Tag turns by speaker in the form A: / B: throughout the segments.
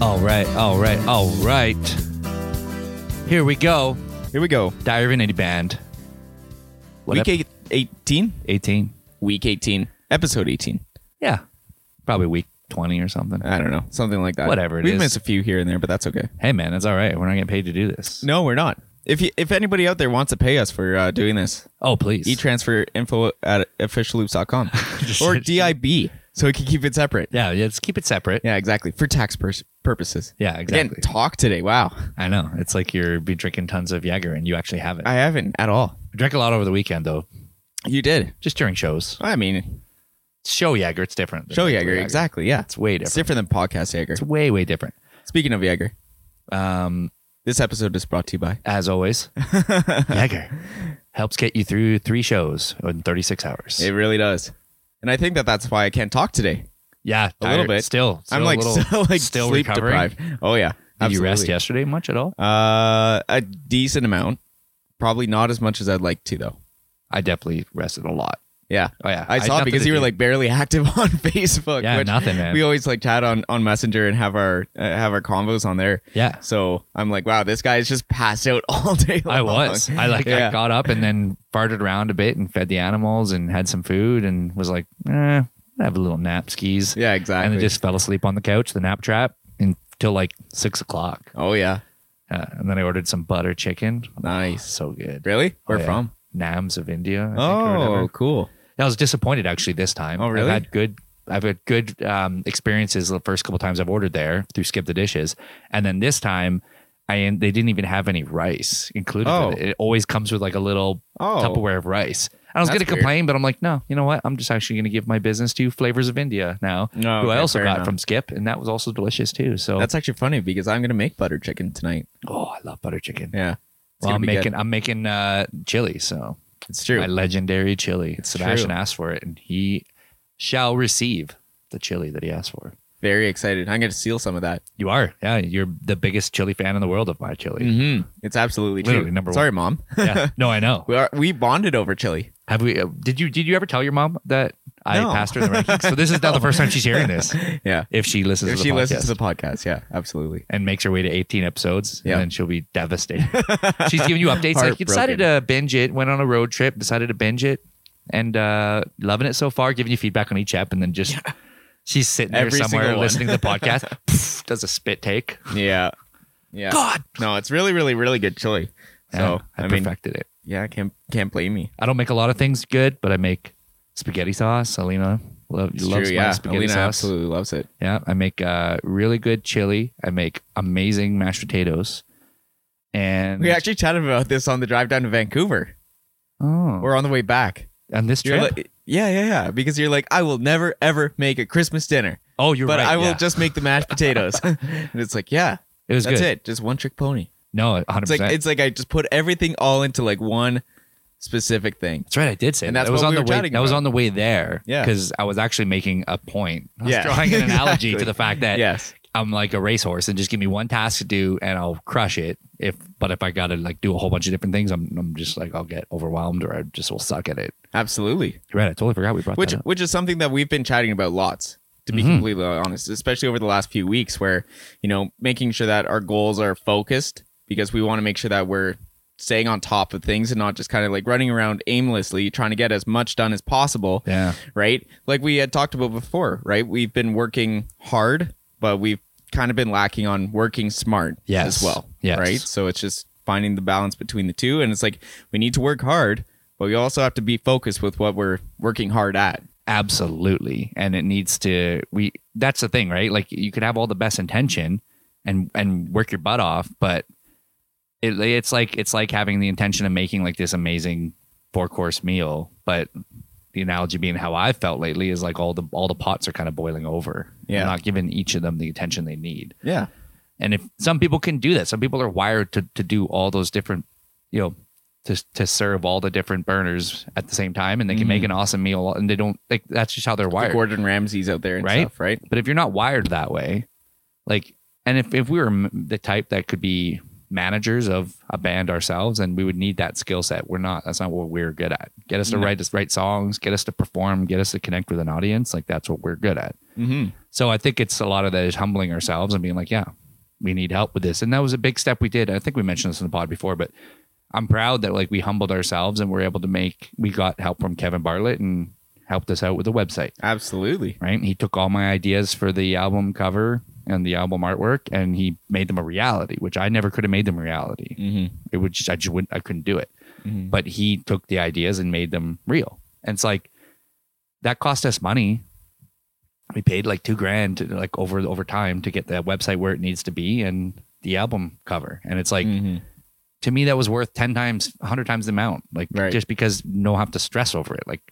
A: All right, all right, all right. Here we go.
B: Here we go.
A: Divinity Band. What
B: Week
A: ep-
B: eight, 18?
A: 18.
B: Week 18. Episode 18.
A: Yeah. Probably week 20 or something.
B: I don't know. Something like that.
A: Whatever it
B: we
A: is.
B: missed a few here and there, but that's okay.
A: hey, man, that's all right. We're not getting paid to do this.
B: No, we're not. If you, if anybody out there wants to pay us for uh, doing this,
A: Oh, please.
B: e-transfer info at officialloops.com or DIB so we can keep it separate.
A: yeah, yeah, let's keep it separate.
B: Yeah, exactly. For tax pers- purposes.
A: Yeah,
B: Again,
A: exactly.
B: talk today. Wow.
A: I know. It's like you're be drinking tons of Jaeger and you actually have it. I
B: I haven't at all.
A: drank a lot over the weekend, though,
B: You did.
A: just during shows.
B: I mean,
A: Show Jaeger, it's different. than
B: show
A: regular
B: Jaeger. Exactly. Yeah.
A: It's way
B: It's
A: different.
B: different than podcast Jaeger.
A: It's way, way different.
B: Speaking of Jaeger,
A: Um,
B: this episode is brought to you by
A: as always, Jaeger helps get you through three shows in 36 hours.
B: It really does. And I think that that's why I can't talk today.
A: yeah,
B: A little
A: tired.
B: bit.
A: Still,
B: I'm
A: still
B: like,
A: a little,
B: so, like
A: still
B: sleep
A: recovering.
B: deprived. Oh yeah.
A: Did you rest
B: Absolutely.
A: yesterday much at all?
B: Uh, a decent amount. Probably not as much as I'd like to though.
A: I definitely rested a lot.
B: Yeah.
A: Oh yeah,
B: I,
A: had
B: saw
A: nothing
B: because
A: to
B: you were
A: do.
B: like barely active on Facebook.
A: yeah,
B: which
A: nothing, man.
B: We always like chat on on Messenger and have our uh, have our convos on there.
A: yeah,
B: So I'm like, wow, this guy's just passed out all day. Long.
A: I was. I like
B: Yeah.
A: I got up and then farted around a bit and fed the animals and had some food and was like, eh, I have a little nap skis.
B: Yeah,
A: and
B: exactly.
A: then just fell asleep on the couch, the nap trap, until like six o'clock.
B: oh yeah,
A: Uh, and then I ordered some butter chicken.
B: nice.
A: So good.
B: Really? Where
A: Oh, yeah.
B: from?
A: Nams of India. I think, or
B: Oh,
A: whatever.
B: cool.
A: I was disappointed actually this time.
B: Oh, really?
A: I've had good. I've had good um, experiences the first couple times I've ordered there through Skip the Dishes, and then this time, I they didn't even have any rice included.
B: Oh.
A: With it. it always comes with like a little
B: Oh,
A: Tupperware of rice. And I was
B: That's
A: going to
B: weird.
A: complain, but I'm like, no, you know what? I'm just actually going to give my business to Flavors of India now,
B: no.
A: who I
B: Oh, okay,
A: also
B: fair
A: got
B: enough.
A: from Skip, and that was also delicious too. So
B: That's actually funny because I'm gonna make butter chicken tonight.
A: oh, I love butter chicken.
B: Yeah, it's
A: well,
B: gonna
A: I'm
B: be good.
A: making I'm making uh, chili, so
B: It's true.
A: my legendary chili.
B: It's
A: Sebastian
B: true.
A: asked for it, and he shall receive the chili that he asked for.
B: Very excited. I'm gonna steal some of that.
A: You are, yeah. You're the biggest chili fan in the world of my chili.
B: Mm-hmm. It's absolutely true.
A: Literally number
B: Sorry, mom.
A: yeah. No, I know.
B: We are we bonded over chili.
A: Have we? Uh, did you? Did you ever tell your mom that I
B: No.
A: passed her in the rankings? So this is now the first time she's hearing this.
B: Yeah.
A: If she listens,
B: If
A: to
B: she
A: the podcast
B: listens to the podcast, yeah, absolutely.
A: and makes her way to 18 episodes,
B: Yeah.
A: and then she'll be devastated. she's giving you updates like you decided to binge it, went on a road trip, decided to binge it, and uh, loving it so far, giving you feedback on each app, and then just she's sitting there
B: Every
A: somewhere
B: single one.
A: listening to the podcast, pff, does a spit take.
B: Yeah. Yeah.
A: God,
B: No, it's really, really, really good chili. So
A: Yeah, I,
B: I, mean,
A: perfected it.
B: yeah, can't can't blame me.
A: I don't make a lot of things good, but I make spaghetti sauce. Alina love,
B: It's
A: loves
B: true.
A: my
B: Yeah,
A: spaghetti
B: Alina
A: sauce.
B: absolutely loves it.
A: Yeah, I make uh, really good chili. I make amazing mashed potatoes, and
B: We actually chatted about this on the drive down to Vancouver.
A: oh,
B: We're on the way back.
A: on this
B: You're
A: trip.
B: like, yeah, yeah, yeah. Because you're like, I will never ever make a Christmas dinner,
A: oh, you're
B: but
A: right.
B: I will
A: yeah.
B: just make the mashed potatoes. and it's like, yeah,
A: It was
B: that's
A: good.
B: it. Just one trick pony.
A: No, 100.
B: It's
A: percent
B: like it's like I just put everything all into like one specific thing.
A: That's right. I did say
B: And
A: that.
B: that's
A: That was
B: what
A: on
B: we
A: the
B: were
A: way.
B: chatting
A: That was
B: about.
A: on the way there.
B: Yeah.
A: Because I was actually making a point. I was
B: Yeah,
A: drawing an analogy to
B: exactly.
A: the fact that
B: Yes.
A: I'm like a racehorse and just give me one task to do and I'll crush it. If but if I gotta like do a whole bunch of different things, I'm I'm just like I'll get overwhelmed or I just will suck at it.
B: Absolutely.
A: You're right. I totally forgot we brought
B: Which
A: that up.
B: which is something that we've been chatting about lots, to be
A: Mhm.
B: completely honest, especially over the last few weeks where, you know, making sure that our goals are focused because we want to make sure that we're staying on top of things and not just kind of like running around aimlessly trying to get as much done as possible,
A: Yeah.
B: right? Like we had talked about before, right? We've been working hard, but we've kind of been lacking on working smart
A: Yes.
B: as well.
A: Yes.
B: Right. So it's just finding the balance between the two. And it's like we need to work hard, but we also have to be focused with what we're working hard at.
A: Absolutely. And it needs to we that's the thing, right? Like you could have all the best intention and and work your butt off, but it, it's like it's like having the intention of making like this amazing four course meal, but the analogy being how I felt lately is like all the all the pots are kind of boiling over.
B: Yeah.
A: You're not giving each of them the attention they need.
B: Yeah.
A: And if some people can do that, some people are wired to to do all those different, you know, to to serve all the different burners at the same time, and they can make an awesome meal, and they don't like that's just how they're
B: Mm. The
A: wired,
B: Gordon Ramsay's out there and
A: Right?
B: stuff, right?
A: But if you're not wired that way, like, and if if we were m- the type that could be managers of a band ourselves, then we would need that skill set. We're not. That's not what we're good at. Get us to
B: No.
A: write write write songs, get us to perform, get us to connect with an audience. Like that's what we're good at.
B: Mm-hmm.
A: So I think it's a lot of that is humbling ourselves and being like, yeah, we need help with this. And that was a big step we did. I think we mentioned this in the pod before, but I'm proud that like we humbled ourselves and were able to make we got help from Kevin Bartlett and helped us out with the website.
B: Absolutely.
A: Right. He took all my ideas for the album cover and the album artwork and he made them a reality, which I never could have made them a reality.
B: Mm-hmm.
A: It would just, I just wouldn't I couldn't do it. But he took the ideas and made them real. And it's like that cost us money. We paid like two grand to, like over over time to get that website where it needs to be and the album cover. And it's
B: Mm.
A: like
B: Mm-hmm.
A: to me that was worth 10 times 100 times the amount like
B: Right.
A: just because no have to stress over it like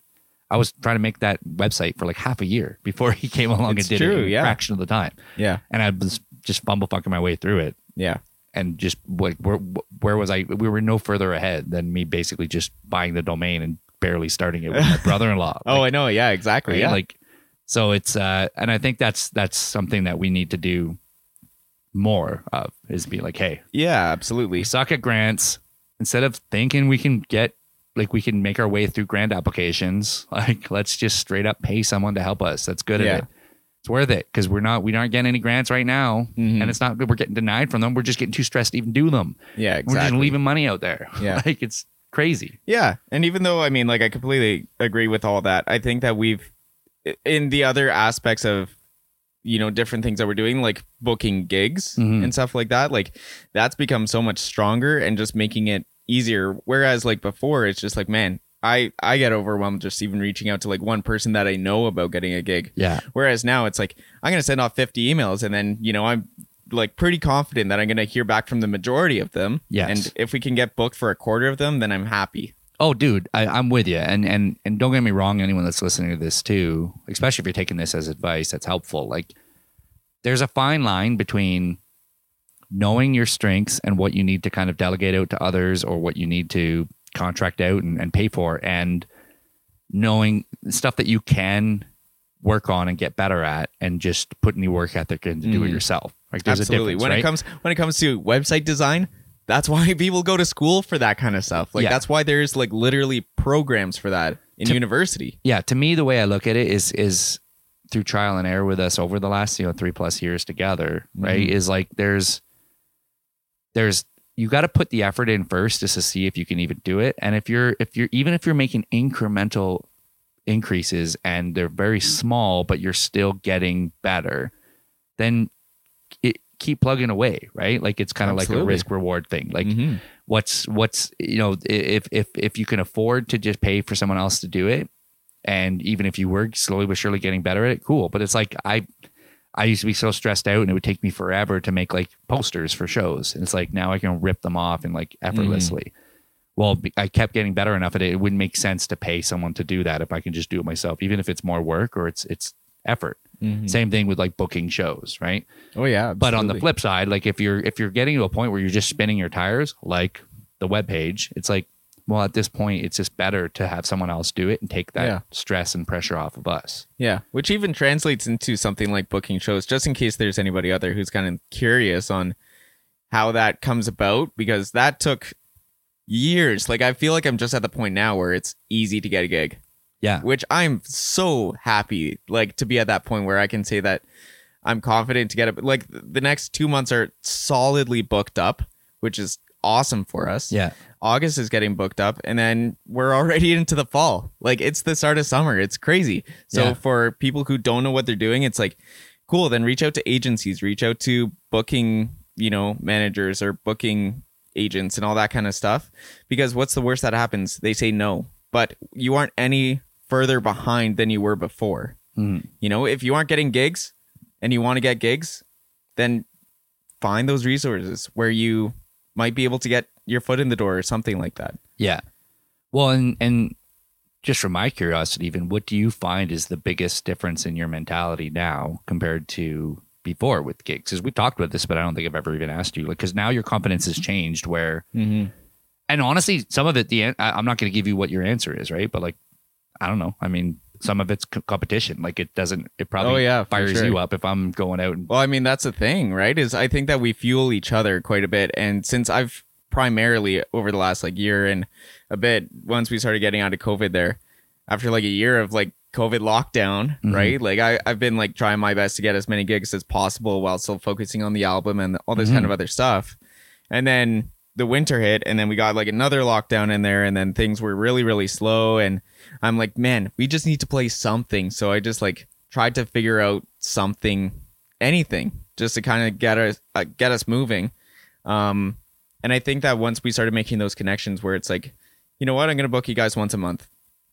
A: i was trying to make that website for like half a year before he came along and
B: It's
A: did
B: true,
A: it in
B: yeah.
A: a fraction of the time
B: yeah,
A: and i was just fumble fucking my way through it
B: yeah,
A: and just like where where was i we were no further ahead than me basically just buying the domain and barely starting it with my brother-in-law
B: Oh,
A: like,
B: I know. Yeah, exactly.
A: right?
B: Yeah,
A: like so it's uh and i think that's that's something that we need to do more of is be like hey
B: yeah,
A: we
B: absolutely.
A: suck at grants instead of thinking we can get like we can make our way through grant applications like let's just straight up pay someone to help us that's good
B: Yeah.
A: at it it's worth it because we're not we aren't getting any grants right now
B: Mhm.
A: and it's not that we're getting denied from them we're just getting too stressed to even do them
B: yeah,
A: we're
B: exactly.
A: just leaving money out there
B: Yeah.
A: like it's crazy
B: Yeah, and even though I mean, like, I completely agree with all that. I think that we've in the other aspects of you know different things that we're doing, like booking gigs
A: Mhm.
B: and stuff like that. Like that's become so much stronger and just making it easier. Whereas like before, it's just like, man, I I get overwhelmed just even reaching out to like one person that I know about getting a gig.
A: yeah
B: Whereas now it's like I'm gonna send off 50 emails and then you know I'm like pretty confident that I'm gonna hear back from the majority of them.
A: Yes.
B: And if we can get booked for a quarter of them, then I'm happy.
A: Oh, dude, I, I'm with you, and and and don't get me wrong. Anyone that's listening to this too, especially if you're taking this as advice, that's helpful. Like, there's a fine line between knowing your strengths and what you need to kind of delegate out to others, or what you need to contract out and, and pay for, and knowing stuff that you can work on and get better at, and just putting the work ethic in to do it
B: Mhm.
A: yourself. Like, there's a
B: Absolutely.
A: difference,
B: When it
A: right?
B: comes when it comes to website design, that's why people go to school for that kind of stuff. Like
A: Yeah.
B: that's why there's like literally programs for that in
A: To-
B: university.
A: yeah to me the way i look at it is is through trial and error with us over the last you know three plus years together right
B: Mhm.
A: is like there's there's you got to put the effort in first just to see if you can even do it and if you're if you're even if you're making incremental increases and they're very small but you're still getting better then it, keep plugging away right like it's kind of like a
B: Absolutely.
A: risk reward thing like
B: Mhm.
A: what's what's you know if if if you can afford to just pay for someone else to do it and even if you were slowly but surely getting better at it cool but it's like i i used to be so stressed out and it would take me forever to make like posters for shows and it's like now i can rip them off and like effortlessly well be- i kept getting better enough at it it wouldn't make sense to pay someone to do that if i can just do it myself even if it's more work or it's it's effort
B: Mhm.
A: same thing with like booking shows right
B: Oh yeah.
A: but on the
B: absolutely.
A: flip side, like if you're if you're getting to a point where you're just spinning your tires, like the web page, it's like, well, at this point, it's just better to have someone else do it and take that
B: Yeah.
A: stress and pressure off of us.
B: Yeah, which even translates into something like booking shows, just in case there's anybody out there who's kind of curious on how that comes about, because that took years. Like, I feel like I'm just at the point now where it's easy to get a gig,
A: Yeah.
B: which I'm so happy, like, to be at that point where I can say that I'm confident to get it. Like, the next two months are solidly booked up, which is awesome for us.
A: Yeah.
B: August is getting booked up, and then we're already into the fall. Like it's the start of summer. It's crazy. So
A: Yeah.
B: for people who don't know what they're doing, it's like, cool. Then reach out to agencies, reach out to booking, you know, managers or booking agents and all that kind of stuff. Because what's the worst that happens? They say no, but you aren't any further behind than you were before.
A: Mhm.
B: You know, if you aren't getting gigs and you want to get gigs, then find those resources where you might be able to get your foot in the door or something like that.
A: Yeah. Well, and and just from my curiosity, even what do you find is the biggest difference in your mentality now compared to before with gigs? Because we talked about this, but I don't think I've ever even asked you. Like, because now your confidence has changed where
B: Mm-hmm.
A: and honestly, some of it, the an- I- I'm not going to give you what your answer is, right? But like, I don't know. I mean, some of it's co- competition. Like, it doesn't. It probably
B: Oh, yeah, for
A: fires
B: sure.
A: you up if I'm going out and
B: Well, I mean, that's the thing, right? Is I think that we fuel each other quite a bit. And since I've primarily over the last like year and a bit, once we started getting out of COVID there, after like a year of like COVID lockdown,
A: Mhm.
B: right? Like I, I've been like trying my best to get as many gigs as possible while still focusing on the album and all this kind
A: Mhm.
B: of other stuff. And then the winter hit, and then we got like another lockdown in there, and then things were really, really slow. And I'm like, man, we just need to play something. So I just like tried to figure out something, anything, just to kind of get us uh, get us moving. Um, and I think that once we started making those connections, where it's like, you know what, I'm gonna book you guys once a month,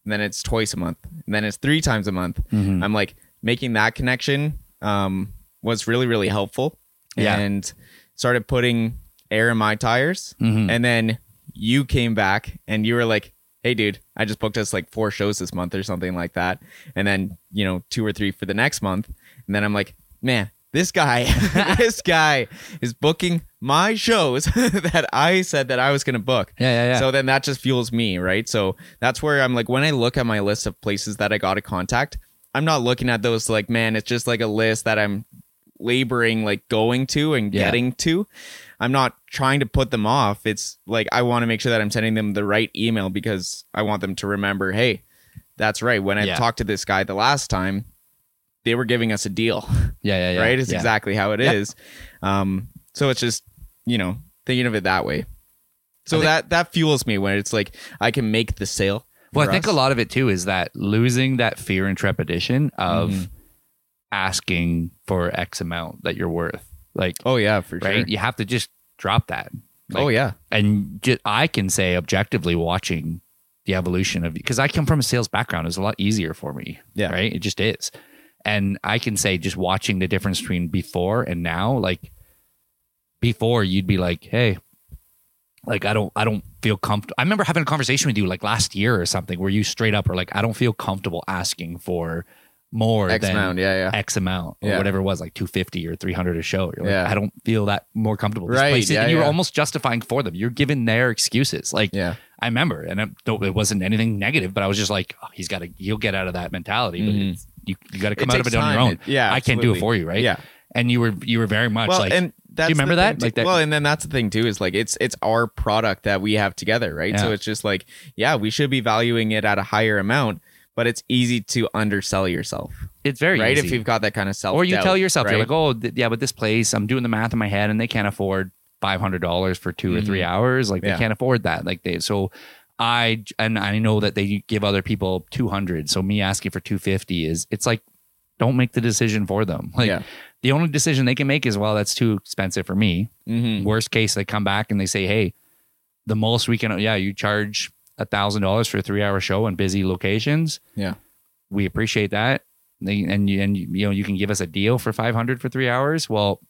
B: and then it's twice a month, and then it's three times a month.
A: Mhm.
B: Mm-hmm. I'm like making that connection um, was really really helpful.
A: Yeah.
B: and started putting air in my tires,
A: Mhm.
B: and then you came back and you were like. Hey dude, I just booked us like four shows this month or something like that. And then, you know, two or three for the next month. And then I'm like, man, this guy, this guy is booking my shows that I said that I was going to book.
A: Yeah, yeah, yeah.
B: So then that just fuels me, right? So that's where I'm like, when I look at my list of places that I got to contact, I'm not looking at those like, man, it's just like a list that I'm laboring, like going to and
A: Yeah.
B: getting to. I'm not trying to put them off. It's like, I want to make sure that I'm sending them the right email because I want them to remember, hey, that's right. When I
A: Yeah.
B: talked to this guy the last time, they were giving us a deal
A: yeah, yeah, yeah.
B: right? It's
A: yeah.
B: exactly how it is.
A: Yep.
B: Um, so it's just you know thinking of it that way. So
A: I think-
B: that that fuels me when it's like I can make the sale.
A: Well,
B: for
A: I think
B: us.
A: a lot of it too is that losing that fear and trepidation of
B: Mhm.
A: asking for X amount that you're worth. Like,
B: Oh yeah, for
A: right? You have to just drop that.
B: sure. Oh
A: Like,
B: yeah,
A: And ju- I can say objectively watching the evolution of because I come from a sales background, it's a lot easier for me.
B: Yeah.
A: Right. It just is. And I can say just watching the difference between before and now, like before you'd be like, Hey, like I don't I don't feel comfortable. I remember having a conversation with you like last year or something where you straight up were like, I don't feel comfortable asking for more
B: X
A: than
B: amount. Yeah, yeah.
A: X amount or
B: Yeah.
A: whatever it was, like 250 or 300 a show. You're like,
B: Yeah.
A: I don't feel that more comfortable. This
B: Right,
A: place is-
B: yeah,
A: and you're
B: yeah.
A: almost justifying for them. You're giving their excuses. Like,
B: Yeah.
A: I remember, and I don't, it wasn't anything negative, but I was just like, oh, he's got to, he'll get out of that mentality. But
B: Mhm.
A: it's, you, you got to come out of
B: takes
A: it on your
B: time.
A: own.
B: It- yeah,
A: I can't do it
B: absolutely.
A: for you, right?
B: Yeah.
A: And you were, you were very much
B: Well,
A: like,
B: and that's
A: remember
B: the thing
A: that?
B: too-
A: Like that-
B: Well, and then that's the thing too is like it's it's our product that we have together, right? So
A: Yeah.
B: it's just like yeah, we should be valuing it at a higher amount, but it's easy to undersell yourself,
A: it's very
B: right?
A: easy.
B: If you've got that kind of self,
A: or you tell yourself,
B: right?
A: you're like, oh, th- yeah, but this place, I'm doing the math in my head, and they can't afford five hundred dollars for 2 or
B: Mhm.
A: three hours. Like
B: Yeah.
A: they can't afford that. Like they so. I and I know that they give other people 200. So me asking for 250 is it's like don't make the decision for them. oh, Like
B: Yeah.
A: the only decision they can make is well that's too expensive for me.
B: Mhm.
A: Worst case they come back and they say, "Hey, the most we can yeah, you charge a $1000 for a 3-hour show in busy locations."
B: Yeah.
A: we appreciate that. They- And you, and you you know, you can give us a deal for 500 for three hours. Well,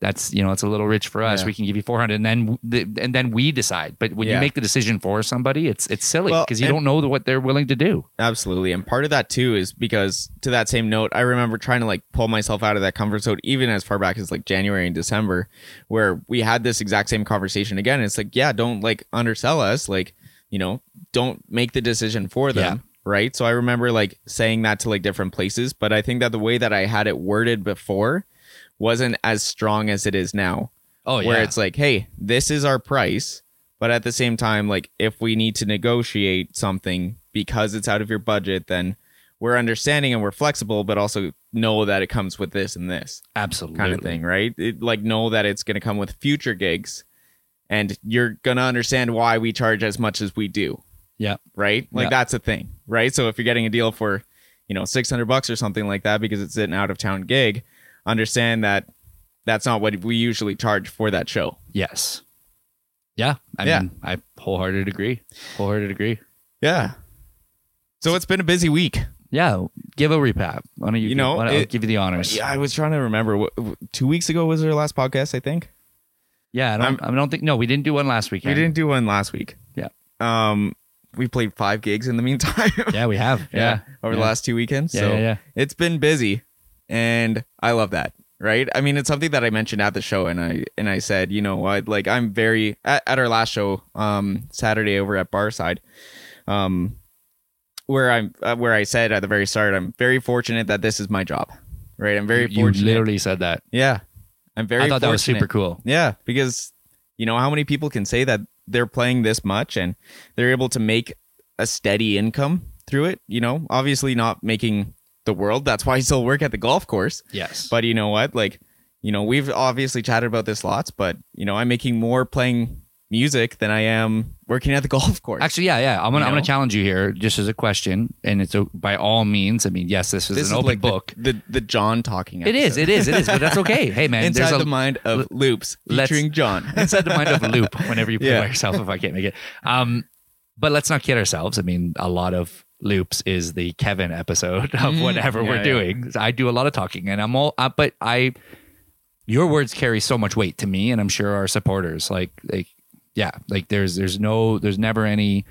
A: that's, you know, it's a little rich for us.
B: Yeah.
A: We can give you 400 and then, w- the- and then we decide. But when
B: Yeah.
A: you make the decision for somebody, it's, it's silly
B: Well,
A: because you
B: and-
A: don't know what they're willing to do.
B: Absolutely. And part of that too is because to that same note, I remember trying to like pull myself out of that comfort zone even as far back as like January and December, where we had this exact same conversation again. It's like, yeah, don't like undersell us. Like, you know, don't make the decision for them. Right. So I remember like saying that to like different places, but I think that the way that I had it worded before wasn't as strong as it is now
A: Oh
B: where it's like, hey, this is our price, but at the same time, like if we need to negotiate something because it's out of your budget, then we're understanding and we're flexible, but also know that it comes with this and this
A: absolutely
B: kind of thing, right? It, like know that it's going to come with future gigs, and you're going to understand why we charge as much as we do.
A: Yeah.
B: Right. Like
A: Yeah.
B: that's a thing, right? So if you're getting a deal for, you know, six hundred bucks or something like that because it's an out of town gig, understand that that's not what we usually charge for that show.
A: Yes. Yeah. I
B: Yeah.
A: mean, I wholehearted agree. Wholehearted agree.
B: Yeah. So it's been a busy week.
A: Yeah. Give a recap. Why don't you,
B: You
A: give-
B: know,
A: why don't I
B: it-
A: give you the honors.
B: I was trying to remember. what- Two weeks ago was our last podcast, I think.
A: Yeah. I don't, I don't think, no, we didn't do one last weekend.
B: We didn't do one last week.
A: Yeah.
B: Um, we played five gigs in the meantime.
A: Yeah, we have. Yeah.
B: Over the
A: Yeah.
B: last two weekends.
A: Yeah.
B: so
A: yeah, yeah.
B: it's been busy, and I love that. Right. I mean, it's something that I mentioned at the show, and I and I said, you know, what, like I'm very at, at our last show, um, Saturday over at Barside, um, where I'm uh, where I said at the very start, I'm very fortunate that this is my job. Right. I'm very
A: you
B: fortunate.
A: literally said that.
B: Yeah. I'm very
A: I thought that was
B: fortunate.
A: super cool.
B: Yeah, because you know how many people can say that they're playing this much and they're able to make a steady income through it. You know, obviously not making the world. That's why I still work at the golf course.
A: Yes.
B: But you know what? Like, you know, we've obviously chatted about this lots, but you know, I'm making more playing music than I am working at the golf course.
A: Actually, yeah, yeah. I'm gonna
B: You
A: I'm gonna
B: know?
A: challenge you here just as a question, and it's a, by all means. I mean, yes, this is an open
B: like the-
A: book.
B: The, the John talking.
A: It is,
B: episode.
A: it is, it is. But that's okay. Hey, man,
B: Inside
A: there's
B: the
A: a
B: mind of loops
A: let's-
B: featuring John.
A: inside the mind of loop whenever you play
B: Yeah.
A: by yourself. If I can't make it, um, but let's not kid ourselves. I mean, a lot of loops is the Kevin episode of
B: Mm,
A: whatever
B: yeah,
A: we're
B: yeah.
A: doing. I do a lot of talking, and I'm all, uh, but I, your words carry so much weight to me, and I'm sure our supporters, like, like, yeah, like there's, there's no, there's never any,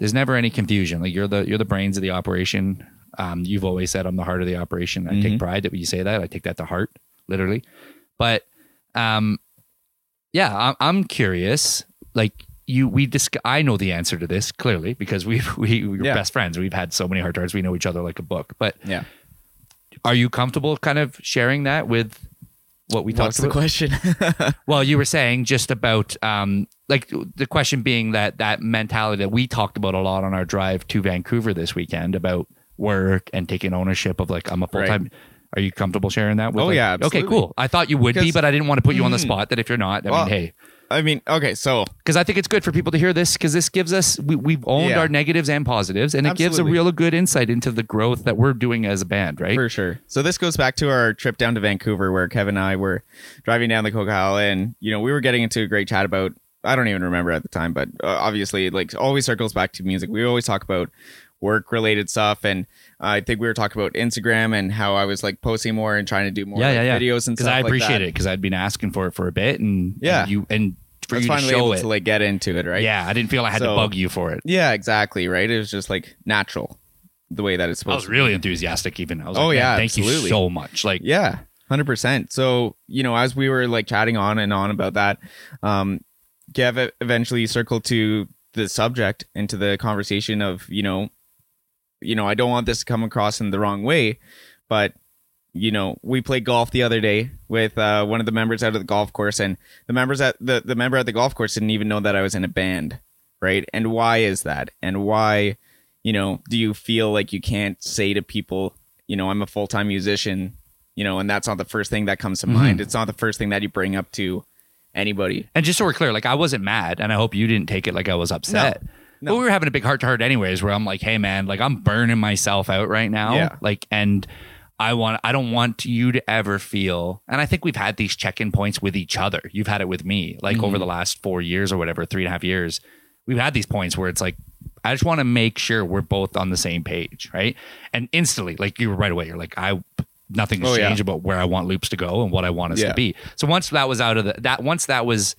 A: there's never any confusion. Like you're the, you're the brains of the operation. Um, you've always said I'm the heart of the operation. I take
B: Mhm.
A: pride that you say that. I take that to heart, literally. But, um, yeah, I'm, I'm curious. Like you, we disc- I know the answer to this clearly because we've we, we're
B: Yeah.
A: best friends. We've had so many hard times. We know each other like a book. But
B: Yeah.
A: are you comfortable kind of sharing that with what we talked
B: What's the
A: about?
B: question?
A: well, you were saying just about um, like the question being that that mentality that we talked about a lot on our drive to Vancouver this weekend about work and taking ownership of like I'm a full
B: Right.
A: time. Are you comfortable sharing that? With
B: Oh,
A: like-
B: yeah,
A: Okay.
B: absolutely.
A: Cool. I thought you would be,
B: Because-
A: but I didn't want to put you on the
B: Mhm.
A: spot. That if you're not, I
B: Well,
A: mean, hey.
B: I mean, okay, so
A: because I think it's good for people to hear this because this gives us we, we've owned
B: Yeah.
A: our negatives and positives, and it gives a
B: Absolutely.
A: real good insight into the growth that we're doing as a band, right?
B: For sure. So this goes back to our trip down to Vancouver where Kevin and I were driving down the Coquihalla and you know we were getting into a great chat about I don't even remember at the time, but uh, obviously it like always circles back to music. We always talk about work related stuff and I think we were talking about Instagram and how I was like posting more and trying to do more
A: Yeah,
B: like,
A: yeah, yeah.
B: videos and
A: Because
B: stuff
A: I
B: like
A: appreciate
B: that.
A: it because I'd been asking for it for a bit, and
B: Yeah.
A: and you and for
B: I was
A: you to
B: finally
A: show
B: able
A: it,
B: to like get into it, right?
A: yeah, I didn't feel I had to
B: So-
A: bug you for it.
B: Yeah, exactly, right? It was just like natural the way that
A: I
B: it's supposed
A: was really enthusiastic, even. I was
B: Oh,
A: like, man,
B: yeah,
A: thank you
B: absolutely.
A: so much. Like,
B: Yeah, hundred percent. So you know, as we were like chatting on and on about that, um, Gav e- eventually circled to the subject and to the conversation of you know, you know, I don't want this to come across in the wrong way, but you know, we played golf the other day with uh, one of the members out of the golf course, and the members at the the member at the golf course didn't even know that I was in a band, right? And why is that? And why, you know, do you feel like you can't say to people, you know, I'm a full time musician, you know, and that's not the first thing that comes to
A: Mhm.
B: mind. It's not the first thing that you bring up to anybody.
A: and just so we're clear, like I wasn't mad, and I hope you didn't take it like I was upset.
B: No.
A: But we were having a big heart to heart, anyways, where I'm like, hey, man, like I'm burning myself out right now.
B: Yeah.
A: Like, and I want, I don't want you to ever feel, and I think we've had these check in points with each other. You've had it with me, like over
B: Mhm.
A: the last four years or whatever, three and a half years. We've had these points where it's like, I just want to make sure we're both on the same page. Right. And instantly, like you were right away, you're like, I, nothing has
B: Oh, yeah.
A: changed about where I want loops to go and what I want us
B: Yeah.
A: to be. So once that was out of the, that, once that was,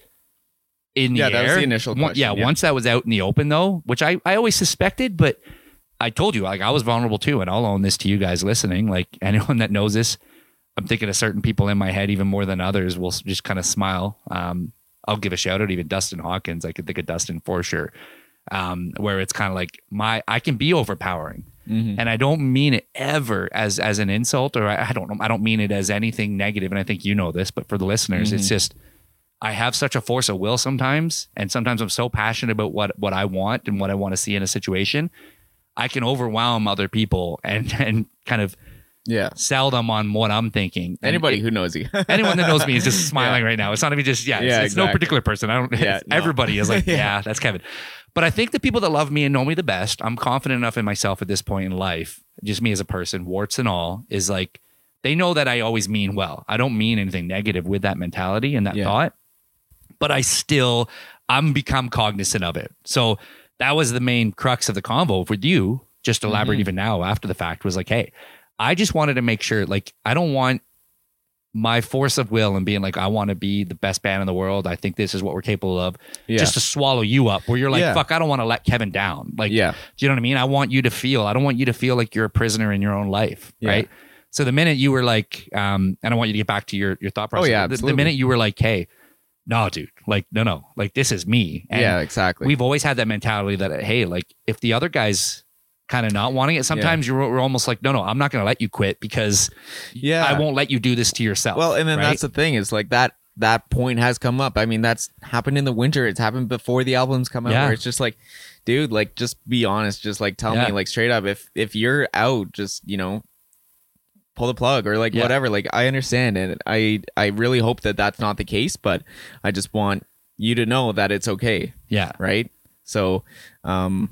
A: in the
B: Yeah,
A: air.
B: that was the initial
A: One-
B: question,
A: yeah,
B: yeah.
A: once that was out in the open though, which I, I always suspected, but I told you like I was vulnerable too, and I'll own this to you guys listening. Like anyone that knows this, I'm thinking of certain people in my head even more than others will s- just kind of smile. Um, I'll give a shout out even Dustin Hawkins. I could think of Dustin for sure. Um, where it's kind of like my I can be overpowering
B: Mm-hmm.
A: and I don't mean it ever as as an insult or I, I don't know I don't mean it as anything negative and I think you know this but for the listeners it's
B: Mhm.
A: just I have such a force of will sometimes and sometimes I'm so passionate about what what I want and what I want to see in a situation I can overwhelm other people and and kind of
B: Yeah.
A: sell them on what I'm thinking And
B: Anybody who knows you.
A: it- anyone that knows me is just smiling right now it's not even just yeah, it's,
B: Yeah,
A: it's no
B: exactly.
A: particular person I don't
B: Yeah, no.
A: everybody is like
B: Yeah.
A: yeah. that's Kevin but I think the people that love me and know me the best I'm confident enough in myself at this point in life just me as a person warts and all is like they know that I always mean well I don't mean anything negative with that mentality and that
B: Yeah.
A: thought but I still I'm become cognizant of it. So that was the main crux of the convo with you. Just to elaborate
B: Mhm.
A: even now after the fact was like, hey, I just wanted to make sure like I don't want my force of will and being like I want to be the best band in the world. I think this is what we're capable of.
B: yeah.
A: Just to swallow you up where you're like,
B: Yeah.
A: fuck, I don't want to let Kevin down. Like
B: yeah.
A: do you know what I mean? I want you to feel. I don't want you to feel like you're a prisoner in your own life,
B: Yeah.
A: right? So the minute you were like, um, and I want you to get back to your your thought process.
B: Oh, yeah,
A: the, the
B: absolutely.
A: minute you were like, hey, no, dude, like, no, no, like this is me. And
B: yeah, exactly.
A: we've always had that mentality that hey, like if the other guy's kind of not wanting it, sometimes you're, we're almost like, no, no, I'm not going to let you quit because
B: yeah.
A: I won't let you do this to yourself.
B: Well, and then
A: right?
B: that's the thing is like that that point has come up. I mean, that's happened in the winter. It's happened before the albums come out.
A: Yeah.
B: Where it's just like, dude, like just be honest. Just like tell
A: Yeah.
B: me, like straight up, if if you're out, just you know, pull the plug or like
A: Yeah.
B: whatever. Like I understand, and I I really hope that that's not the case. But I just want you to know that it's okay,
A: Yeah.
B: right? So, um,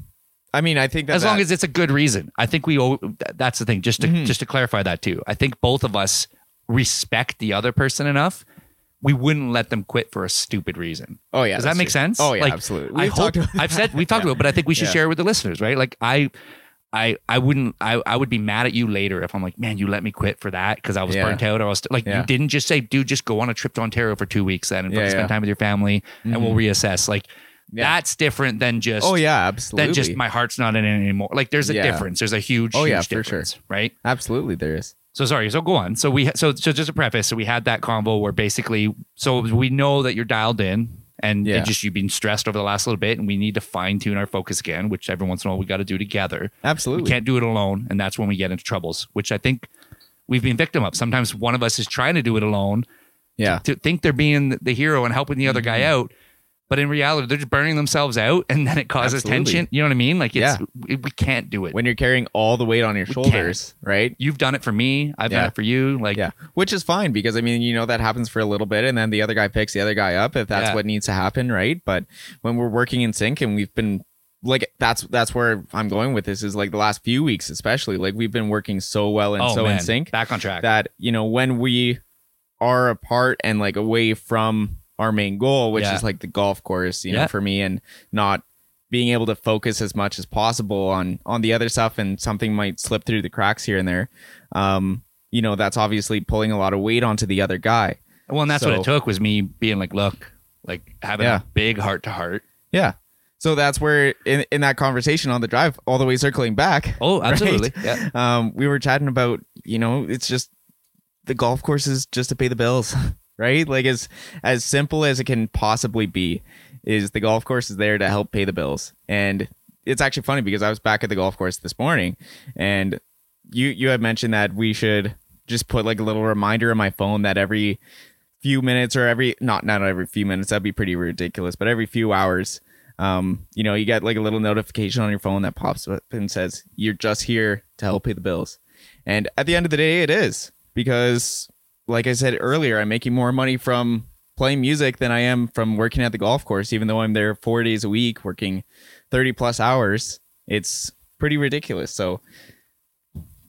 B: I mean, I think that
A: as long
B: that-
A: as it's a good reason. I think we. owe- th- That's the thing. Just to
B: Mhm.
A: just to clarify that too. I think both of us respect the other person enough. We wouldn't let them quit for a stupid reason.
B: oh yeah,
A: Does
B: that's
A: that make
B: true.
A: sense?
B: Oh yeah,
A: Like,
B: absolutely.
A: I
B: We've
A: hope
B: talked about
A: I've said we've talked about, it, but I think we should
B: Yeah.
A: share it with the listeners, right? Like I, I, I wouldn't. I, I would be mad at you later if I'm like, man, you let me quit for that because I was
B: Yeah.
A: burnt out or I was like,
B: Yeah.
A: you didn't just say, dude, just go on a trip to Ontario for two weeks then and
B: Yeah,
A: fucking
B: yeah.
A: spend time with your family
B: Mhm.
A: and we'll reassess. Like
B: Yeah.
A: that's different than just
B: Oh yeah, absolutely.
A: that just my heart's not in it anymore. Like there's a
B: Yeah.
A: difference. There's a huge,
B: Oh,
A: huge
B: yeah, for sure.
A: difference, right?
B: absolutely, there is.
A: So sorry. So go on. So we so so just a preface. So we had that combo where basically, so we know that you're dialed in, and
B: Yeah.
A: it just you've been stressed over the last little bit, and we need to fine tune our focus again, which every once in a while we got to do together.
B: Absolutely.
A: We can't do it alone, and that's when we get into troubles, which I think we've been victim of. Sometimes one of us is trying to do it alone,
B: yeah.
A: to think they're being the hero and helping the other guy
B: Mm-hmm.
A: out. But in reality, they're just burning themselves out, and then it causes
B: Absolutely.
A: tension. You know what I mean? Like, it's, we we can't do it.
B: When you're carrying all the weight on your
A: can't.
B: shoulders, right?
A: You've done it for me. I've done
B: Yeah.
A: it for you. Like,
B: Yeah. Which is fine because I mean, you know, that happens for a little bit and then the other guy picks the other guy up if that's
A: Yeah.
B: what needs to happen, right? But when we're working in sync and we've been like that's that's where I'm going with this is like the last few weeks especially, like we've been working so well and
A: oh
B: so
A: man,
B: in sync
A: back on track.
B: that, you know, when we are apart and like away from our main goal, which
A: Yeah.
B: is like the golf course, you know,
A: Yeah.
B: for me and not being able to focus as much as possible on on the other stuff and something might slip through the cracks here and there. Um, you know, that's obviously pulling a lot of weight onto the other guy.
A: well, and that's what it
B: so-
A: took was me being like, look, like having
B: Yeah.
A: a big heart to heart.
B: Yeah. So that's where in, in that conversation on the drive, all the way circling back,
A: Oh,
B: Right?
A: absolutely. Yeah.
B: um, we were chatting about, you know, it's just the golf course is just to pay the bills, right? Like as as simple as it can possibly be, is the golf course is there to help pay the bills. And it's actually funny because I was back at the golf course this morning and you you had mentioned that we should just put like a little reminder on my phone that every few minutes or every not not every few minutes, that'd be pretty ridiculous, but every few hours um, you know, you get like a little notification on your phone that pops up and says, You're just here to help pay the bills. And at the end of the day, it is because, like I said earlier, I'm making more money from playing music than I am from working at the golf course, even though I'm there four days a week working 30 plus hours. It's pretty ridiculous. So,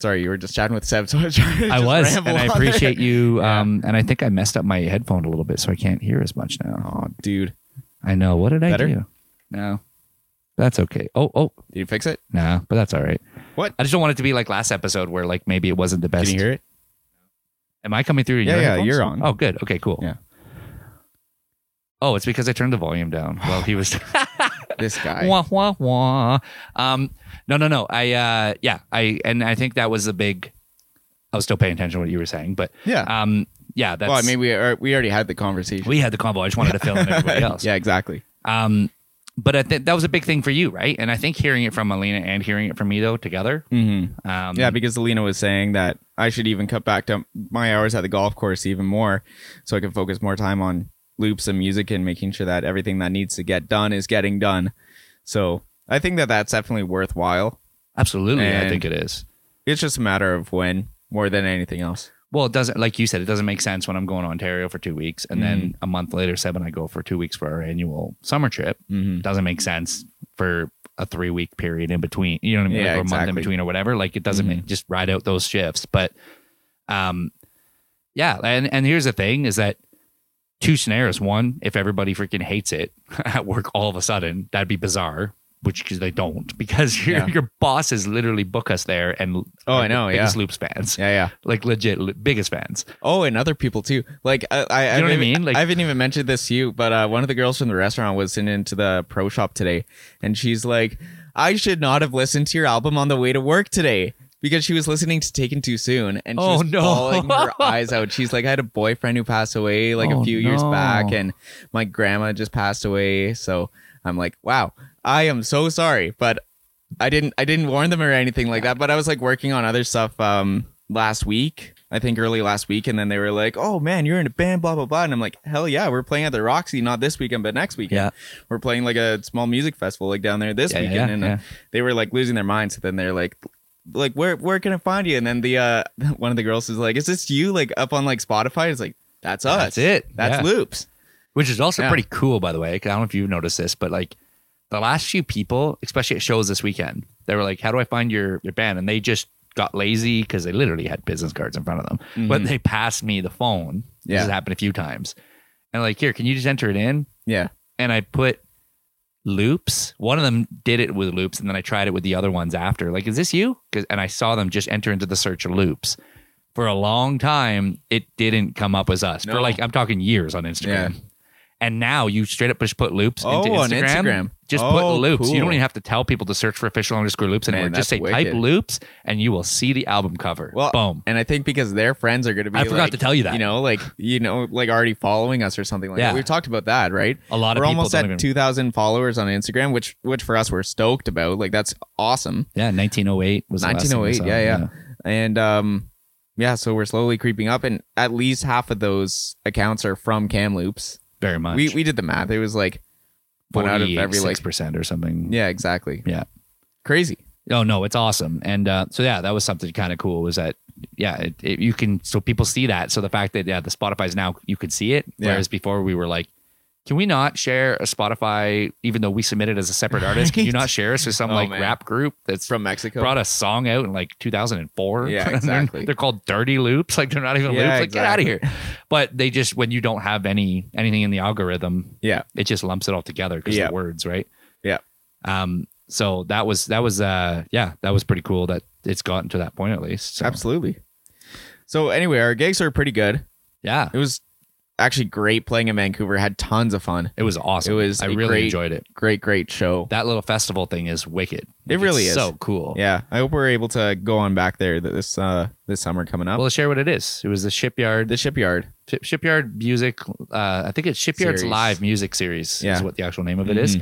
B: sorry, you were just chatting with Seb. So I, was trying to
A: I
B: just
A: was, and
B: ramble
A: I
B: on there.
A: appreciate you.
B: Yeah.
A: Um, and I think I messed up my headphone a little bit, so I can't hear as much now.
B: Oh, dude.
A: I know. What did
B: Better?
A: I do? No, that's okay. Oh, oh,
B: Did you fix it?
A: Nah, but that's all right.
B: What?
A: I just don't want it to be like last episode where like maybe it wasn't the best.
B: Can you hear it?
A: Am I coming through? to
B: Yeah,
A: your
B: yeah,
A: headphones?
B: you're on.
A: Oh, good. Okay, cool.
B: Yeah.
A: Oh, it's because I turned the volume down while he was
B: This guy.
A: wah wah wah. Um, no, no, no. I uh, yeah, I and I think that was the big. I was still paying attention to what you were saying, but
B: Yeah.
A: um, yeah, that's
B: Uh, well, I mean, we are, we already had the conversation.
A: we had the combo. I just wanted to fill in everybody else.
B: yeah, exactly.
A: Um, but I think that was a big thing for you, right? And I think hearing it from Alina and hearing it from me though together,
B: Mm-hmm.
A: um,
B: Yeah, because Alina was saying that I should even cut back to my hours at the golf course even more so I can focus more time on loops and music and making sure that everything that needs to get done is getting done. So I think that that's definitely worthwhile.
A: absolutely, I
B: And-
A: think it is.
B: It's just a matter of when more than anything else.
A: Well, it doesn't like you said, it doesn't make sense when I'm going to Ontario for two weeks and
B: Mm.
A: then a month later, Seb and I go for two weeks for our annual summer trip.
B: Mm-hmm.
A: It doesn't make sense for a three week period in between. You know what I mean?
B: Yeah,
A: like, or a month in
B: exactly.
A: between or whatever. Like it doesn't
B: Mhm.
A: make just ride out those shifts. But um yeah, and, and here's the thing is that two scenarios. One, if everybody freaking hates it at work all of a sudden, that'd be bizarre. Which because they don't, because your
B: Yeah.
A: your bosses literally book us there, and
B: Oh, I know, yeah.
A: biggest Loops fans,
B: Yeah, yeah.
A: like legit li- biggest fans.
B: Oh, and other people too. Like I, I,
A: You know what I
B: haven't-
A: mean? Like-
B: I haven't even mentioned this to you, but uh, one of the girls from the restaurant was in into the pro shop today, and she's like, "I should not have listened to your album on the way to work today." Because she was listening to Taken Too Soon and she
A: Oh,
B: was
A: no.
B: bawling her eyes out. She's like, I had a boyfriend who passed away like
A: Oh,
B: a few years back,
A: no.
B: and my grandma just passed away. So I'm like, wow, I am so sorry, but I didn't I didn't warn them or anything like that, but I was like working on other stuff um last week, I think early last week, and then they were like, "Oh man, you're in a band, blah blah blah," and I'm like, "Hell yeah, we're playing at the Roxy, not this weekend, but next weekend.
A: Yeah.
B: We're playing like a small music festival like down there this
A: Yeah,
B: weekend."
A: yeah,
B: and
A: yeah.
B: Uh, they were like losing their minds. So then they're like, "Like where where can I find you?" And then the uh one of the girls is like, "Is this you like up on like Spotify?" It's like that's us.
A: That's it.
B: That's
A: Yeah.
B: loops.
A: which is also
B: Yeah.
A: pretty cool, by the way. 'cause I don't know if you've noticed this, but like the last few people, especially at shows this weekend, they were like, "How do I find your your band?" And they just got lazy because they literally had business cards in front of them, but they passed me the phone. This has
B: Mm-hmm. Yeah.
A: happened a few times, and like, here, can you just enter it in?
B: Yeah.
A: And I put loops. One of them did it with loops, and then I tried it with the other ones after. Like, is this you? 'Cause- and I saw them just enter into the search of loops. For a long time, it didn't come up as us. For
B: No.
A: like, I'm talking years on Instagram.
B: Yeah.
A: And now you straight up just put loops into
B: Oh, on
A: Instagram.
B: Instagram.
A: Just
B: Oh,
A: put loops. You
B: cool.
A: don't even have to tell people to search for official underscore loops
B: Man,
A: anymore. Just say
B: that's
A: type
B: wicked.
A: loops and you will see the album cover.
B: Well,
A: Boom.
B: And I think because their friends are going to be
A: I forgot
B: like,
A: to tell you that.
B: You know, like you know, like already following us or something like
A: Yeah.
B: that. We've talked about that, right?
A: A lot of
B: We're
A: people
B: almost at
A: don't even-
B: 2000 followers on Instagram, which which for us we're stoked about. Like that's awesome.
A: Yeah, 1908 was the last thing I
B: 1908,
A: saw,
B: yeah, yeah. And um yeah, so we're slowly creeping up and at least half of those accounts are from Kamloops.
A: Very much.
B: We we did the math. It was like one out of every like
A: percent or something.
B: Yeah, exactly.
A: Yeah.
B: Crazy.
A: Oh no, it's awesome. And uh, so yeah, that was something kind of cool. Was that yeah, it, it, you can so people see that. So the fact that yeah, the Spotify's now you could see it,
B: Yeah.
A: whereas before we were like, can we not share a Spotify even though we submit it as a separate artist? Can you
B: Right.
A: not share us with some
B: Oh,
A: like
B: man.
A: rap group that's
B: From Mexico.
A: brought a song out in like 2004?
B: Yeah,
A: They're-
B: exactly.
A: they're, called Dirty Loops. Like they're not even
B: Yeah,
A: loops. Like get out of here. But they just when you don't have any anything in the algorithm,
B: yeah.
A: it just lumps it all together because
B: Yeah.
A: the words, right?
B: Yeah.
A: Um. So that was that was uh yeah that was pretty cool that it's gotten to that point at least. So,
B: Absolutely. So anyway, our gigs are pretty good.
A: Yeah.
B: It was actually great playing in Vancouver. Had tons of fun.
A: It was awesome.
B: It was
A: I
B: a
A: really
B: great-
A: enjoyed it.
B: Great, great show.
A: That little festival thing is wicked.
B: It really
A: it's
B: is.
A: so cool.
B: Yeah, I hope we're able to go on back there th- this uh this summer coming up.
A: Well, let's share what it is. It was the shipyard,
B: the shipyard.
A: Ship- shipyard music. Uh, I think it's shipyard's
B: Series.
A: live music series
B: Yeah. Mm-hmm.
A: is what the actual name of it is.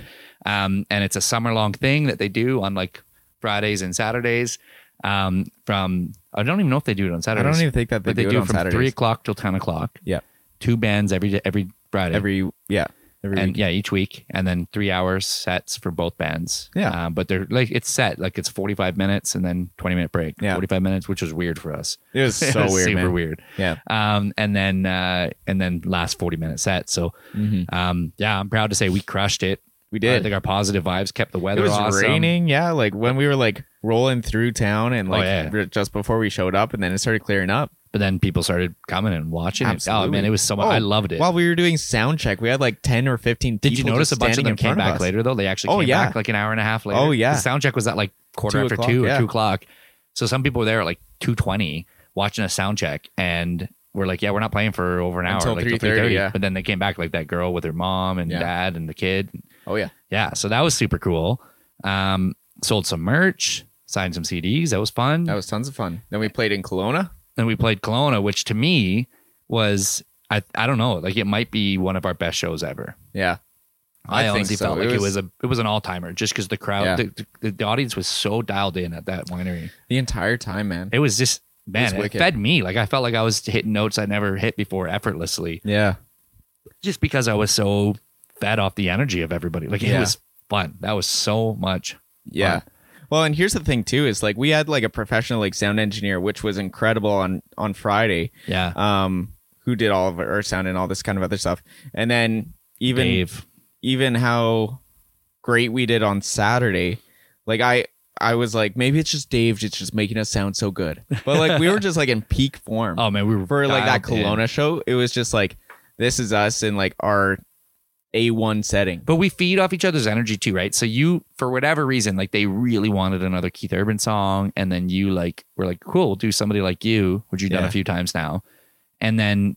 A: Um, and it's a summer long thing that they do on like Fridays and Saturdays. Um, from I don't even know if they do it on
B: I
A: Saturdays.
B: don't even think that they,
A: but they
B: do,
A: do,
B: it on
A: from
B: Saturdays.
A: three o'clock till ten o'clock.
B: Yeah.
A: two bands every day, every Friday,
B: every yeah every
A: and
B: week.
A: yeah, each week, and then three hours sets for both bands.
B: Yeah.
A: um, but they're like it's set like it's forty five minutes and then twenty minute break.
B: Yeah.
A: forty five minutes, which was weird for us.
B: It was
A: It
B: so
A: was
B: weird,
A: super
B: man.
A: weird.
B: Yeah.
A: Um, and then uh, and then last forty minute set. So,
B: Mhm.
A: um, yeah, I'm proud to say we crushed it.
B: We
A: I
B: did.
A: think our positive vibes kept the
B: it
A: weather.
B: was
A: awesome.
B: raining. Yeah, like when we were like rolling through town and
A: Oh,
B: like
A: yeah.
B: r- just before we showed up, and then it started clearing up.
A: but then people started coming and watching. it. Oh
B: Absolutely.
A: man, it was so much.
B: Oh,
A: I loved it.
B: While we were doing sound check, we had like ten or fifteen.
A: Did you
B: people
A: notice
B: just
A: a bunch of
B: standing
A: them
B: in
A: came
B: front of
A: back
B: us.
A: later though? They actually
B: Oh,
A: came
B: yeah.
A: back like an hour and a half later.
B: Oh, yeah.
A: The sound check was at like quarter
B: Two
A: after
B: o'clock,
A: two or
B: yeah.
A: two o'clock. So some people were there at like two twenty watching a sound check and we're like, Yeah, we're not playing for over an hour,
B: Until
A: like
B: 3:30,
A: 3:30.
B: yeah.
A: But then they came back like that girl with her mom and
B: Yeah.
A: dad and the kid.
B: Oh yeah,
A: Yeah. So that was super cool. Um, sold some merch, signed some CDs, that was fun.
B: that was tons of fun. Then we played in Kelowna.
A: and we played Kelowna, which to me was I I don't know, like it might be one of our best shows ever.
B: Yeah,
A: I,
B: I think
A: honestly
B: so.
A: felt
B: It
A: like it
B: was-
A: was, a it was an all timer just because the crowd
B: Yeah.
A: the, the, the audience was so dialed in at that winery.
B: the entire time, man.
A: It was just man, it,
B: wicked.
A: fed me. Like I felt like I was hitting notes I never hit before effortlessly,
B: Yeah,
A: just because I was so fed off the energy of everybody. Like it
B: Yeah.
A: was fun. That was so much.
B: Yeah. Well, and here's the thing too is like we had like a professional like sound engineer which was incredible on on Friday.
A: Yeah,
B: Um who did all of our sound and all this kind of other stuff. And then even
A: Dave.
B: even how great we did on Saturday. Like I I was like maybe it's just Dave that's just making us sound so good. But like we were just like in peak form.
A: Oh man, we were
B: For like that
A: dialed in.
B: Kelowna show, it was just like this is us in like our A1 setting.
A: But we feed off each other's energy too, right? So you, for whatever reason, like they really wanted another Keith Urban song, and then you like were like, "Cool, we'll do somebody like you," which you've done
B: Yeah.
A: a few times now, and then,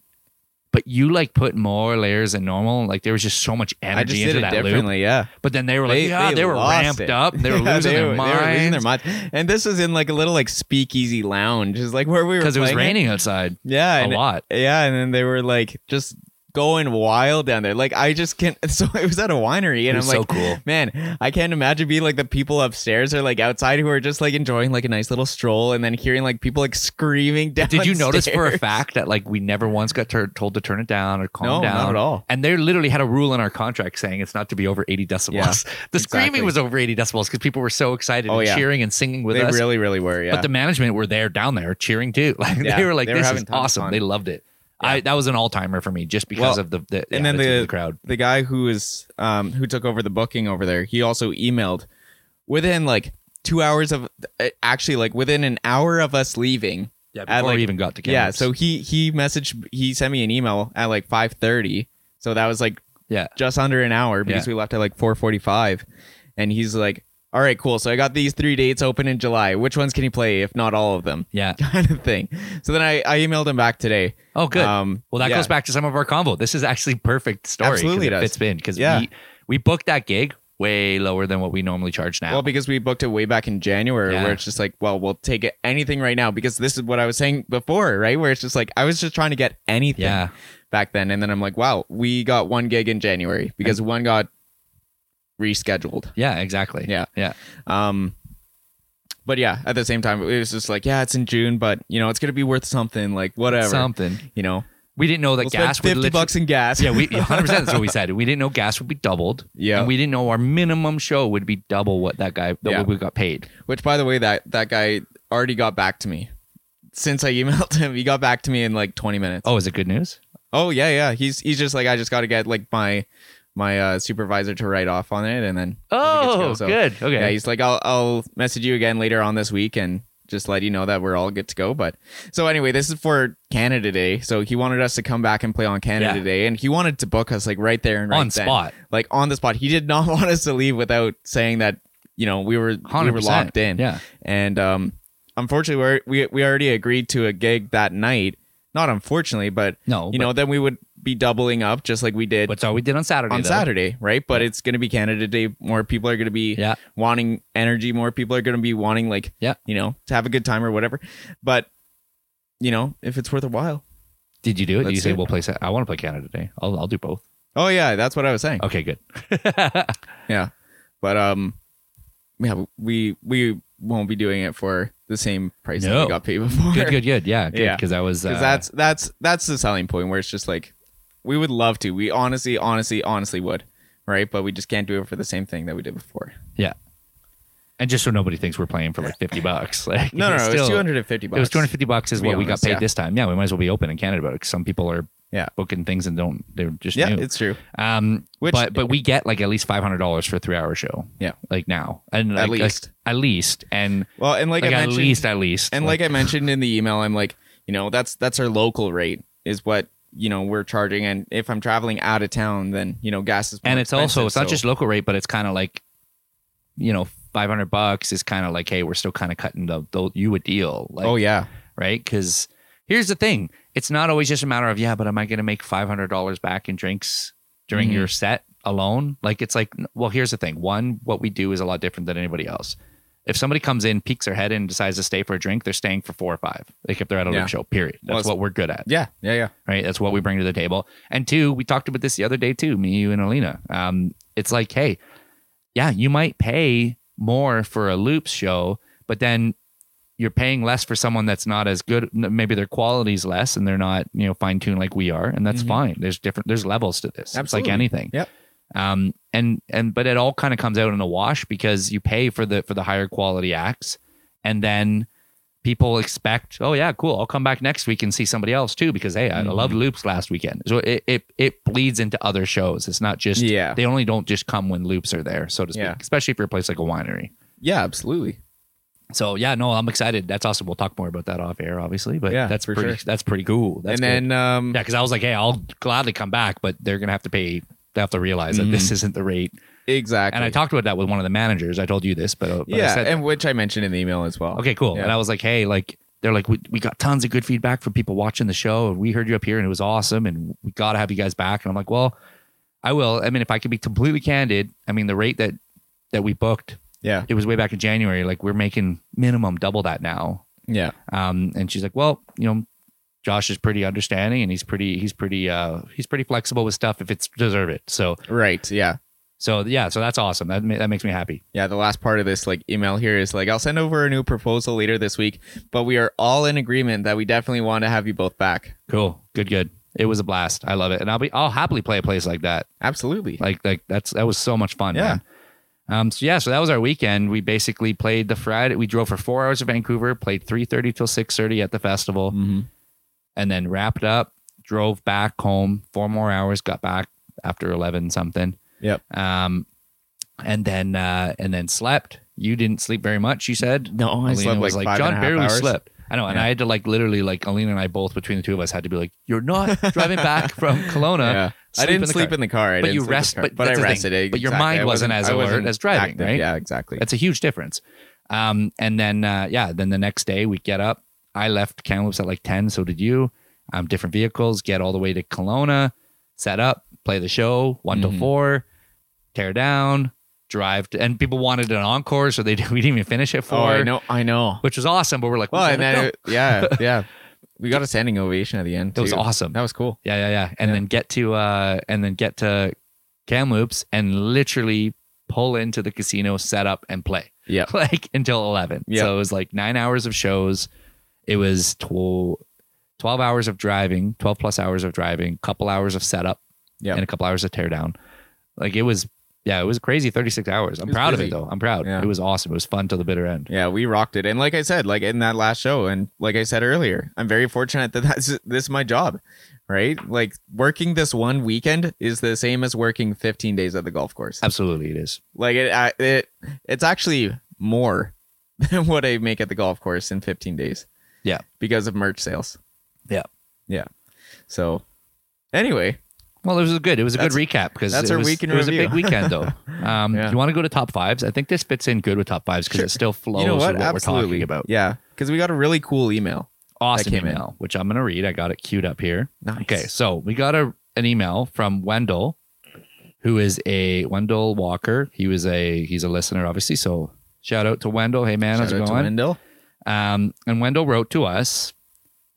A: but you like put more layers than normal. Like there was just so much
B: I just
A: energy
B: did
A: into
B: it
A: that loop.
B: differently, yeah.
A: But then they were like, "Yeah, they, were
B: lost
A: ramped
B: it.
A: up. They were
B: Yeah,
A: losing
B: they
A: their
B: were- They were losing
A: minds
B: their mind. And this was in like a little like speakeasy lounge. It's like where we were
A: because it was
B: playing
A: raining outside
B: Yeah,
A: a
B: and
A: lot."
B: yeah, and then they were like just going wild down there. Like I just can't. So it was at a winery,
A: It
B: and
A: was
B: I'm
A: so
B: like,
A: cool.
B: man, I can't imagine being like the people upstairs or like outside who are just like enjoying like a nice little stroll, and then hearing like people like screaming down.
A: Did you notice for a fact that like we never once got tur told to turn it down or calm
B: No,
A: down
B: not at all.
A: And they literally had a rule in our contract saying it's not to be over 80 decibels.
B: Yeah,
A: the
B: exactly.
A: screaming was over 80 decibels because people were so excited
B: Oh,
A: and
B: yeah.
A: cheering and singing with
B: They
A: us.
B: really, really were. Yeah.
A: But the management were there down there cheering too. Like
B: Yeah,
A: they were like,
B: they were
A: "This
B: having
A: is
B: tons of
A: awesome."
B: fun.
A: They loved it. I that was an all timer for me just because
B: Well,
A: of the, the
B: and
A: yeah,
B: then
A: attitude of
B: the-
A: the crowd.
B: the guy who is um who took over the booking over there he also emailed within like two hours of uh, actually like within an hour of us leaving
A: Yeah,
B: at,
A: before
B: like-
A: we even got to campus.
B: yeah so he he messaged he sent me an email at like 5.30 so that was like
A: yeah,
B: just under an hour because
A: Yeah.
B: we left at like 4.45 and he's like all right cool so i got these three dates open in july which ones can you play if not all of them
A: yeah.
B: kind of thing so then i, I emailed him back today
A: Oh, good.
B: Um,
A: well, that
B: yeah.
A: goes back to some of our combo. This is actually perfect story. 'cause
B: Absolutely
A: it
B: does.
A: fits in because
B: Yeah.
A: we we booked that gig way lower than what we normally charge now.
B: Well, because we booked it way back in January,
A: Yeah.
B: where it's just like, well, we'll take it anything right now because this is what I was saying before, right? Where it's just like I was just trying to get anything
A: Yeah.
B: back then, and then I'm like, wow, we got one gig in January because one got rescheduled.
A: yeah, exactly.
B: Yeah.
A: yeah.
B: Um, but yeah, at the same time, it was just like, yeah, it's in June, but you know, it's gonna be worth something, like whatever,
A: Something
B: you know.
A: we didn't know that
B: We'll spend
A: gas would
B: fifty
A: literally-
B: bucks in gas.
A: Yeah, we 100. percent That's what we said. We didn't know gas would be doubled.
B: Yeah.
A: and we didn't know our minimum show would be double what that guy that
B: Yeah.
A: what we got paid.
B: Which, by the way, that that guy already got back to me. Since I emailed him, he got back to me in like 20 minutes.
A: Oh, is it good news?
B: Oh yeah, yeah. He's he's just like I just got to get like my my uh, supervisor to write off on it, and then we'll be good to go.
A: Oh,
B: So,
A: good. Okay.
B: Yeah, he's like I'll I'll message you again later on this week and just let you know that we're all good to go. But so anyway, this is for Canada Day. So he wanted us to come back and play on Canada
A: Yeah.
B: Day, and he wanted to book us like right there and right
A: on
B: then.
A: spot.
B: like on the spot. He did not want us to leave without saying that you know we were we were
A: 100%.
B: locked in
A: Yeah.
B: and um, unfortunately, we're, we we already agreed to a gig that night. Not unfortunately, but
A: No,
B: you
A: but-
B: know, then we would be doubling up just like we did
A: But all we did on Saturday.
B: on
A: though.
B: Saturday, right? But it's going to be Canada Day. More people are going to be
A: Yeah.
B: wanting energy. More people are going to be wanting like
A: Yeah.
B: you know, to have a good time or whatever. But you know, if it's worth a while.
A: Did you do it?
B: Let's
A: did you say
B: do it.
A: we'll play? Sa- I want to play Canada Day. I'll I'll do both.
B: Oh yeah, that's what I was saying.
A: Okay, good.
B: Yeah, but um, yeah, we we won't be doing it for the same price that
A: No.
B: we got paid before.
A: good, good, good. Yeah, good.
B: Yeah.
A: Because I was.
B: because
A: uh,
B: that's that's that's the selling point where it's just like we would love to we honestly honestly honestly would right but we just can't do it for the same thing that we did before
A: yeah. And just so nobody thinks we're playing for like fifty bucks. Like
B: no no, no it was
A: still-
B: 250 bucks
A: It was two hundred fifty bucks is
B: to be
A: what we got
B: honest,
A: paid
B: yeah.
A: this time. Yeah, we might as well be open in Canada because some people are
B: Yeah.
A: booking things and don't they're just
B: yeah
A: new.
B: it's true
A: um,
B: Which-
A: but but we get like at least five hundred dollars for a three hour show.
B: Yeah.
A: like now and
B: At
A: like, like,
B: least.
A: at least and
B: well and like,
A: like,
B: i
A: at
B: mentioned
A: least at least
B: and like i mentioned in the email i'm like you know that's that's our local rate is what you know we're charging and if i'm traveling out of town then you know gas is more
A: and it's also
B: expensive,
A: it's not
B: so-
A: just local rate, but it's kind of like, you know, five hundred bucks is kind of like, hey, we're still kind of cutting the, the you a deal, like,
B: oh yeah
A: right? Because here's the thing: it's not always just a matter of yeah, but am I going to make five hundred dollars back in drinks during
B: Mhm.
A: your set alone? Like it's like, n- well, here's the thing: one, what we do is a lot different than anybody else. If somebody comes in, peeks their head in, and decides to stay for a drink, they're staying for four or five. Like if they're at a
B: Yeah.
A: live show, period.
B: Well,
A: That's
B: it's-
A: what we're good at
B: yeah yeah yeah
A: right? That's what we bring to the table. And two, we talked about this the other day too, me, you, and Alina. Um, it's like, hey, yeah, you might pay more for a loops show, but then you're paying less for someone that's not as good. n- Maybe their quality's less, and they're not you know fine tuned like we are, and that's
B: Mhm.
A: fine. There's different. There's levels to this. It's
B: Absolutely.
A: like anything.
B: Yep.
A: Um, and and but it all kind of comes out in a wash because you pay for the for the higher quality acts, and then people expect, oh yeah, cool, I'll come back next week and see somebody else too because hey, I
B: Mhm.
A: love loops last weekend. So it it it bleeds into other shows. It's not just
B: Yeah.
A: They only don't just come when loops are there, so to speak.
B: Yeah.
A: Especially if you're a place like a winery.
B: yeah absolutely
A: So yeah, no, I'm excited. That's awesome. We'll talk more about that off air, obviously. But
B: Yeah,
A: that's
B: for
A: pretty.
B: sure.
A: That's pretty cool. That's
B: and
A: good.
B: then um
A: yeah, because I was like, hey, I'll gladly come back, but they're gonna have to pay. They have to realize
B: Mhm.
A: that this isn't the rate.
B: exactly
A: And I talked about that with one of the managers. I told you this, but, uh, but I
B: yeah
A: said-
B: and which i mentioned in the email as well
A: okay, cool.
B: Yeah.
A: And I was like, hey, like they're like, we, we got tons of good feedback from people watching the show, and we heard you up here, and it was awesome, and we got to have you guys back. And I'm like, well, I will. I mean, if I could be completely candid, I mean, the rate that that we booked,
B: yeah
A: it was way back in January. Like we're making minimum double that now.
B: yeah
A: Um, and she's like, well, you know, Josh is pretty understanding and he's pretty he's pretty uh he's pretty flexible with stuff if it's deserve it. So
B: Right. Yeah.
A: so yeah, so that's awesome. That ma- that makes me happy.
B: Yeah. The last part of this like email here is like, I'll send over a new proposal later this week, but we are all in agreement that we definitely want to have you both back.
A: Cool. Good good. It was a blast. I love it. And I'll be I'll happily play a place like that.
B: Absolutely.
A: Like like that's that was so much fun.
B: Yeah.
A: man. Um. So yeah. So that was our weekend. We basically played the Friday. We drove for four hours to Vancouver. Played three thirty till six thirty at the festival,
B: Mm-hmm.
A: and then wrapped up. Drove back home four more hours. Got back after eleven something.
B: Yep.
A: Um, and then uh, and then slept. You didn't sleep very much. You said
B: No, I
A: Alina
B: slept like,
A: was like
B: five
A: John
B: and a half
A: barely
B: hours.
A: slept. I know, and
B: Yeah.
A: I had to like literally like Alina and I both between the two of us had to be like, "You're not driving back from Kelowna.
B: Yeah. I
A: Sleep
B: didn't
A: in the
B: sleep
A: car.
B: in the car. I
A: But
B: didn't
A: you
B: sleep in
A: rest-
B: the car.
A: but
B: but
A: that's
B: I
A: the thing.
B: rested. Exactly.
A: But your mind
B: I
A: wasn't as
B: I
A: alert
B: wasn't
A: as driving,
B: active.
A: right?
B: Yeah, exactly.
A: That's a huge difference. Um, and then uh, yeah, then the next day we get up. I left Kamloops at like ten. So did you. Um, different vehicles get all the way to Kelowna, set up, play the show one till
B: Mhm.
A: four, tear down, drive, to, and people wanted an encore, so they we didn't even finish at
B: oh,
A: four,
B: I know. I know.
A: which was awesome. But we're like, we
B: Well, and
A: gotta go.
B: then it, yeah, yeah, we got a standing ovation at the end.
A: That was
B: too.
A: awesome.
B: That was cool.
A: Yeah, yeah, yeah. And
B: Yeah.
A: then get to uh and then get to Kamloops and literally pull into the casino, set up and play.
B: Yeah.
A: Like until 11.
B: Yeah.
A: So it was like 9 hours of shows. It was tw- 12 hours of driving, 12 plus hours of driving, couple hours of setup
B: Yeah.
A: and a couple hours of teardown. Like it was yeah, it was crazy 36 hours. I'm
B: It was
A: proud of
B: busy.
A: it though. I'm proud.
B: Yeah.
A: It was awesome. It was fun till the bitter end.
B: Yeah, we rocked it. And like I said, like in that last show, and like I said earlier, I'm very fortunate that that's this is my job, right? Like working this one weekend is the same as working 15 days at the golf course.
A: Absolutely it is.
B: Like it, I- it, it's actually more than what I make at the golf course in 15 days.
A: Yeah.
B: because of merch sales.
A: Yeah.
B: yeah. So, anyway,
A: Well, it was good. It was a
B: That's-
A: good recap because
B: that's
A: it
B: our
A: was,
B: week in
A: it was a
B: review.
A: big weekend though. Um,
B: Yeah.
A: You want to go to top fives? I think this fits in good with top fives because
B: Sure.
A: it still flows
B: you know what?
A: with what we're
B: Absolutely.
A: talking about.
B: Yeah, because we got a really cool email.
A: Awesome
B: came in.
A: email, which I'm going to read. I got it queued up here.
B: Nice.
A: Okay, so we got a an email from Wendell, who is a Wendell Walker. He was a he's a listener, obviously. So shout out to Wendell. Hey man,
B: Shout
A: how's it
B: out to
A: going?
B: Wendell.
A: Um, and Wendell wrote to us,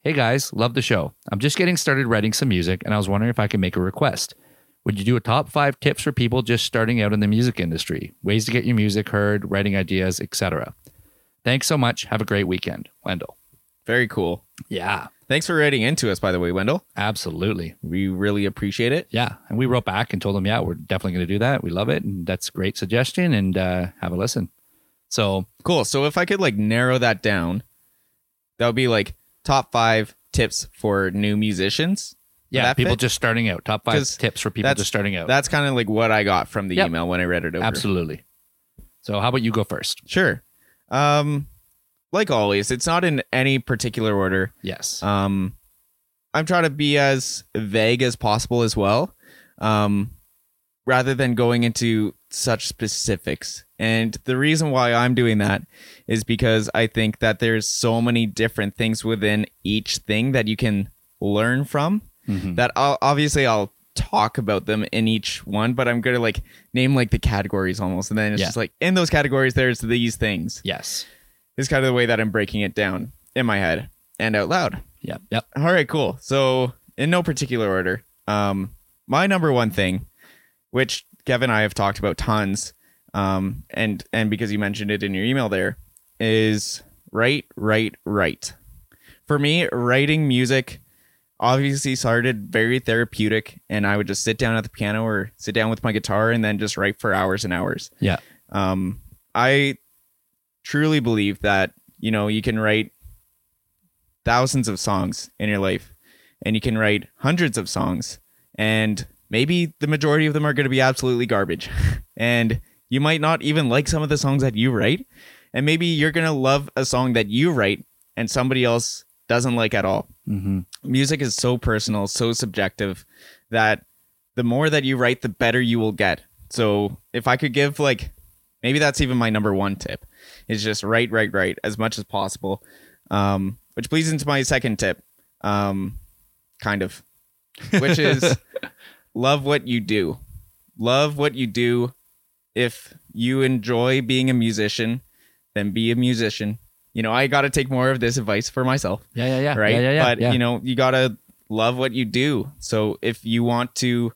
A: Hey guys, love the show. I'm just getting started writing some music and I was wondering if I could make a request. Would you do a top five tips for people just starting out in the music industry? Ways to get your music heard, writing ideas, etc. Thanks so much. Have a great weekend, Wendell.
B: Very cool.
A: Yeah,
B: Thanks for writing into us, by the way, Wendell.
A: absolutely.
B: We really appreciate it.
A: Yeah. And we wrote back and told them, yeah, we're definitely going to do that. We love it. And that's a great suggestion. And uh, have a listen. So,
B: Cool. So if I could like narrow that down, that would be like top five tips for new musicians.
A: yeah,
B: That
A: people
B: fit?
A: just starting out. Top five
B: 'Cause
A: tips for people
B: that's-
A: just starting out.
B: That's kind of like what I got from the
A: Yep.
B: email when I read it over.
A: Absolutely. So, how about you go first?
B: Sure. Um, like always, it's not in any particular order.
A: Yes.
B: Um, I'm trying to be as vague as possible as well, um, rather than going into such specifics. And the reason why I'm doing that is because I think that there's so many different things within each thing that you can learn from.
A: Mhm.
B: That I'll, obviously I'll talk about them in each one, but I'm gonna like name like the categories almost, and then it's
A: Yeah.
B: just like in those categories there's these things.
A: Yes.
B: Is kind of the way that I'm breaking it down in my head and out loud.
A: Yep. Yep.
B: All right, cool. So, in no particular order, um, my number one thing, which Kevin and I have talked about tons, um, and and because you mentioned it in your email there, is write, write, write. For me, writing music obviously started very therapeutic, and I would just sit down at the piano or sit down with my guitar and then just write for hours and hours.
A: Yeah.
B: Um, I truly believe that you know you can write thousands of songs in your life and you can write hundreds of songs and maybe the majority of them are going to be absolutely garbage and you might not even like some of the songs that you write and maybe you're going to love a song that you write and somebody else doesn't like at all
A: Mm-hmm.
B: music is so personal, so subjective that the more that you write, the better you will get. So if I could give like maybe that's even my number one tip is just write, write, write as much as possible. Um, which leads into my second tip, um, kind of, which is love what you do. Love what you do. If you enjoy being a musician, then be a musician. you know, I got to take more of this advice for myself,
A: Yeah, yeah, yeah.
B: right?
A: Yeah, yeah, yeah.
B: but
A: yeah.
B: you know, you got to love what you do. So if you want to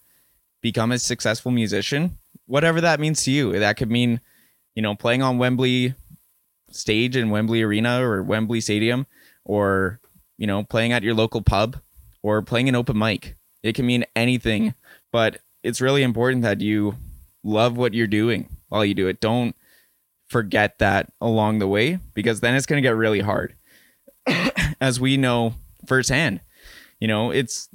B: become a successful musician, whatever that means to you, that could mean, you know, playing on Wembley stage in Wembley Arena or Wembley Stadium or, you know, playing at your local pub or playing an open mic. It can mean anything, but it's really important that you love what you're doing while you do it. Don't forget that along the way because then it's going to get really hard. As we know firsthand, you know, it's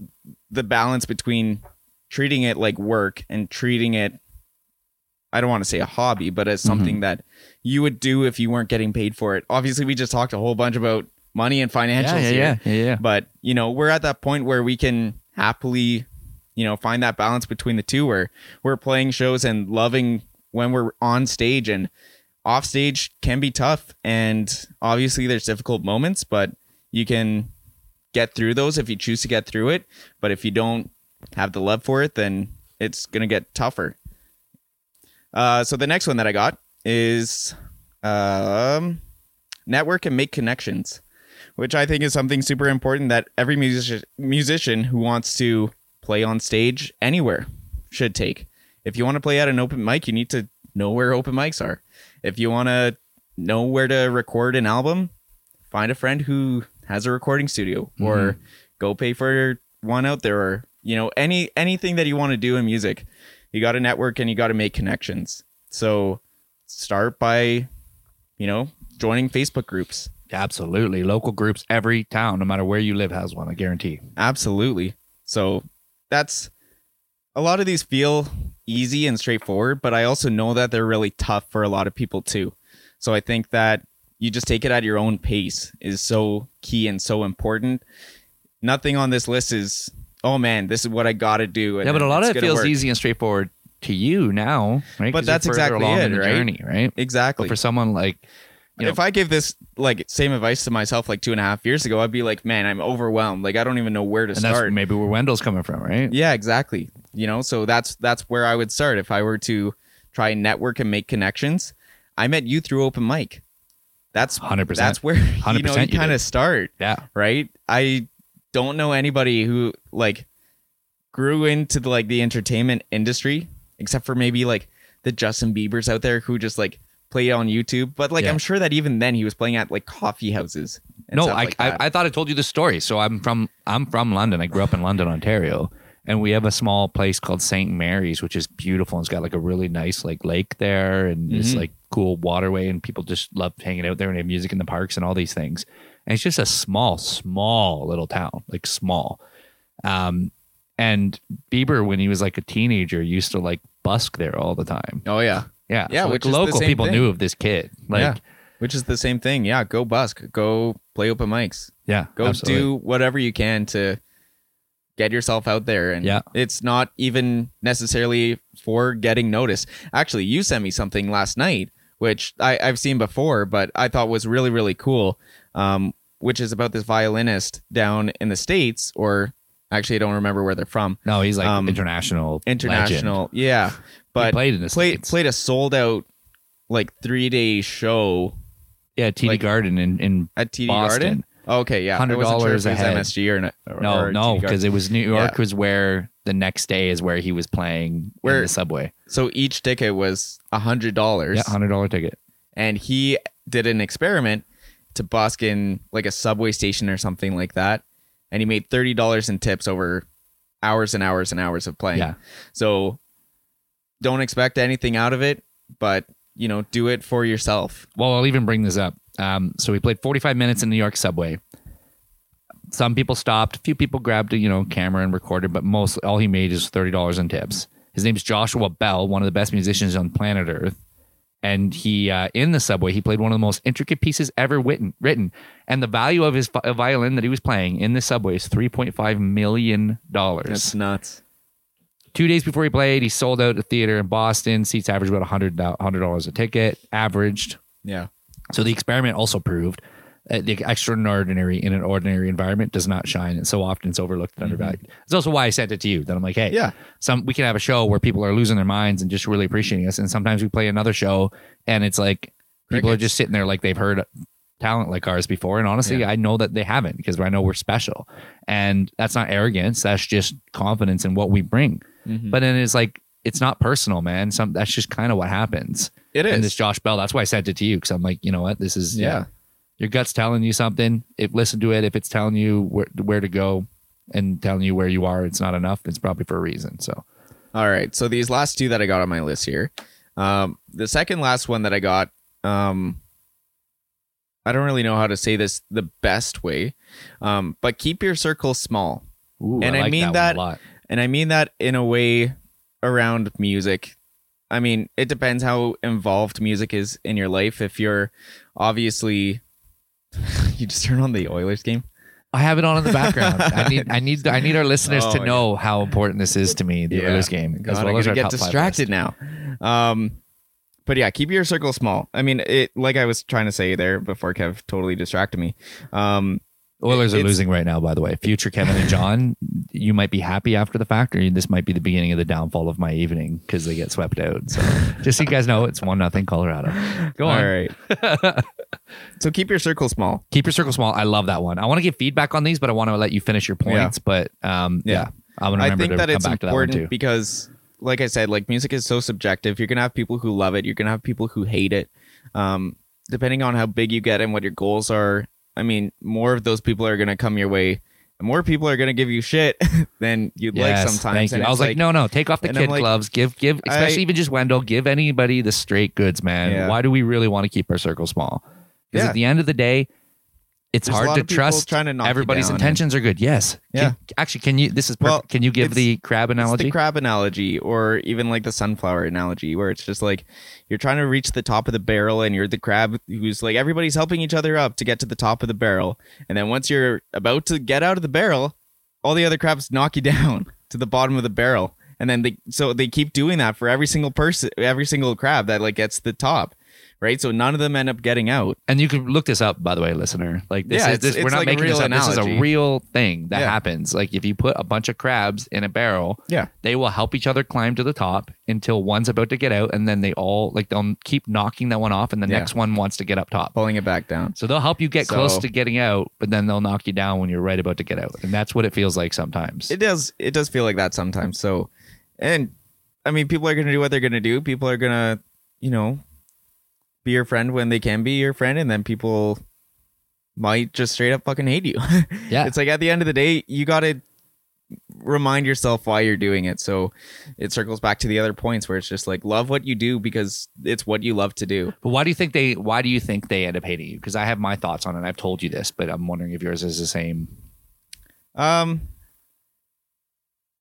B: the balance between treating it like work and treating it I don't want to say a hobby, but
A: Mm-hmm.
B: as something that you would do if you weren't getting paid for it. Obviously, we just talked a whole bunch about money and financials
A: yeah, yeah,
B: here
A: yeah, yeah, yeah.
B: but you know we're at that point where we can happily you know find that balance between the two where we're playing shows and loving when we're on stage and off stage can be tough and obviously there's difficult moments but you can get through those if you choose to get through it but if you don't have the love for it then it's going to get tougher uh, so the next one that i got is um, network and make connections which I think is something super important that every musician musician who wants to play on stage anywhere should take. If you want to play at an open mic, you need to know where open mics are. If you want to know where to record an album, find a friend who has a recording studio or go pay for one out there or you know any anything that you want to do in music. You got to network and you got to make connections. So start by you know joining Facebook groups.
A: Absolutely. Local groups, every town, no matter where you live, has one. I guarantee.
B: Absolutely. So that's a lot of these feel easy and straightforward, but I also know that they're really tough for a lot of people too. So I think that you just take it at your own pace is so key and so important. Nothing on this list is, oh man, this is what I got to do. and
A: yeah, but a lot
B: it's
A: of it
B: gonna
A: feels
B: work."
A: easy and straightforward to you now, right?
B: But
A: 'Cause you're
B: that's
A: further
B: exactly
A: along in
B: it,
A: the
B: right?
A: Journey, right?
B: Exactly.
A: But for someone like, you know,
B: if I gave this like same advice to myself like two and a half years ago, I'd be like, man, I'm overwhelmed. Like I don't even know where to
A: and that's
B: start.
A: maybe where Wendell's coming from, right?
B: Yeah, exactly. You know, so that's that's where I would start if I were to try and network and make connections. I met you through open mic. That's
A: 100%.
B: that's where you know
A: 100%
B: you
A: you
B: kind
A: did.
B: of start,
A: Yeah.
B: right? I don't know anybody who like grew into the, like the entertainment industry except for maybe like the Justin Bieber's out there who just like play on YouTube, but like
A: Yeah.
B: I'm sure that even then he was playing at like coffee houses. And
A: no,
B: stuff
A: I,
B: like that.
A: I I thought I told you the story. So I'm from I'm from London. I grew up in London, Ontario, and we have a small place called St Mary's, which is beautiful. And it's got like a really nice like lake there, and it's
B: Mhm.
A: like cool waterway, and people just love hanging out there and they have music in the parks and all these things. And it's just a small, small little town, like small. Um, and Bieber, when he was like a teenager, used to like busk there all the time.
B: oh yeah.
A: Yeah,
B: Yeah,
A: like,
B: which is the
A: local
B: same
A: people
B: thing.
A: knew of this kid. Like,
B: Yeah.
A: yeah,
B: Which is the same thing. Yeah, go busk, go play open mics. go
A: absolutely.
B: do whatever you can to get yourself out there and
A: Yeah.
B: it's not even necessarily for getting noticed actually you sent me something last night which I, i've seen before but i thought was really really cool um, which is about this violinist down in the states or actually i don't remember where they're from
A: No, he's like
B: Um,
A: international, legend.
B: international yeah
A: he
B: but
A: played in this.
B: played, played a sold out like three day show
A: yeah, TD
B: like-
A: Garden in in
B: at td garden
A: Boston.
B: okay yeah I wasn't sure
A: $100
B: if it was
A: a head.
B: msg or not or-
A: No,
B: or
A: no,
B: TD Garden.
A: because it was New York was where the next day is where he was playing
B: Where-
A: in the subway.
B: So each ticket was a hundred dollars,
A: Yeah, hundred dollar ticket.
B: and he did an experiment to busk in like a subway station or something like that, and he made thirty dollars in tips over hours and hours and hours of playing.
A: Yeah.
B: So don't expect anything out of it, but you know, do it for yourself.
A: Well, I'll even bring this up. Um, so we played forty five minutes in New York subway. Some people stopped. A few people grabbed a you know camera and recorded, but most all he made is thirty dollars in tips. His name's Joshua Bell, one of the best musicians on planet Earth. and he uh, in the subway he played one of the most intricate pieces ever written written and the value of his vi- violin that he was playing in the subway is 3.5 million dollars
B: nuts.
A: two days before he played he sold out a theater in boston seats averaged about 100 dollars a ticket averaged
B: Yeah.
A: so the experiment also proved that the extraordinary in an ordinary environment does not shine and so often it's overlooked and undervalued it's also why i sent it to you that i'm like hey
B: Mm-hmm. Yeah.
A: some we can have a show where people are losing their minds and just really appreciating us and sometimes we play another show and it's like people are
B: Crickets.
A: just sitting there like they've heard talent like ours before. And honestly, I know that they haven't because I know we're special. And that's not arrogance. That's just confidence in what we bring.
B: Mhm.
A: But then it's like, it's not personal, man. Some that's just kind of what happens.
B: it
A: And
B: is.
A: this Josh Bell, that's why I sent it to you because I'm like, you know what, this is yeah.
B: Yeah.
A: Your gut's telling you something. If listen to it, if it's telling you where where to go and telling you where you are, it's not enough. It's probably for a reason. So
B: All right. So these last two that I got on my list here. Um, the second last one that I got, um, I don't really know how to say this the best way, um, but keep your circle small.
A: Ooh,
B: And I
A: like
B: mean
A: one
B: that-
A: a lot.
B: And I mean that in a way around music. I mean, it depends how involved music is in your life. If you're obviously, you just turn on the Oilers game.
A: I have it on in the background. I need, I need, I need our listeners
B: Oh,
A: to know how important this is to me. The
B: Yeah.
A: Oilers game,
B: God, I'm gonna get
A: top five
B: distracted
A: list.
B: now. Um, but yeah, keep your circle small. I mean, it like I was trying to say there before Kev totally distracted me. Um,
A: Oilers are
B: It's-
A: losing right now, by the way. Future Kevin and John, you might be happy after the fact, or this might be the beginning of the downfall of my evening because they get swept out. So, just so you guys know, it's one nothing Colorado. Go on,
B: All right. so keep your circle small.
A: keep your circle small. I love that one. I want to give feedback on these, but I want to let you finish your points. But um, yeah.
B: Yeah.
A: I'm gonna
B: I
A: remember
B: think
A: to
B: that
A: come
B: it's
A: back to that one
B: important
A: too.
B: because, like I said, like music is so subjective. You're gonna have people who love it. You're gonna have people who hate it. Um, depending on how big you get and what your goals are, I mean, more of those people are gonna come your way. and More people are gonna give you shit than you'd like
A: Yes,
B: sometimes.
A: Thank you.
B: And
A: I was
B: it's
A: like, no, no, take off the
B: and I'm
A: kid
B: like,
A: gloves. Give, give, especially
B: I-
A: even just Wendell. Give anybody the straight goods, man.
B: Yeah.
A: Why do we really want to keep our circle small? Because
B: Yeah.
A: at the end of the day, it's
B: There's a lot
A: hard to
B: of people
A: trust.
B: trying to knock you
A: Everybody's
B: down and-
A: intentions are good. Yes.
B: Yeah.
A: Can, actually, can you? This is perfect.
B: Well,
A: can you give
B: it's-
A: the crab analogy?
B: It's the crab analogy, or even like the sunflower analogy, where it's just like you're trying to reach the top of the barrel, and you're the crab who's like everybody's helping each other up to get to the top of the barrel, and then once you're about to get out of the barrel, all the other crabs knock you down to the bottom of the barrel, and then they so they keep doing that for every single person, every single crab that like gets to the top, right? So none of them end up getting out.
A: and you can look this up, by the way, listener. Like this
B: Yeah,
A: is
B: it's-
A: this, we're
B: it's
A: not
B: like a
A: making this
B: real
A: up. This is a
B: analogy.
A: real thing that
B: Yeah.
A: happens. Like if you put a bunch of crabs in a barrel,
B: Yeah,
A: they will help each other climb to the top until one's about to get out and then they all like they'll keep knocking that one off and the
B: Yeah.
A: next one wants to get up top
B: pulling it back down.
A: so they'll help you get close
B: So-
A: to getting out but then they'll knock you down when you're right about to get out and that's what it feels like sometimes
B: It does. It does feel like that sometimes. So, and I mean, people are going to do what they're going to do. People are going to, you know, be your friend when they can be your friend, and then people might just straight up fucking hate you.
A: Yeah.
B: It's like at the end of the day, you got to remind yourself why you're doing it. So it circles back to the other points where it's just like love what you do because it's what you love to do.
A: but why do you think they why do you think they end up hating you because i have my thoughts on it i've told you this but i'm wondering if yours is the same
B: Um,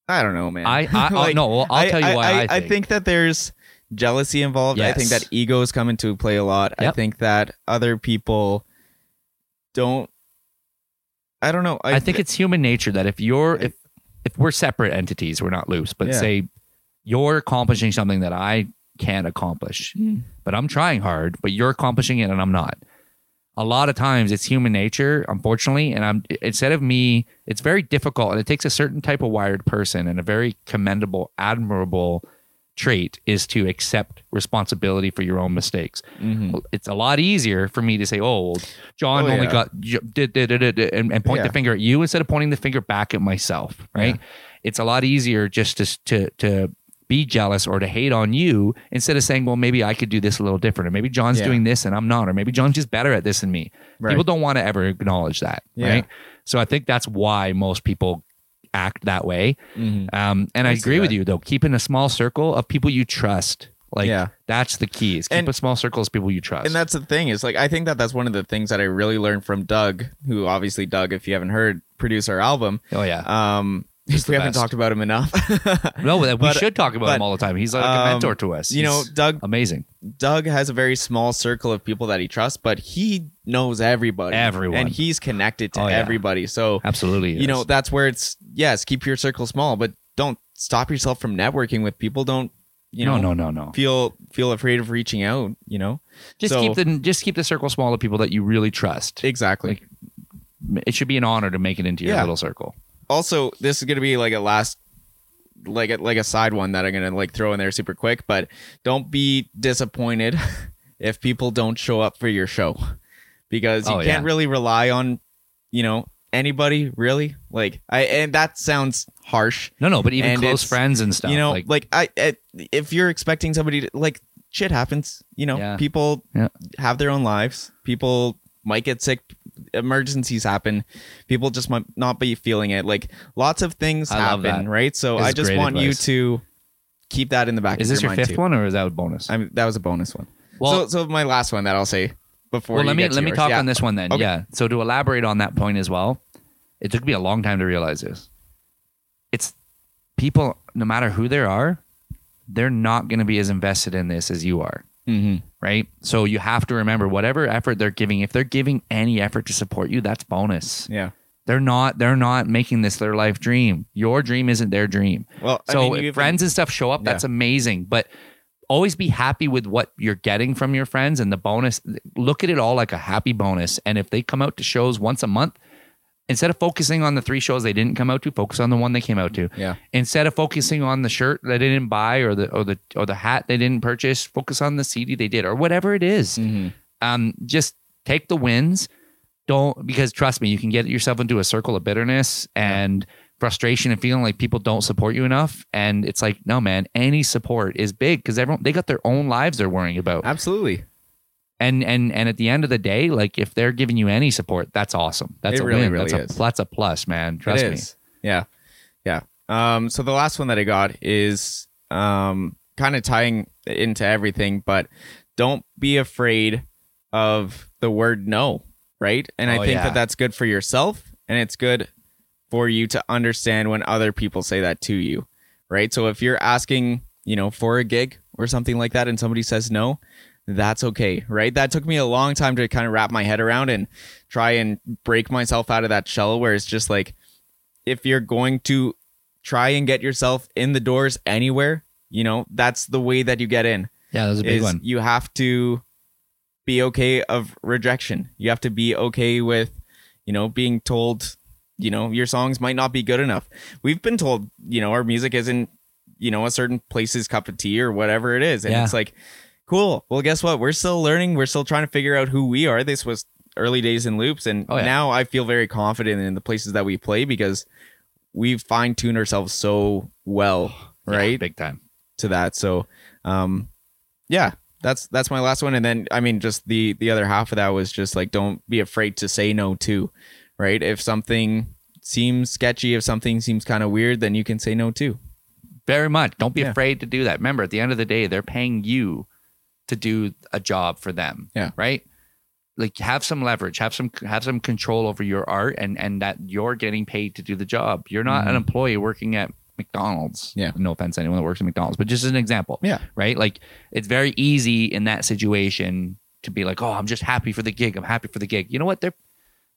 B: I don't know, man.
A: i i
B: Like,
A: oh, no well, i'll tell you why i, think.
B: that there's jealousy involved. I think
A: Yes.
B: that egos come into play a lot. I
A: Yep.
B: think that other people don't. I don't know.
A: I, think it's human nature that if you're
B: I-
A: if if we're separate entities, we're not loose, but
B: Yeah.
A: say you're accomplishing something that I can't accomplish,
B: Mm.
A: but I'm trying hard, but you're accomplishing it and I'm not. A lot of times it's human nature, unfortunately, and I'm instead of me, it's very difficult and it takes a certain type of wired person and a very commendable, admirable trait is to accept responsibility for your own mistakes
B: Mhm.
A: it's a lot easier for me to say, "Oh, well, John
B: Oh,
A: only
B: yeah.
A: got j- did, did, did, did, and, and point
B: Yeah.
A: the finger at you instead of pointing the finger back at myself." Right? It's a lot easier just to s- to to be jealous or to hate on you instead of saying, "Well, maybe I could do this a little different," or maybe John's
B: Yeah.
A: doing this and I'm not, or maybe John's just better at this than me.
B: Right.
A: People don't want to ever acknowledge that,
B: Yeah.
A: right? So I think that's why most people act that way.
B: Mhm.
A: Um, and I,
B: I see
A: agree with
B: that.
A: you though. Keeping a small circle of people you trust, like uh,
B: Yeah.
A: that's the key. Is keep
B: And-
A: a small circle of people you trust.
B: And that's the thing is like I think that that's one of the things that I really learned from Doug, who obviously Doug, if you haven't heard, produced our album.
A: oh yeah.
B: Um,
A: He's
B: we
A: the
B: haven't
A: best.
B: talked about him enough.
A: No, but we
B: But-
A: should talk about
B: but,
A: him all the time. He's like a
B: um,
A: mentor to us.
B: you know,
A: He's
B: Doug
A: amazing.
B: Doug has a very small circle of people that he trusts, but he knows everybody.
A: Everyone.
B: And he's connected to
A: Oh, yeah.
B: everybody. So
A: Absolutely. he
B: you know
A: is.
B: that's where it's yes keep your circle small but don't stop yourself from networking with people don't you know
A: no, no, no, no.
B: feel feel afraid of reaching out you know
A: Just
B: so-
A: keep the just keep the circle small of people that you really trust. It,
B: exactly
A: Like- should be an honor to make it into your
B: Yeah.
A: little circle.
B: also this is going to be like a last like a, like a side one that i'm going to like throw in there super quick but don't be disappointed if people don't show up for your show because you
A: Oh,
B: can't
A: yeah.
B: really rely on, you know, anybody really. Like I and that sounds harsh.
A: No, no, but even
B: And
A: close
B: it's-
A: friends and stuff.
B: you know,
A: like,
B: like, I, I if you're expecting somebody to like shit happens, you know,
A: Yeah.
B: people
A: Yeah.
B: have their own lives. People might get sick, emergencies happen. People just might not be feeling it. Like lots of things
A: I love
B: happen,
A: that.
B: right? So
A: This is
B: I just
A: great
B: want
A: advice.
B: you to keep that in the back
A: is
B: of
A: this your
B: mind
A: fifth
B: too.
A: one or is that a bonus?
B: I mean, that was a bonus one.
A: well,
B: so, so my last one that I'll say before
A: well,
B: you
A: let me
B: get to
A: let me
B: yours.
A: talk
B: Yeah.
A: on this one then.
B: Okay.
A: Yeah. So to elaborate on that point as well, it took me a long time to realize this. It's people, no matter who they are, they're not going to be as invested in this as you are.
B: Mhm.
A: right? So you have to remember whatever effort they're giving, if they're giving any effort to support you, that's bonus.
B: Yeah.
A: They're not they're not making this their life dream. Your dream isn't their dream.
B: Well, I
A: So
B: mean,
A: if
B: you even-
A: friends and stuff show up, that's amazing, but always be happy with what you're getting from your friends and the bonus. Look at it all like a happy bonus and if they come out to shows once a month, instead of focusing on the three shows they didn't come out to, focus on the one they came out to
B: Yeah.
A: instead of focusing on the shirt they didn't buy or the or the or the hat they didn't purchase, focus on the CD they did or whatever it is.
B: Mhm.
A: Um, just take the wins. Don't because trust me, you can get yourself into a circle of bitterness and frustration and feeling like people don't support you enough. And it's like, no, man, any support is big because everyone they got their own lives they're worrying about.
B: Absolutely.
A: And and and at the end of the day, like if they're giving you any support, that's awesome. That's
B: It
A: a
B: really,
A: win.
B: really
A: that's
B: is.
A: a that's a plus, man. Trust
B: It
A: me.
B: is. Yeah. Yeah. Um, so the last one that I got is um, kind of tying into everything, but don't be afraid of the word no, right? And I
A: Oh,
B: think
A: yeah.
B: that that's good for yourself and it's good for you to understand when other people say that to you, right? So if you're asking, you know, for a gig or something like that and somebody says no, that's okay, right? That took me a long time to kind of wrap my head around and try and break myself out of that shell where it's just like if you're going to try and get yourself in the doors anywhere, you know, that's the way that you get in.
A: Yeah, that was a big
B: is
A: one.
B: you have to be okay of rejection. You have to be okay with, you know, being told, you know, your songs might not be good enough. We've been told, you know, our music isn't, you know, a certain place's cup of tea or whatever it is. And
A: Yeah.
B: it's like, cool. Well, guess what? We're still learning. We're still trying to figure out who we are. This was early days in loops. And
A: Oh, yeah.
B: now I feel very confident in the places that we play because we fine tune ourselves so well,
A: Yeah,
B: right?
A: big time.
B: to that. So, um, yeah, that's that's my last one. And then I mean, just the the other half of that was just like, don't be afraid to say no too, right? If something seems sketchy, if something seems kind of weird, then you can say no too.
A: Very much. Don't be
B: Yeah.
A: afraid to do that. Remember, at the end of the day, they're paying you to do a job for them.
B: Yeah.
A: Right. Like have some leverage, have some have some control over your art, and and that you're getting paid to do the job. You're not an
B: Mhm.
A: employee working at McDonald's.
B: Yeah.
A: No offense to anyone that works at McDonald's, but just as an example.
B: Yeah.
A: Right. Like it's very easy in that situation to be like, oh, I'm just happy for the gig. I'm happy for the gig. You know what? They're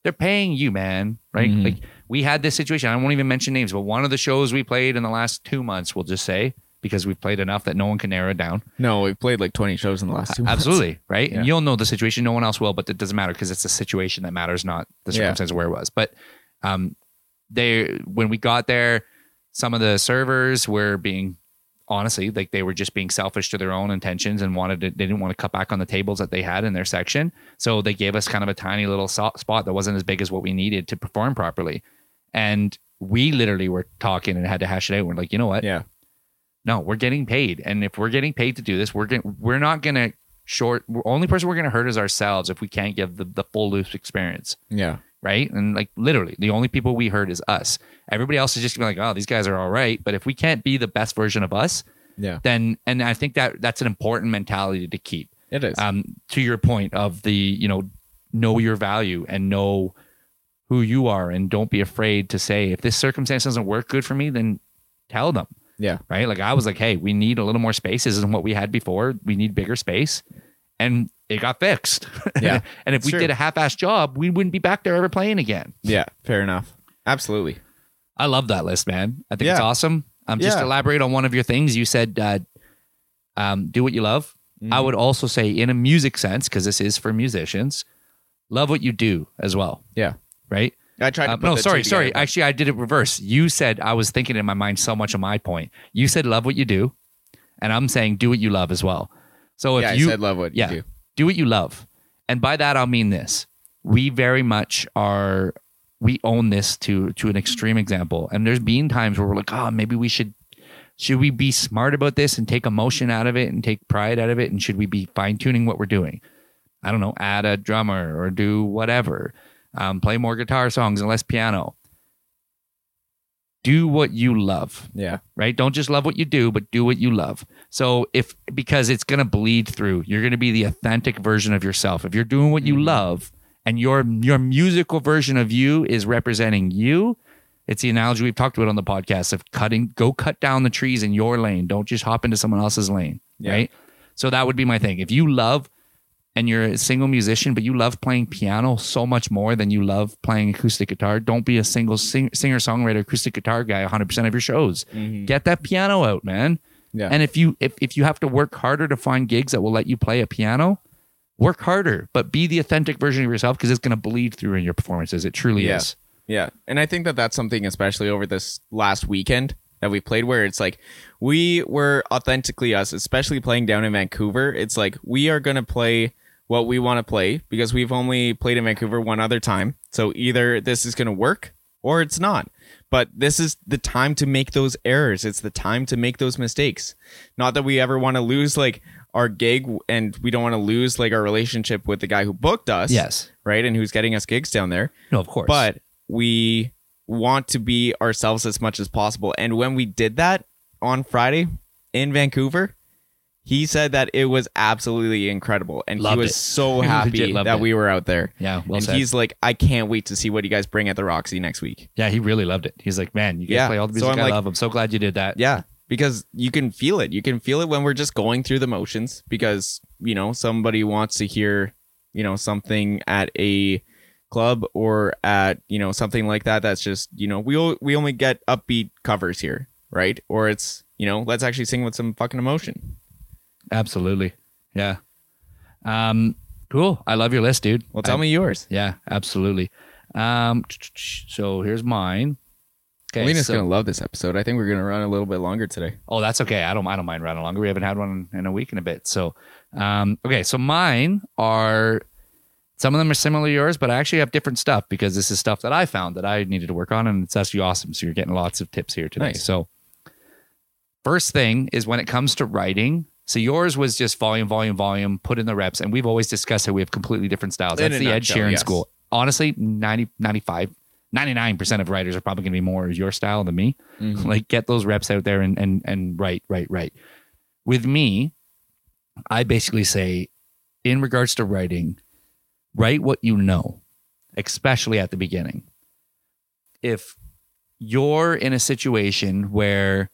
A: they're paying you, man. Right.
B: Mhm.
A: Like we had this situation. I won't even mention names, but one of the shows we played in the last two months, we'll just say, because we've played enough that no one can narrow it down.
B: No, we've played like twenty shows in the last two. months.
A: Absolutely. Right.
B: Yeah.
A: And you'll know the situation. No one else will, but it doesn't matter because it's the situation that matters, not the
B: Yeah.
A: circumstance where it was. But um, they, when we got there, some of the servers were being honestly like they were just being selfish to their own intentions and wanted to, they didn't want to cut back on the tables that they had in their section. So they gave us kind of a tiny little so- spot that wasn't as big as what we needed to perform properly. And we literally were talking and had to hash it out. We're like, you know what?
B: Yeah.
A: No, we're getting paid, and if we're getting paid to do this, we're getting, we're not gonna short. We're, only person we're gonna hurt is ourselves if we can't give the, the full loop experience,
B: Yeah.
A: right? And like literally, the only people we hurt is us. Everybody else is just gonna be like, oh, these guys are all right, but if we can't be the best version of us,
B: Yeah.
A: then and I think that that's an important mentality to keep.
B: It is.
A: Um, to your point of the you know know your value and know who you are and don't be afraid to say if this circumstance doesn't work good for me then tell them
B: yeah.
A: right? Like I was like, hey, we need a little more space. This isn't what we had before. We need bigger space. And it got fixed.
B: Yeah.
A: and if
B: It's
A: we
B: true.
A: did a half assed job, we wouldn't be back there ever playing again.
B: Yeah. Fair enough. Absolutely.
A: I love that list, man. I think it's
B: Yeah.
A: awesome. Um, just
B: Yeah.
A: elaborate on one of your things. You said, uh, um, do what you love. I
B: Mhm.
A: would also say, in a music sense, because this is for musicians, love what you do as well.
B: Yeah.
A: Right.
B: I tried. To
A: Uh,
B: put
A: no,
B: the two
A: sorry, sorry.
B: together.
A: Actually, I did it reverse. You said I was thinking in my mind so much of my point. You said love what you do, and I'm saying do what you love as well. So if
B: yeah,
A: you
B: I said love what
A: yeah.
B: you do.
A: do what you love, and by that I'll mean this: we very much are we own this to to an extreme example. And there's been times where we're like, oh, maybe we should should we be smart about this and take emotion out of it and take pride out of it? And should we be fine tuning what we're doing? I don't know, add a drummer or do whatever, um, play more guitar songs and less piano. Do what you love,
B: Yeah.
A: right? Don't just love what you do, but do what you love. So, if because it's going to bleed through, you're going to be the authentic version of yourself. If you're doing what you
B: Mhm.
A: love and your your musical version of you is representing you, it's the analogy we've talked about on the podcast of cutting go cut down the trees in your lane. Don't just hop into someone else's lane,
B: Yeah.
A: right? So that would be my thing. If you love and you're a single musician, but you love playing piano so much more than you love playing acoustic guitar, don't be a single sing- singer songwriter acoustic guitar guy 100% of your shows
B: Mhm.
A: get that piano out man
B: Yeah.
A: and if you if, if you have to work harder to find gigs that will let you play a piano work harder but be the authentic version of yourself because it's going to bleed through in your performances it truly
B: Yeah.
A: is
B: Yeah. And I think that that's something, especially over this last weekend that we played, where it's like we were authentically us, especially playing down in Vancouver. It's like we are going to play what we want to play because we've only played in Vancouver one other time. So either this is going to work or it's not. But this is the time to make those errors. It's the time to make those mistakes. Not that we ever want to lose like our gig and we don't want to lose like our relationship with the guy who booked us.
A: yes
B: Right. And who's getting us gigs down there
A: no of course
B: but we want to be ourselves as much as possible. And when we did that on Friday in Vancouver, he said that it was absolutely incredible, and
A: Loved
B: he was
A: it.
B: so
A: He
B: happy
A: legit loved
B: that
A: it.
B: we were out there.
A: yeah well
B: and
A: said.
B: he's like, I can't wait to see what you guys bring at the Roxy next week.
A: yeah he really loved it he's like man you guys
B: Yeah.
A: play all the
B: So
A: music
B: I'm
A: i
B: like-
A: love i'm so glad you did that
B: Yeah, because you can feel it. You can feel it when we're just going through the motions. Because you know somebody wants to hear, you know, something at a club or at you know something like that. That's just you know we o- we only get upbeat covers here, right? Or it's you know let's actually sing with some fucking emotion.
A: absolutely yeah um cool i love your list dude
B: Well, tell
A: I-
B: me yours.
A: yeah absolutely um so here's mine okay
B: Lena's
A: so-
B: gonna love this episode. I think we're gonna run a little bit longer today.
A: Oh, that's okay. I don't. I don't mind running longer. We haven't had one in a week and a bit. So, um, okay. So mine are some of them are similar to yours, but I actually have different stuff because this is stuff that I found that I needed to work on, and it's actually awesome. So you're getting lots of tips here today.
B: Nice.
A: So, first thing is when it comes to writing. So yours was just volume, volume, volume. Put in the reps, and we've always discussed how we have completely different styles.
B: In
A: That's
B: a
A: the Ed
B: nutshell,
A: Sheeran
B: yes.
A: school. Honestly, 90, 95, 99% of writers are probably going to be more your style than me like get those reps out there and and and right right right with me i basically say in regards to writing write what you know especially at the beginning if you're in a situation where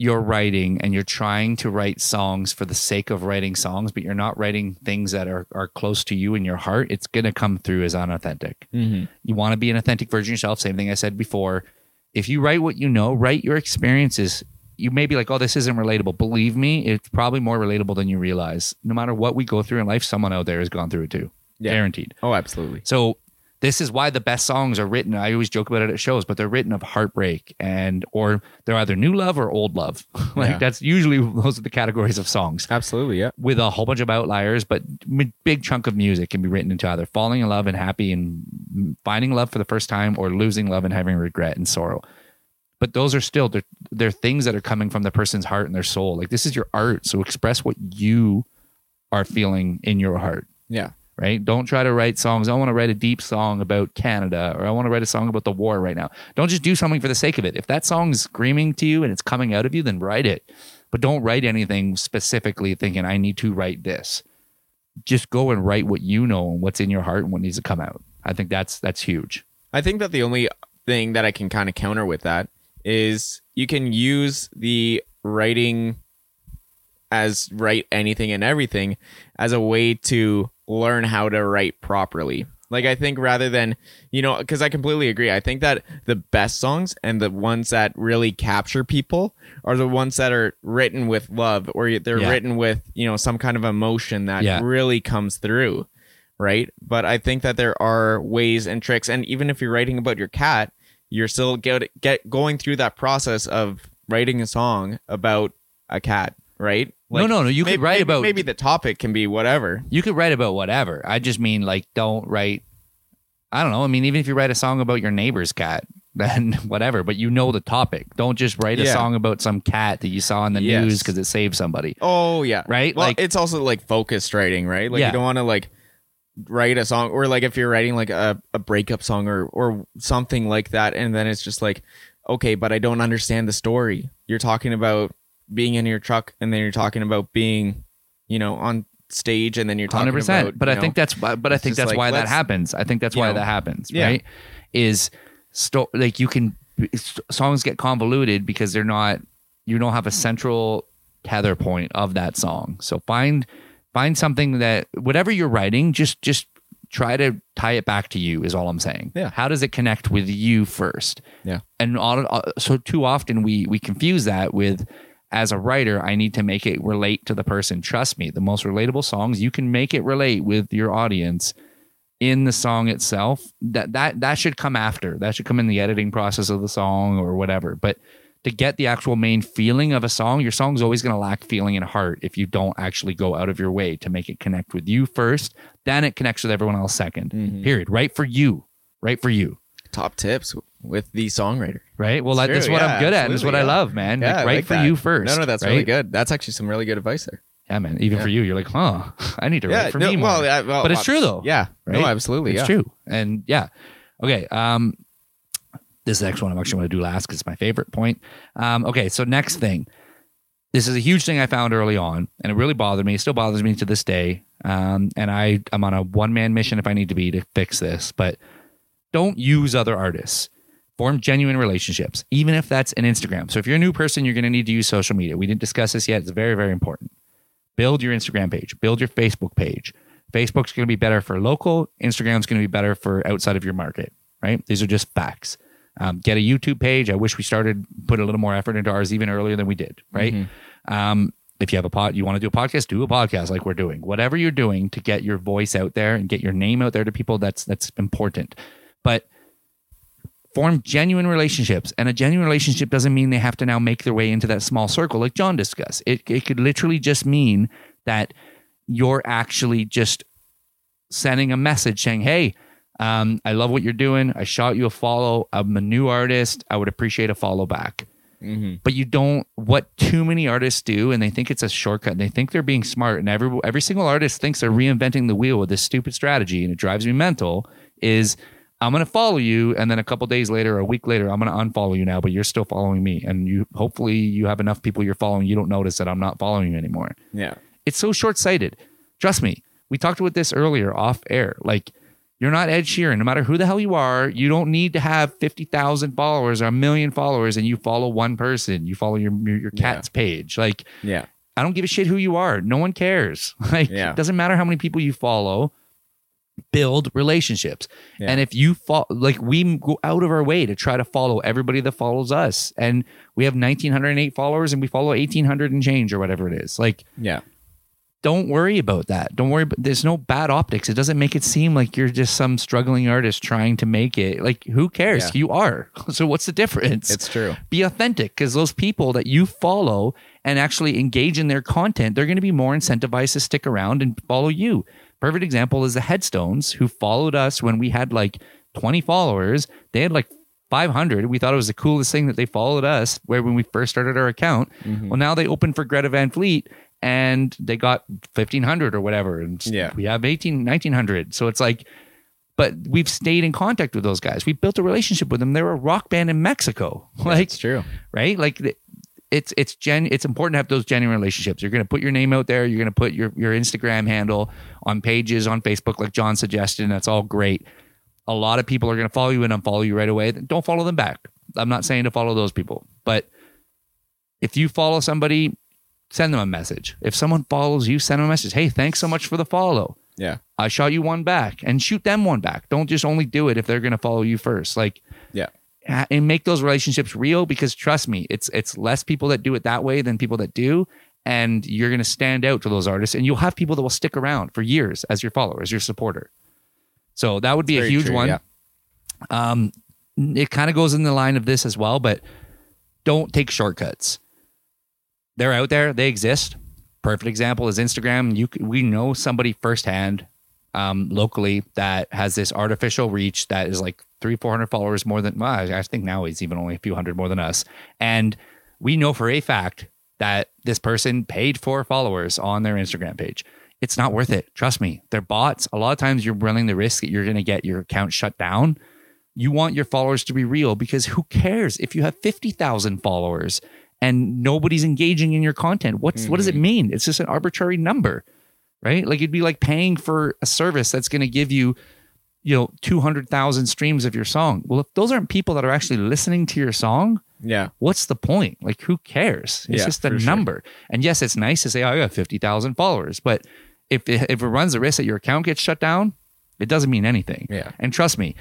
A: you're writing and you're trying to write songs for the sake of writing songs but you're not writing things that are, are close to you in your heart it's going to come through as unauthentic you want to be an authentic version of yourself. Same thing I said before. If you write what you know, write your experiences. You may be like, oh, this isn't relatable. Believe me, it's probably more relatable than you realize. No matter what we go through in life, someone out there has gone through it too.
B: Yeah.
A: Guaranteed.
B: Oh, absolutely.
A: So this is why the best songs are written. I always joke about it at shows, but they're written of heartbreak and or they're either new love or old love. like
B: Yeah.
A: that's usually those are the categories of songs
B: Absolutely. Yeah.
A: with a whole bunch of outliers, but m- big chunk of music can be written into either falling in love and happy and finding love for the first time or losing love and having regret and sorrow. But those are still they're, they're things that are coming from the person's heart and their soul. Like this is your art, so express what you are feeling in your heart
B: Yeah. I think that the only thing that I can kind of counter with that is you can use the writing as write anything and everything as a way to learn how to write properly. Like I think rather than, you know, cuz I completely agree. I think that the best songs and the ones that really capture people are the ones that are written with love or they're
A: Yeah.
B: written with, you know, some kind of emotion that
A: Yeah.
B: really comes through right? But I think that there are ways and tricks, and even if you're writing about your cat, you're still get get going through that process of writing a song about a cat, right?
A: No, no, no, you could
B: maybe,
A: write
B: maybe-
A: about-
B: maybe the topic can be whatever.
A: You could write about whatever. I just mean like don't write I don't know. I mean, even if you write a song about your neighbor's cat, then whatever, but you know the topic. Don't just write a
B: Yeah.
A: song about some cat that you saw in the
B: Yes.
A: news because it saved somebody.
B: Oh yeah,
A: Right?
B: Well,
A: Like-
B: it's also like focused writing, right? Like
A: Yeah.
B: you don't want to like write a song or like if you're writing like a, a breakup song or or something like that, and then it's just like, okay, but I don't understand the story. You're talking about being in your truck, and then you're talking about being, you know, on stage, and then you're talking
A: hundred percent.
B: about.
A: But
B: you
A: I
B: know-
A: think that's why- but I
B: it's
A: think
B: just
A: that's
B: like,
A: why that
B: let's-
A: happens. I think that's
B: you
A: why
B: know.
A: that happens.
B: Yeah.
A: Right? Is sto- like you can s- songs get convoluted because they're not you don't have a central tether point of that song. So find find something that whatever you're writing, just just try to tie it back to you. Is all I'm saying.
B: Yeah.
A: How does it connect with you first?
B: Yeah.
A: And all, all- uh, so too often we we confuse that with as a writer, I need to make it relate to the person. Trust me, the most relatable songs you can make it relate with your audience in the song itself. That that that should come after. That should come in the editing process of the song or whatever. But to get the actual main feeling of a song, your song's always going to lack feeling and heart if you don't actually go out of your way to make it connect with you first. Then it connects with everyone else 2nd
B: Mhm.
A: Period. Right for you. Right for you.
B: top tips with the songwriter.
A: Right. Well,
B: It's
A: that, that's
B: true,
A: what
B: yeah,
A: I'm good at. and It's what I
B: absolutely, yeah.
A: love, man. Like,
B: I
A: right
B: like
A: for
B: that.
A: you first.
B: No, no, that's
A: right?
B: really good. That's actually some really good advice there.
A: Yeah, man. Even
B: Yeah.
A: for you, you're like, huh, I need to write for
B: no,
A: me more.
B: well, yeah, well,
A: But it's
B: uh,
A: true, though,
B: Yeah, no,
A: right?
B: absolutely.
A: it's
B: yeah.
A: true. And yeah. Okay. Um, this next one I'm actually going to do last because it's my favorite point. Um, okay. So next thing, this is a huge thing I found early on and it really bothered me. It still bothers me to this day. Um, and I, I'm on a one man mission if I need to be to fix this, but don't use other artists. Form genuine relationships, even if that's an Instagram. So if you're a new person, you're going to need to use social media. We didn't discuss this yet. It's very, very important. Build your Instagram page, build your Facebook page. Facebook's going to be better for local, Instagram's going to be better for outside of your market, right? These are just facts. Um, get a YouTube page. I wish we started put a little more effort into ours even earlier than we did, right? Um, if you have a pod, you want to do a podcast, do a podcast like we're doing. Whatever you're doing to get your voice out there and get your name out there to people, that's that's important. But form genuine relationships, and a genuine relationship doesn't mean they have to now make their way into that small circle like John discussed. It it could literally just mean that you're actually just sending a message saying, "Hey." Um, I love what you're doing. I shot you a follow. I'm a new artist. I would appreciate a follow back
B: hmm
A: but you don't what too many artists do and they think it's a shortcut and they think they're being smart and every every single artist thinks they're reinventing the wheel with this stupid strategy and it drives me mental is I'm going to follow you and then a couple days later or a week later I'm going to unfollow you now but you're still following me and you hopefully you have enough people you're following you don't notice that I'm not following you anymore.
B: Yeah.
A: It's so short sighted. Trust me. We talked about this earlier off air. Like, you're not Ed Sheeran. No matter who the hell you are, you don't need to have 50,000 followers or a million followers and you follow one person. You follow your your, your
B: Yeah.
A: cat's page. Like,
B: Yeah.
A: I don't give a shit who you are. No one cares. Like,
B: Yeah.
A: it doesn't matter how many people you follow. Build relationships,
B: Yeah.
A: and if you follow, like we go out of our way to try to follow everybody that follows us, and we have 1,908 followers, and we follow 1,800 and change or whatever it is. Like,
B: Yeah.
A: don't worry about that. Don't worry. But there's no bad optics. It doesn't make it seem like you're just some struggling artist trying to make it. Like who cares?
B: Yeah.
A: You are. So what's the difference?
B: It's true.
A: be authentic because those people that you follow and actually engage in their content, they're going to be more incentivized to stick around and follow you. Perfect example is the Headstones, who followed us when we had like 20 followers. They had like 500. We thought it was the coolest thing that they followed us, where when we first started our account. Mm.
B: Mm-hmm.
A: Well, now they opened for Greta Van Fleet and they got 1,500 or whatever. And
B: Yeah.
A: we have 18, 1,900. So it's like, but we've stayed in contact with those guys. We built a relationship with them. They're a rock band in Mexico. Like,
B: it's true.
A: right? Like th- it's it's gen it's important to have those genuine relationships. You're going to put your name out there, you're going to put your your Instagram handle on pages on Facebook like John suggested, and that's all great. A lot of people are going to follow you and unfollow you right away. Then Don't follow them back. I'm not saying to follow those people, but if you follow somebody, send them a message. If someone follows you, send them a message. Hey, thanks so much for the follow.
B: Yeah.
A: I shot you one back and shoot them one back. Don't just only do it if they're going to follow you first. Like,
B: Yeah.
A: ha- and make those relationships real because trust me, it's it's less people that do it that way than people that do. And you're going to stand out to those artists and you'll have people that will stick around for years as your follower, as your supporter. So that would be a
B: Very
A: huge
B: true,
A: one.
B: yeah.
A: Um, it kind of goes in the line of this as well, but don't take shortcuts. They're out there, they exist. Perfect example is Instagram. You c- we know somebody firsthand um, locally that has this artificial reach that is like three, 400 followers more than, well, I I think now he's even only a few hundred more than us. And we know for a fact that this person paid for followers on their Instagram page. It's not worth it. Trust me. They're bots. A lot of times you're running the risk that you're going to get your account shut down. You want your followers to be real because who cares if you have 50,000 followers and nobody's engaging in your content? What's what
B: Mm-hmm.
A: does it mean? It's just an arbitrary number. Right? Like it'd be like paying for a service that's going to give you you know 200,000 streams of your song. Well, if those aren't people that are actually listening to your song,
B: Yeah.
A: what's the point? Like, who cares? It's
B: Yeah,
A: just a
B: for sure.
A: number. And yes, it's nice to say, oh, I got 50,000 followers. But if it, if it runs the risk that your account gets shut down, it doesn't mean anything.
B: Yeah.
A: And trust me,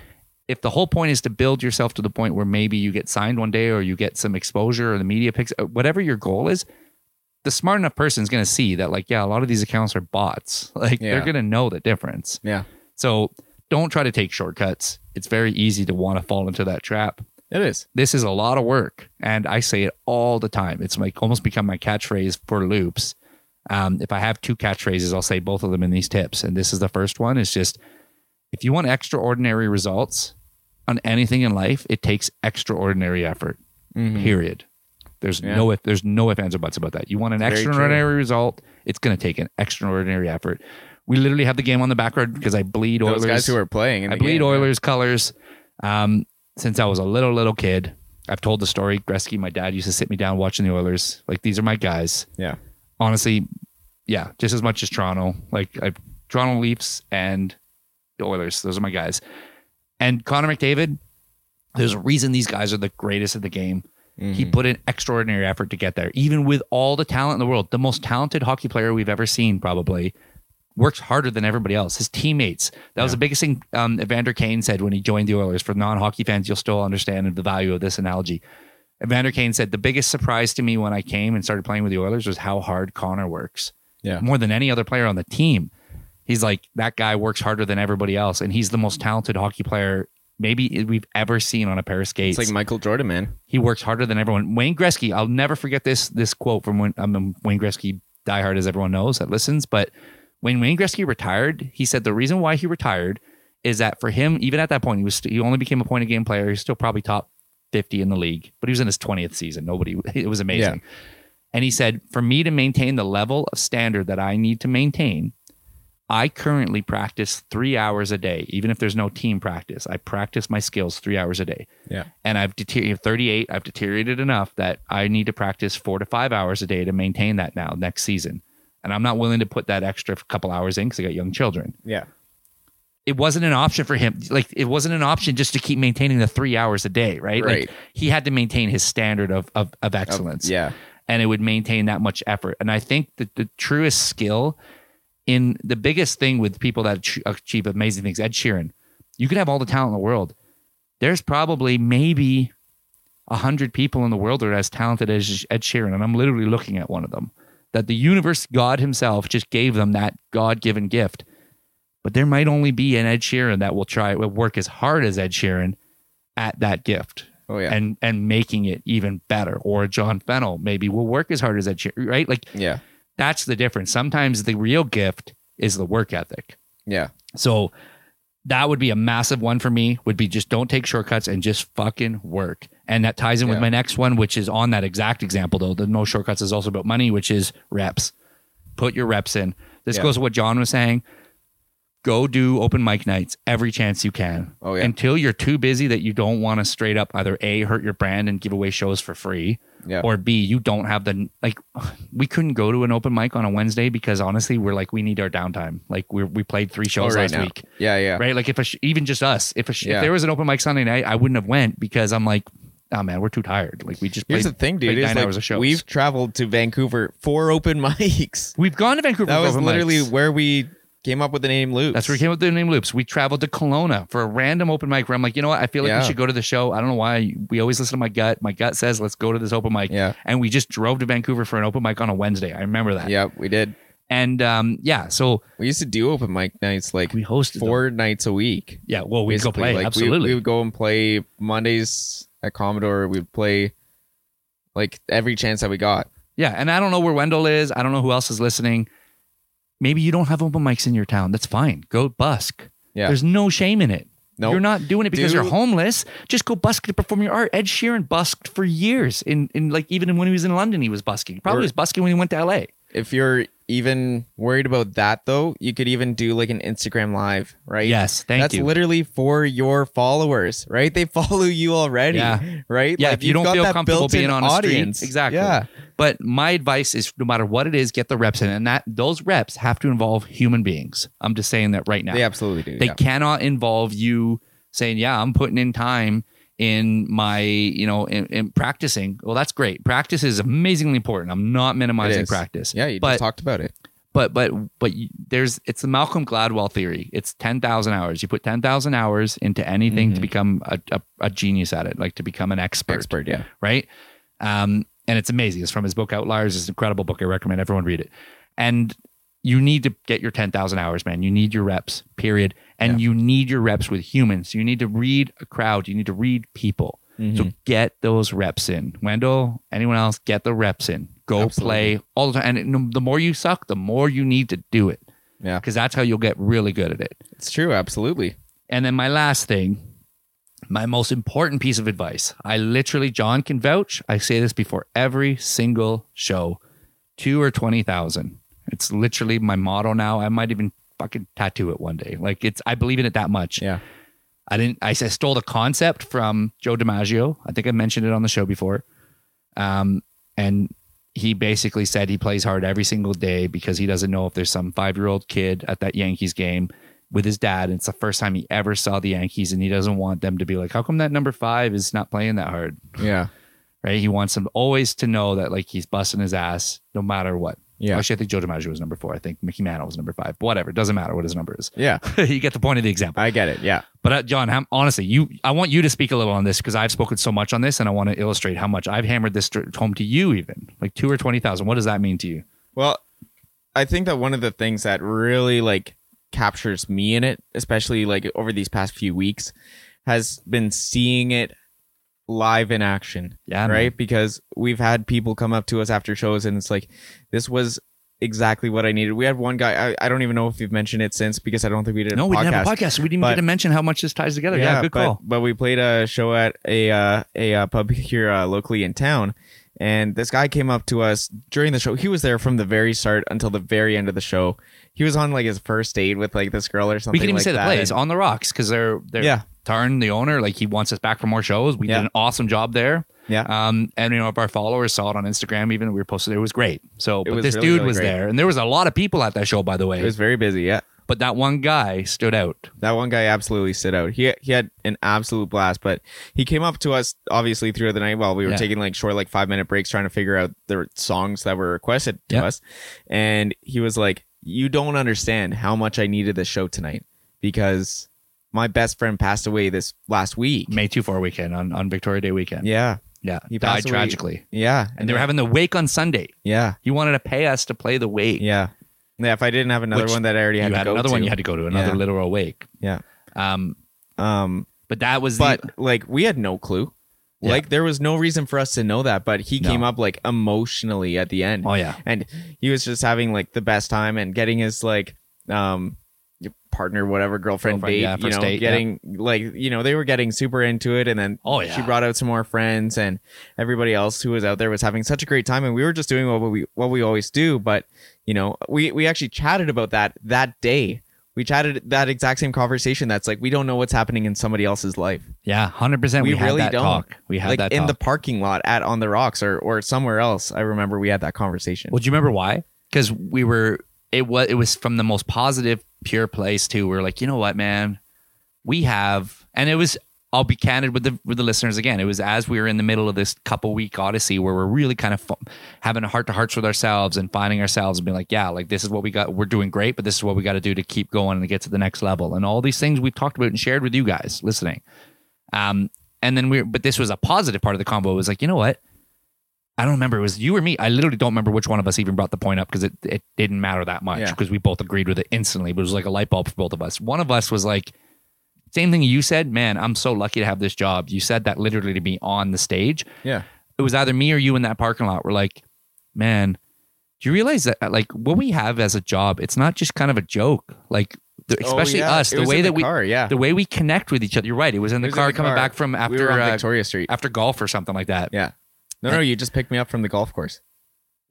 A: if the whole point is to build yourself to the point where maybe you get signed one day or you get some exposure or the media picks, uh, whatever your goal is, the smart enough person is going to see that, like, yeah, a lot of these accounts are bots. Like,
B: Yeah.
A: they're going to know the difference.
B: Yeah.
A: So don't try to take shortcuts. It's very easy to want to fall into that trap
B: It is.
A: this is a lot of work and i say it all the time it's like almost become my catchphrase for loops um, if i have two catchphrases i'll say both of them in these tips and this is the first one it's just if you want extraordinary results on anything in life it takes extraordinary effort
B: Mm-hmm.
A: period there's
B: Hmm. Yeah.
A: no if there's no ifs ands or buts about that you want an
B: Very true.
A: extraordinary result it's going to take an extraordinary effort we literally have the game on the backward because i bleed
B: Those
A: Oilers.
B: guys who are playing. In
A: I
B: the
A: bleed
B: game, yeah.
A: Oilers colors um, since I was a little little kid. I've told the story. Gretzky, my dad used to sit me down watching the Oilers. Like these are my guys.
B: Yeah.
A: Honestly, yeah, just as much as Toronto. Like I, Toronto Leafs and the Oilers. Those are my guys. And Connor McDavid. There's a reason these guys are the greatest at the game. He
B: Mhm.
A: put in extraordinary effort to get there, even with all the talent in the world. The most talented hockey player we've ever seen, probably, works harder than everybody else. His teammates. That was the biggest thing um, Evander Kane said when he joined the Oilers. For non hockey fans, you'll still understand the value of this analogy. Evander Kane said, The biggest surprise to me when I came and started playing with the Oilers was how hard Connor works.
B: Yeah.
A: More than any other player on the team. He's like, That guy works harder than everybody else. And he's the most talented hockey player maybe we've ever seen on a pair of skates.
B: It's like Michael Jordan, man.
A: He works harder than everyone. Wayne Gretzky, I'll never forget this this quote from when I'm a Wayne Gretzky diehard as everyone knows that listens. But when Wayne Gretzky retired, he said the reason why he retired is that for him, even at that point, he was st- he only became a point of game player. He's still probably top fifty in the league, but he was in his twentieth season. Nobody, it was amazing. And he said, for me to maintain the level of standard that I need to maintain, I currently practice three hours a day, even if there's no team practice. I practice my skills three hours a day
B: Yeah.
A: and I've deteriorated 38. I've deteriorated enough that I need to practice four to five hours a day to maintain that now next season. And I'm not willing to put that extra couple hours in because I got young children.
B: Yeah.
A: It wasn't an option for him. Like it wasn't an option just to keep maintaining the three hours a day, right?
B: Right.
A: Like he had to maintain his standard of of, of excellence
B: Oh, Yeah.
A: and it would maintain that much effort. And I think that the truest skill in the biggest thing with people that ach- achieve amazing things, Ed Sheeran, you could have all the talent in the world. There's probably maybe a hundred people in the world that are as talented as Ed Sheeran, and I'm literally looking at one of them. That the universe, God Himself, just gave them that God-given gift. But there might only be an Ed Sheeran that will try will work as hard as Ed Sheeran at that gift
B: Oh yeah.
A: and and making it even better. Or a John Fennel maybe will work as hard as that, right? Like
B: yeah.
A: that's the difference. Sometimes the real gift is the work ethic.
B: Yeah.
A: So that would be a massive one for me. Would be just don't take shortcuts and just fucking work. And that ties in with
B: Yeah.
A: my next one, which is on that exact example though. The no shortcuts is also about money, which is reps. Put your reps in. This
B: Yeah.
A: goes to what John was saying. Go do open mic nights every chance you can.
B: Oh, yeah.
A: Until you're too busy that you don't want to straight up either A hurt your brand and give away shows for free
B: Yeah.
A: or B, you don't have the like. We couldn't go to an open mic on a Wednesday because honestly, we're like we need our downtime. Like we we played three
B: Oh,
A: shows
B: right
A: last
B: now.
A: week,
B: Yeah. Yeah.
A: right? Like if a sh- even just us, if a sh-
B: Yeah.
A: if there was an open mic Sunday night, I wouldn't have went because I'm like, oh man, we're too tired. Like we just
B: Here's
A: played,
B: the thing, dude.
A: played
B: is
A: nine
B: like,
A: hours of shows.
B: We've traveled to Vancouver for open mics.
A: we've gone to Vancouver.
B: That
A: for
B: was
A: open
B: literally
A: mics.
B: where we came up with the name Loops.
A: That's where we came up with the name Loops. We traveled to Kelowna for a random open mic where I'm like, you know what? I feel like
B: Yeah.
A: we should go to the show. I don't know why. We always listen to my gut. My gut says, let's go to this open mic.
B: Yeah.
A: And we just drove to Vancouver for an open mic on a Wednesday. I remember that.
B: Yeah, we did.
A: And um, yeah, so
B: We used to do open mic nights like
A: we hosted them.
B: four nights a week.
A: Yeah, well, we'd go
B: basically.
A: play.
B: Like, we-
A: Absolutely.
B: We, would go and play Mondays at Commodore. We'd play like every chance that we got.
A: yeah. And I don't know where Wendell is. I don't know who else is listening. Maybe you don't have open mics in your town. That's fine. Go busk.
B: Yeah.
A: There's no shame in it.
B: Nope.
A: You're not doing it because
B: Do-
A: you're homeless. Just go busk to perform your art. Ed Sheeran busked for years. In in like even when he was in London, he was busking. Probably
B: Or-
A: was busking when he went to LA.
B: if you're even worried about that though, you could even do like an Instagram live, right?
A: Yes, thank
B: That's
A: you.
B: literally for your followers, right? They follow you already,
A: Yeah.
B: right?
A: yeah,
B: Like,
A: if you
B: you've
A: don't
B: got
A: feel
B: that
A: comfortable
B: built-in
A: being on
B: audience.
A: a street, exactly.
B: Yeah.
A: But my advice is, no matter what it is, get the reps in, and that those reps have to involve human beings. I'm just saying that right now.
B: They absolutely do.
A: They
B: yeah.
A: cannot involve you saying, "Yeah, I'm putting in time in my, you know, in, in practicing." Well, that's great. Practice is amazingly important. I'm not minimizing
B: is.
A: practice.
B: Yeah, you
A: but
B: just talked about it.
A: but but but you, there's it's the Malcolm Gladwell theory. It's ten thousand hours. You put ten thousand hours into anything to become a, a, a genius at it, like to become an
B: Mm-hmm. Expert, yeah.
A: right? Um, and it's amazing. It's from his book Outliers. It's an incredible book. I recommend everyone read it. And you need to get your 10,000 hours, man. You need your reps, period. And you need your reps with humans. You need to read a crowd. You need to read people.
B: Mm-hmm.
A: So get those reps in. Wendell, anyone else, get the reps in. Go
B: Absolutely.
A: play all the time. And it- the more you suck, the more you need to do it.
B: Yeah.
A: Because that's how you'll get really good at it.
B: It's true, absolutely.
A: And then my last thing, my most important piece of advice. I literally, John can vouch. I say this before every single show, two or 20,000. It's literally my motto now. I might even fucking tattoo it one day. Like it's, I believe in it that much.
B: Yeah.
A: I didn't. I s- stole the concept from Joe DiMaggio. I think I mentioned it on the show before. Um, and he basically said he plays hard every single day because he doesn't know if there's some five-year-old kid at that Yankees game with his dad, and it's the first time he ever saw the Yankees, and he doesn't want them to be like, "How come that number five is not playing that hard?"
B: Yeah.
A: Right? He wants them always to know that like he's busting his ass no matter what.
B: Yeah.
A: Actually, I think Joe DiMaggio was number four. I think Mickey Mantle was number five. Whatever. Doesn't matter what his number is.
B: Yeah.
A: you get the point of the example.
B: I get it. Yeah.
A: But uh, John, i honestly, you, I want you to speak a little on this because I've spoken so much on this, and I want to illustrate how much I've hammered this str- home to you, even like two or twenty thousand. What does that mean to you?
B: Well, I think that one of the things that really like captures me in it, especially like over these past few weeks, has been seeing it live in action.
A: Yeah, man.
B: Right? Because we've had people come up to us after shows and it's like, this was exactly what I needed. We had one guy, I, I don't even know if you've mentioned it since because I don't think we did a
A: No,
B: podcast.
A: we didn't have a podcast. so We didn't
B: but-
A: get to mention how much this ties together. Yeah, good
B: but,
A: call.
B: But we played a show at a uh, a uh, pub here uh, locally in town, and this guy came up to us during the show. He was there from the very start until the very end of the show. He was on like his first date with like this girl or something.
A: We can even
B: like
A: say the
B: that,
A: plays
B: and-
A: on the rocks because they're they're
B: Yeah.
A: Tarn, the owner, like he wants us back for more shows. We
B: Yeah.
A: did an awesome job there.
B: Yeah.
A: Um, and you know, if our followers saw it on Instagram, even we were posted, it was great. So, but
B: was
A: this
B: really,
A: dude
B: really
A: was
B: great.
A: there, and there was a lot of people at that show, by the
B: it
A: way.
B: was very busy. Yeah,
A: but that one guy stood out.
B: that one guy absolutely stood out. He he had an absolute blast. But he came up to us obviously throughout the night while we were
A: Yeah.
B: taking like short like five minute breaks trying to figure out the songs that were requested to
A: Yeah.
B: us, and he was like, "You don't understand how much I needed this show tonight because my best friend passed away this last week."
A: May two four weekend on on Victoria Day weekend.
B: Yeah,
A: Yeah,
B: He
A: died
B: passed away.
A: tragically.
B: yeah,
A: and they were having the wake on Sunday.
B: yeah,
A: He wanted to pay us to play the wake.
B: yeah, yeah. If I didn't have another
A: Which
B: one that I already
A: you
B: had,
A: had,
B: to go
A: another
B: to,
A: one you had to go to, another
B: Yeah.
A: literal wake.
B: yeah.
A: Um,
B: Um,
A: but that was
B: but
A: the,
B: like we had no clue
A: Yeah.
B: like there was no reason for us to know that but he
A: No.
B: came up like emotionally at the end
A: oh yeah,
B: and he was just having like the best time and getting his like um partner whatever girlfriend,
A: Girlfriend,
B: date
A: yeah,
B: you
A: first
B: know
A: date, yeah.
B: getting like you know they were getting super into it and then
A: Oh, yeah.
B: she brought out some more friends and everybody else who was out there was having such a great time and we were just doing what we what we always do but you know we we actually chatted about that that day we chatted that exact same conversation that's like we don't know what's happening in somebody else's life
A: yeah, hundred percent.
B: we,
A: We, had
B: really
A: that
B: don't
A: talk. We had
B: like
A: that
B: in
A: talk.
B: the parking lot at on the rocks or or somewhere else i remember we had that conversation
A: well, do you remember why? Because we were it was it was from the most positive, pure place too. We were like, you know what, man, we have, and it was. I'll be candid with the with the listeners again. It was as we were in the middle of this couple week odyssey where we're really kind of fu- having heart to hearts with ourselves and finding ourselves and being like, yeah, like this is what we got. We're doing great, but this is what we got to do to keep going and to get to the next level. And all these things we've talked about and shared with you guys listening. Um, and then we, but this was a positive part of the combo. It was like, you know what? I don't remember. It was you or me. I literally don't remember which one of us even brought the point up because it, it didn't matter that much
B: Yeah.
A: because we both agreed with it instantly. But it was like a light bulb for both of us. One of us was like, same thing you said, man, I'm so lucky to have this job. You said that literally to be on the stage
B: yeah
A: it was either me or you in that parking lot were like, man, do you realize that like what we have as a job it's not just kind of a joke like the, especially
B: Oh, yeah.
A: us
B: It
A: the
B: was
A: way
B: in
A: that we
B: car, yeah.
A: the way we connect with each other you're right it was in the
B: It was in
A: car
B: the
A: coming
B: car.
A: back from after
B: we were on
A: uh,
B: Victoria Street.
A: after golf or something like that
B: Yeah. No, no, you just picked me up from the golf course.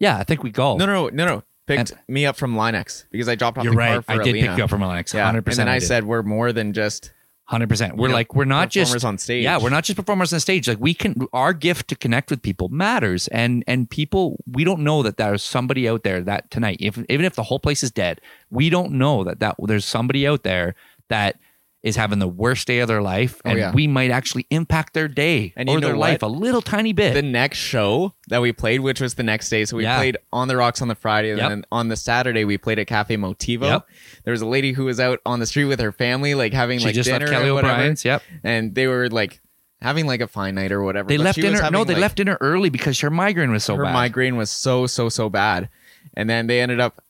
A: yeah i think we golfed
B: No, no, no, no. Picked me up from Linex because I dropped off
A: Oh. you're
B: the
A: right
B: car for
A: i did
B: Alina.
A: pick you up from alex
B: Yeah.
A: 100%
B: And then I
A: did.
B: said we're more than just
A: 100% we're
B: you know,
A: like we're not
B: performers
A: just
B: on stage.
A: Yeah, we're not just performers on stage. Like we can, our gift to connect with people matters, and and people we don't know that there's somebody out there that tonight, if even if the whole place is dead, we don't know that that there's somebody out there that is having the worst day of their life,
B: Oh,
A: and
B: yeah.
A: we might actually impact their day
B: And you
A: or
B: know
A: their life a little tiny bit.
B: the next show that we played, which was the next day. So we
A: Yeah.
B: played on the rocks on the Friday, and
A: Yep.
B: then on the Saturday we played at Cafe Motivo.
A: Yep.
B: There was a lady who was out on the street with her family, like having
A: she
B: like
A: just
B: dinner
A: left Kelly
B: or whatever,
A: O'Brien's. Yep,
B: and they were like having like a fine night or whatever.
A: they
B: but
A: left
B: she was
A: dinner. No,
B: having,
A: they
B: like-
A: left dinner early because her migraine was so
B: her
A: bad.
B: migraine was so so so bad, and then they ended up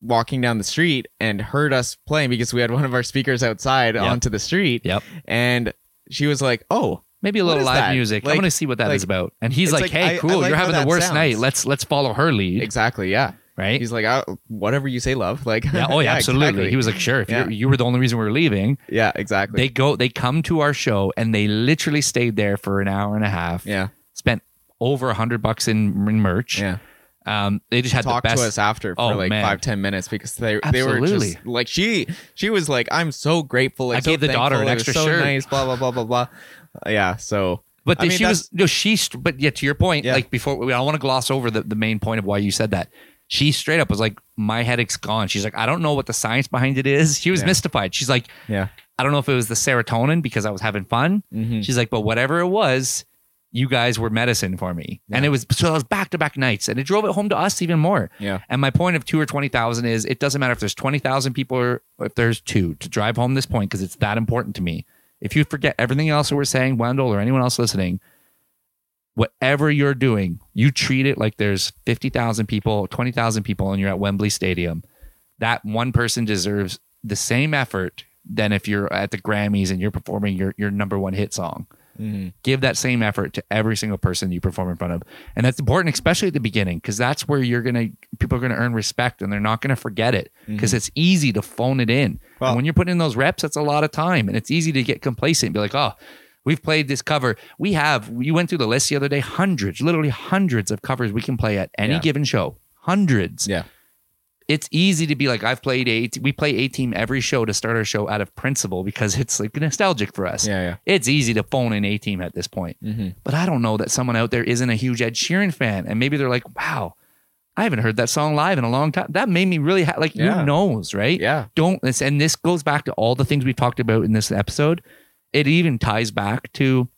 B: walking down the street and heard us playing because we had one of our speakers outside
A: Yep.
B: onto the street,
A: Yep.
B: and she was like, "Oh."
A: Maybe a
B: What
A: little
B: is
A: live
B: that?
A: music. I
B: Like-
A: want to see what that is
B: like-
A: about. And he's
B: it's
A: like,
B: like,
A: "Hey,
B: I- I
A: cool,
B: like
A: you're
B: how
A: having the
B: that
A: worst
B: sounds."
A: night. Let's let's follow her lead,
B: Exactly, yeah.
A: right?"
B: He's like, "Uh, whatever you say, love. Like,
A: Yeah. Oh, yeah, absolutely.
B: exactly.
A: He was like, sure. If
B: Yeah.
A: you you were the only reason we were leaving,
B: Yeah, exactly.
A: they go, they come to our show and they literally stayed there for an hour and a half.
B: yeah,
A: Spent over a hundred bucks in, in merch.
B: yeah.
A: Um, they just had
B: Talk
A: the best.
B: to us after for
A: Oh,
B: like
A: man.
B: five, ten minutes because they they were
A: Absolutely.
B: just like she she was like, I'm so grateful. Like,
A: I
B: so
A: gave the daughter
B: thankful.
A: an
B: It was
A: extra
B: so
A: shirt."
B: Nice. Blah blah blah blah blah. Uh, Yeah. So
A: But
B: I
A: then
B: mean,
A: she was no, she. st- But yeah, to your point,
B: Yeah.
A: like before, I don't want to gloss over the, the main point of why you said that. She straight up was like, "My headache's gone." She's like, "I don't know what the science behind it is." She was
B: Yeah.
A: mystified. She's like,
B: yeah.
A: "I don't know if it was the serotonin because I was having fun."
B: Mhm.
A: She's like, but whatever it was, you guys were medicine for me. And it was so it was back to back nights and it drove it home to us even more.
B: Yeah.
A: And my point of two or 20,000 is it doesn't matter if there's 20,000 people or if there's two to drive home this point because it's that important to me. If you forget everything else that we're saying, Wendell or anyone else listening, whatever you're doing, you treat it like there's 50,000 people, 20,000 people, and you're at Wembley Stadium. That one person deserves the same effort than if you're at the Grammys and you're performing your, your number one hit song
B: Mhm.
A: give that same effort to every single person you perform in front of and that's important especially at the beginning because that's where you're gonna people are gonna earn respect and they're not gonna forget it because it's easy to phone it in
B: Mm-hmm. Well-
A: and when you're putting in those reps that's a lot of time and it's easy to get complacent and be like oh we've played this cover we have you went through the list the other day hundreds literally hundreds of covers we can play at any
B: Yeah.
A: given show hundreds
B: Yeah.
A: it's easy to be like i've played eight we play a team every show to start our show out of principle because it's like nostalgic for us
B: Yeah.
A: it's easy to phone in A team at this point.
B: Yeah. Mhm.
A: But I don't know that someone out there isn't a huge Ed Sheeran fan. And maybe they're like, wow, I haven't heard that song live in a long time. That made me really, ha-. like,
B: Yeah.
A: who knows, right?
B: Yeah.
A: Don't, this- and this goes back to all the things we talked about in this episode. It even ties back to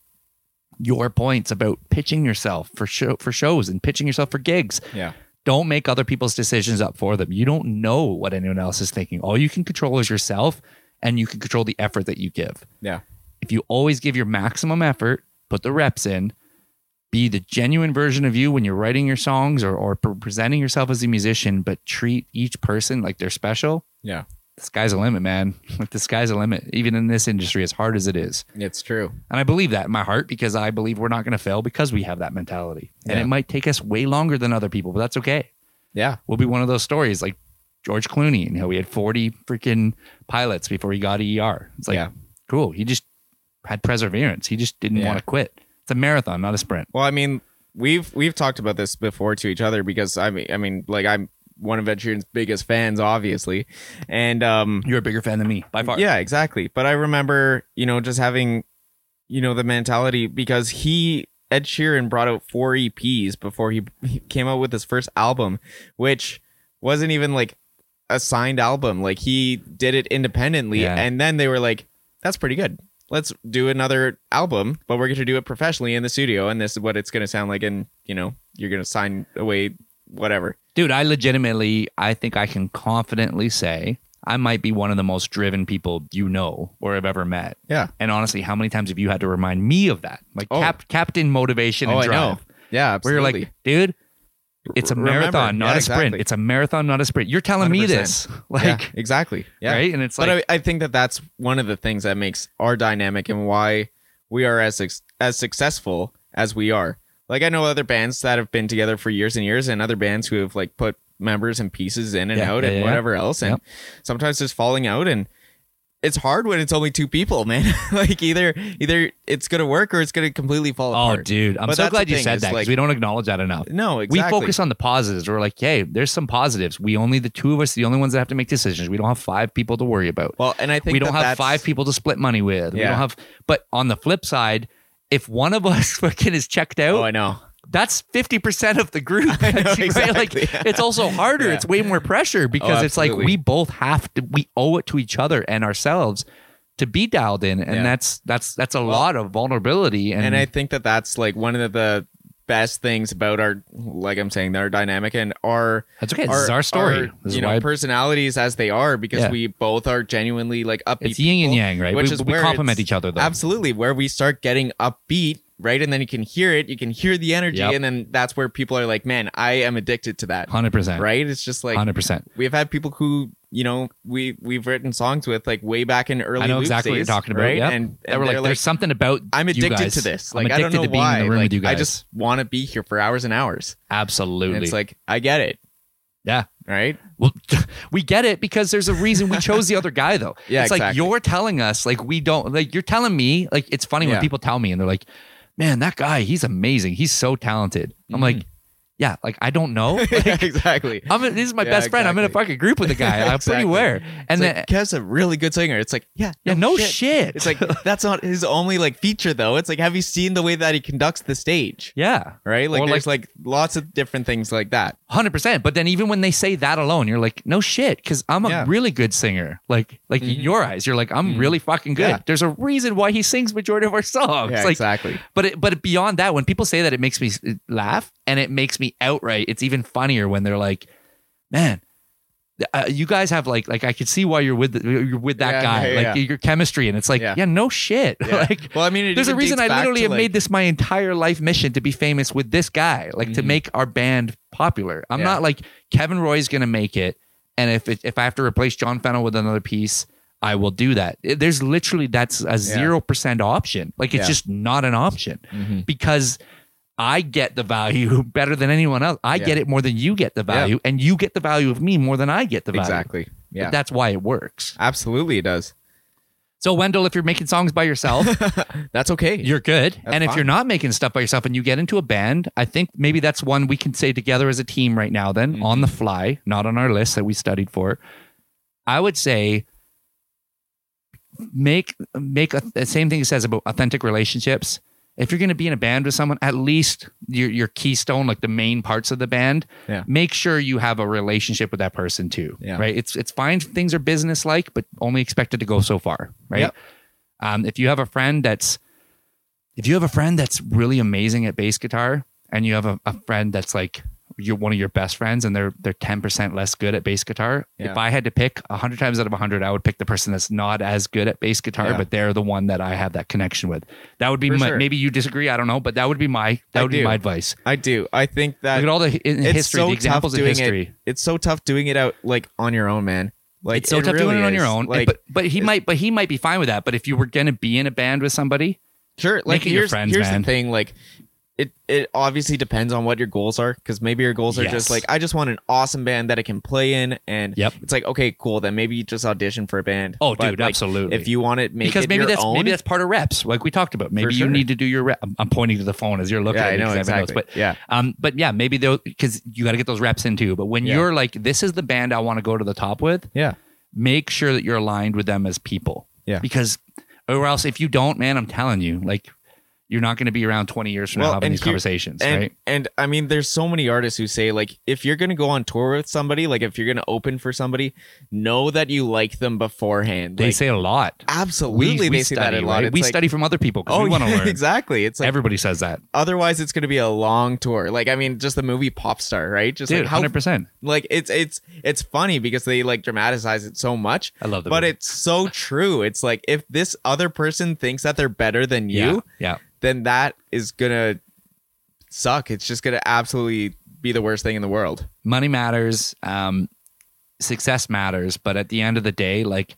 A: your points about pitching yourself for show, for shows and pitching yourself for gigs.
B: Yeah.
A: Don't make other people's decisions up for them. You don't know what anyone else is thinking. All you can control is yourself and you can control the effort that you give
B: Yeah.
A: if you always give your maximum effort, put the reps in, be the genuine version of you when you're writing your songs or, or pre- presenting yourself as a musician, but treat each person like they're special.
B: Yeah.
A: The sky's the limit, man. Like the sky's the limit, even in this industry, as hard as it is.
B: It's true.
A: And I believe that in my heart because I believe we're not going to fail because we have that mentality. And
B: Yeah.
A: it might take us way longer than other people, but that's okay
B: Yeah.
A: will be one of those stories like George Clooney and how he had 40 freaking pilots before he got ER. It's like,
B: Yeah.
A: cool. He just had perseverance. He just didn't
B: Yeah.
A: want to quit. It's a marathon, not a sprint.
B: Well, I mean, we've we've talked about this before to each other because I mean, I mean, like I'm one of Ed Sheeran's biggest fans, obviously, and um,
A: You're a bigger fan than me by far.
B: Yeah, exactly. But I remember, you know, just having, you know, the mentality because he Ed Sheeran brought out four EPs before he, he came out with his first album, which wasn't even like a signed album. Like he did it independently,
A: Yeah.
B: and then they were like, "That's pretty good." Let's do another album, but we're going to do it professionally in the studio, and this is what it's going to sound like. And you know, you're going to sign away whatever.
A: Dude, I legitimately, I think I can confidently say I might be one of the most driven people you know or have ever met.
B: Yeah.
A: And honestly, how many times have you had to remind me of that? Like
B: Oh.
A: cap, captain motivation and drive.
B: Yeah,
A: Where
B: absolutely.
A: you're like, dude, it's a
B: Remember.
A: marathon, not
B: Yeah,
A: a sprint.
B: exactly.
A: It's a marathon, not a sprint. You're telling me
B: 100%.
A: this.
B: Yeah,
A: Like,
B: exactly. Yeah.
A: right? And it's
B: but
A: like,
B: I, I think that that's one of the things that makes our dynamic and why we are as suc- as successful as we are. Like I know other bands that have been together for years and years, and other bands who have like put members and pieces in and
A: Yeah,
B: out
A: yeah,
B: and
A: yeah, yeah.
B: whatever else, and sometimes there's falling out, and it's hard when it's only two people, man. like either either it's gonna work or it's gonna completely fall
A: Oh,
B: apart.
A: dude, I'm
B: But
A: so
B: that's
A: glad
B: the
A: you
B: thing,
A: said
B: is,
A: that 'cause
B: like-
A: we don't acknowledge that enough.
B: No, exactly.
A: We focus on the positives. We're like, hey, there's some positives. We only the two of us, the only ones that have to make decisions. We don't have five people to worry about.
B: Well, and I think
A: we don't
B: that
A: have
B: that's-
A: five people to split money with. We
B: Yeah.
A: don't have. But on the flip side, if one of us fucking is checked out,
B: Oh, I know.
A: that's fifty percent of the group.
B: I know,
A: right? Like
B: exactly.
A: it's also harder.
B: Yeah. Oh,
A: It's way more pressure because it's like
B: absolutely.
A: we both have to. We owe it to each other and ourselves to be dialed in, and
B: Yeah.
A: that's that's that's a lot of vulnerability. And,
B: and I think that that's like one of the best things about our, like I'm saying, our dynamic and our
A: that's okay.
B: our,
A: this is our story.
B: our,
A: this
B: you
A: is
B: know,
A: why
B: personalities as they are because
A: Yeah.
B: we both are genuinely like upbeat.
A: it's yin and
B: people,
A: yang, right?
B: which
A: we
B: is
A: we
B: where
A: complement
B: it's-
A: each other, though.
B: Absolutely, where we start getting upbeat, right? And then you can hear it, you can hear the energy,
A: Yep.
B: and then that's where people are like, "Man, I am addicted to that."
A: Hundred percent.
B: Right? It's just like
A: Hundred percent.
B: we've had people who you know we we've written songs with like way back in early.
A: I know
B: Loop
A: exactly what you're
B: days,
A: talking about.
B: right?
A: Yeah,
B: And,
A: they
B: and
A: were like,
B: they're
A: "There's something about
B: I'm
A: you
B: addicted
A: guys.
B: to this. Like
A: I'm
B: I
A: addicted
B: don't know
A: to being
B: why.
A: in the room
B: like,
A: with you guys.
B: I just want to be here for hours and hours.
A: absolutely.
B: And it's like I get it,
A: yeah.
B: right?
A: Well, we get it because there's a reason we chose the other guy, though.
B: Yeah,
A: it's like
B: exactly.
A: you're telling us, like we don't, like you're telling me, like it's funny when
B: Yeah.
A: people tell me and they're like, "Man, that guy, he's amazing. He's so talented." I'm
B: Mm-hmm.
A: like, "Yeah, like I don't know. Like,
B: exactly.
A: I'm this is my
B: Yeah,
A: best friend. I'm in a
B: exactly.
A: fucking group with the guy. I'm pretty
B: Exactly.
A: aware." And
B: And
A: then,
B: then Kev's a really good singer. It's like yeah,
A: yeah, no shit.
B: It's like that's not his only like feature though. It's like have you seen the way that he conducts the stage?
A: yeah,
B: Right? Like
A: Or, like-
B: there's like lots of different things like that.
A: Hundred percent. But then even when they say that alone, you're like, no shit, because I'm a
B: Yeah.
A: really good singer. Like, like in
B: Mhm.
A: your eyes, you're like, I'm
B: Mhm.
A: really fucking good.
B: Yeah.
A: There's a reason why he sings majority of our songs.
B: Yeah,
A: Oh, like,
B: exactly.
A: but it, but beyond that, when people say that, it makes me s- laugh and it makes me outright. It's even funnier when they're like, man. Uh, you guys have like like I could see why you're with the, you're with that
B: Yeah,
A: guy
B: yeah,
A: like your chemistry and it's like yeah,
B: Yeah.
A: no shit
B: Yeah.
A: like
B: well, I mean, it
A: there's a
B: even
A: reason I
B: dates back
A: literally
B: to,
A: have
B: like-
A: made this my entire life mission to be famous with this guy, like to
B: Mhm.
A: make our band popular. I'm
B: Yeah.
A: not like Kevin Roy's gonna make it, and if it, if I have to replace John Fennel with another piece, I will do that. It- There's literally that's a zero percent option. Like it's
B: Yeah.
A: just not an option
B: Mhm.
A: because I get the value better than anyone else. I
B: Yeah.
A: get it more than you get the value, and you get the value of me more than I get the value.
B: exactly. Yeah,
A: That's why it works.
B: absolutely, it does.
A: So Wendell, if you're making songs by yourself,
B: That's okay.
A: You're good. and if
B: fine.
A: you're not making stuff by yourself and you get into a band, I think maybe that's one we can say together as a team right now, then
B: Mhm.
A: on the fly, not on our list that we studied for. I would say make make a, the same thing it says about authentic relationships. If you're going to be in a band with someone, at least your your keystone, like the main parts of the band,
B: Yeah.
A: make sure you have a relationship with that person too.
B: Yeah.
A: Right? It's it's fine. if Things are business like, but only expected to go so far. Right?
B: Yep.
A: Um, if you have a friend that's if you have a friend that's really amazing at bass guitar and you have a, a friend that's like you're one of your best friends and they're they're 10% less good at bass guitar
B: Yeah.
A: if i had to pick 100 times out of 100 i would pick the person that's not as good at bass guitar
B: Yeah.
A: but they're the one that i have that connection with that would be
B: For
A: my,
B: sure.
A: maybe you disagree i don't know but that would be my that
B: I
A: would be
B: do.
A: my advice
B: I do. I think that
A: look at all the hi- in
B: it's
A: history
B: so
A: the
B: tough
A: examples in
B: doing it.
A: history
B: it's so tough doing it out like on your own, man. Like
A: it's so
B: it
A: tough
B: really
A: doing it on your
B: is.
A: own And-
B: Like,
A: but but he might but he might be fine with that but if you were going to be in a band with somebody
B: sure, like
A: it your
B: here's,
A: friends,
B: here's
A: man.
B: the thing, like. It, it obviously depends on what your goals are because maybe your goals are
A: Yes.
B: just like I just want an awesome band that I can play in and
A: Yep.
B: it's like okay cool then maybe you just audition for a band
A: oh
B: But,
A: dude
B: like,
A: absolutely
B: if you want it make
A: because
B: it
A: maybe
B: your
A: that's
B: own
A: maybe that's part of reps, like we talked about. Maybe
B: sure.
A: you need to do your rep. I'm, I'm pointing to the phone as you're looking
B: yeah
A: at
B: I
A: me
B: know
A: 'cause I have
B: exactly
A: notes, but
B: yeah
A: um, but yeah, maybe they'll because you got to get those reps in too. But when
B: Yeah.
A: you're like, this is the band I want to go to the top with,
B: yeah
A: make sure that you're aligned with them as people.
B: Yeah.
A: Because, or else if you don't, man, I'm telling you, like, you're not going to be around 20 years from
B: Well,
A: now having
B: and
A: these
B: here-
A: conversations,
B: and,
A: right?
B: And I mean, there's so many artists who say like, if you're gonna go on tour with somebody, like if you're gonna open for somebody, know that you like them beforehand.
A: They
B: Like,
A: say a lot.
B: absolutely, they say that a lot.
A: right?
B: It's
A: We
B: like,
A: study from other people because
B: Oh,
A: we want to
B: yeah,
A: learn.
B: exactly. It's like
A: Everybody says that,
B: otherwise, it's gonna be a long tour. Like I mean, just the movie Pop Star, right? Just
A: dude.
B: like how
A: Hundred percent.
B: like it's it's it's funny because they like dramatize it so much.
A: I love the
B: But
A: movie.
B: it's so true. It's like if this other person thinks that they're better than
A: Yeah,
B: you,
A: yeah.
B: then that is gonna suck. It's just gonna absolutely be the worst thing in the world.
A: money matters um success matters but at the end of the day like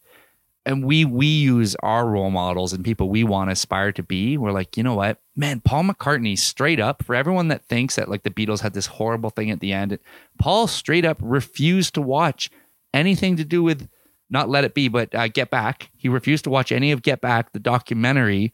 A: and we we use our role models and people we want to aspire to be. We're like, you know what, man, Paul McCartney straight up for everyone that thinks that like the Beatles had this horrible thing at the end. Paul straight up refused to watch anything to do with not Let It Be, but uh, Get Back. He refused to watch any of Get Back, the documentary.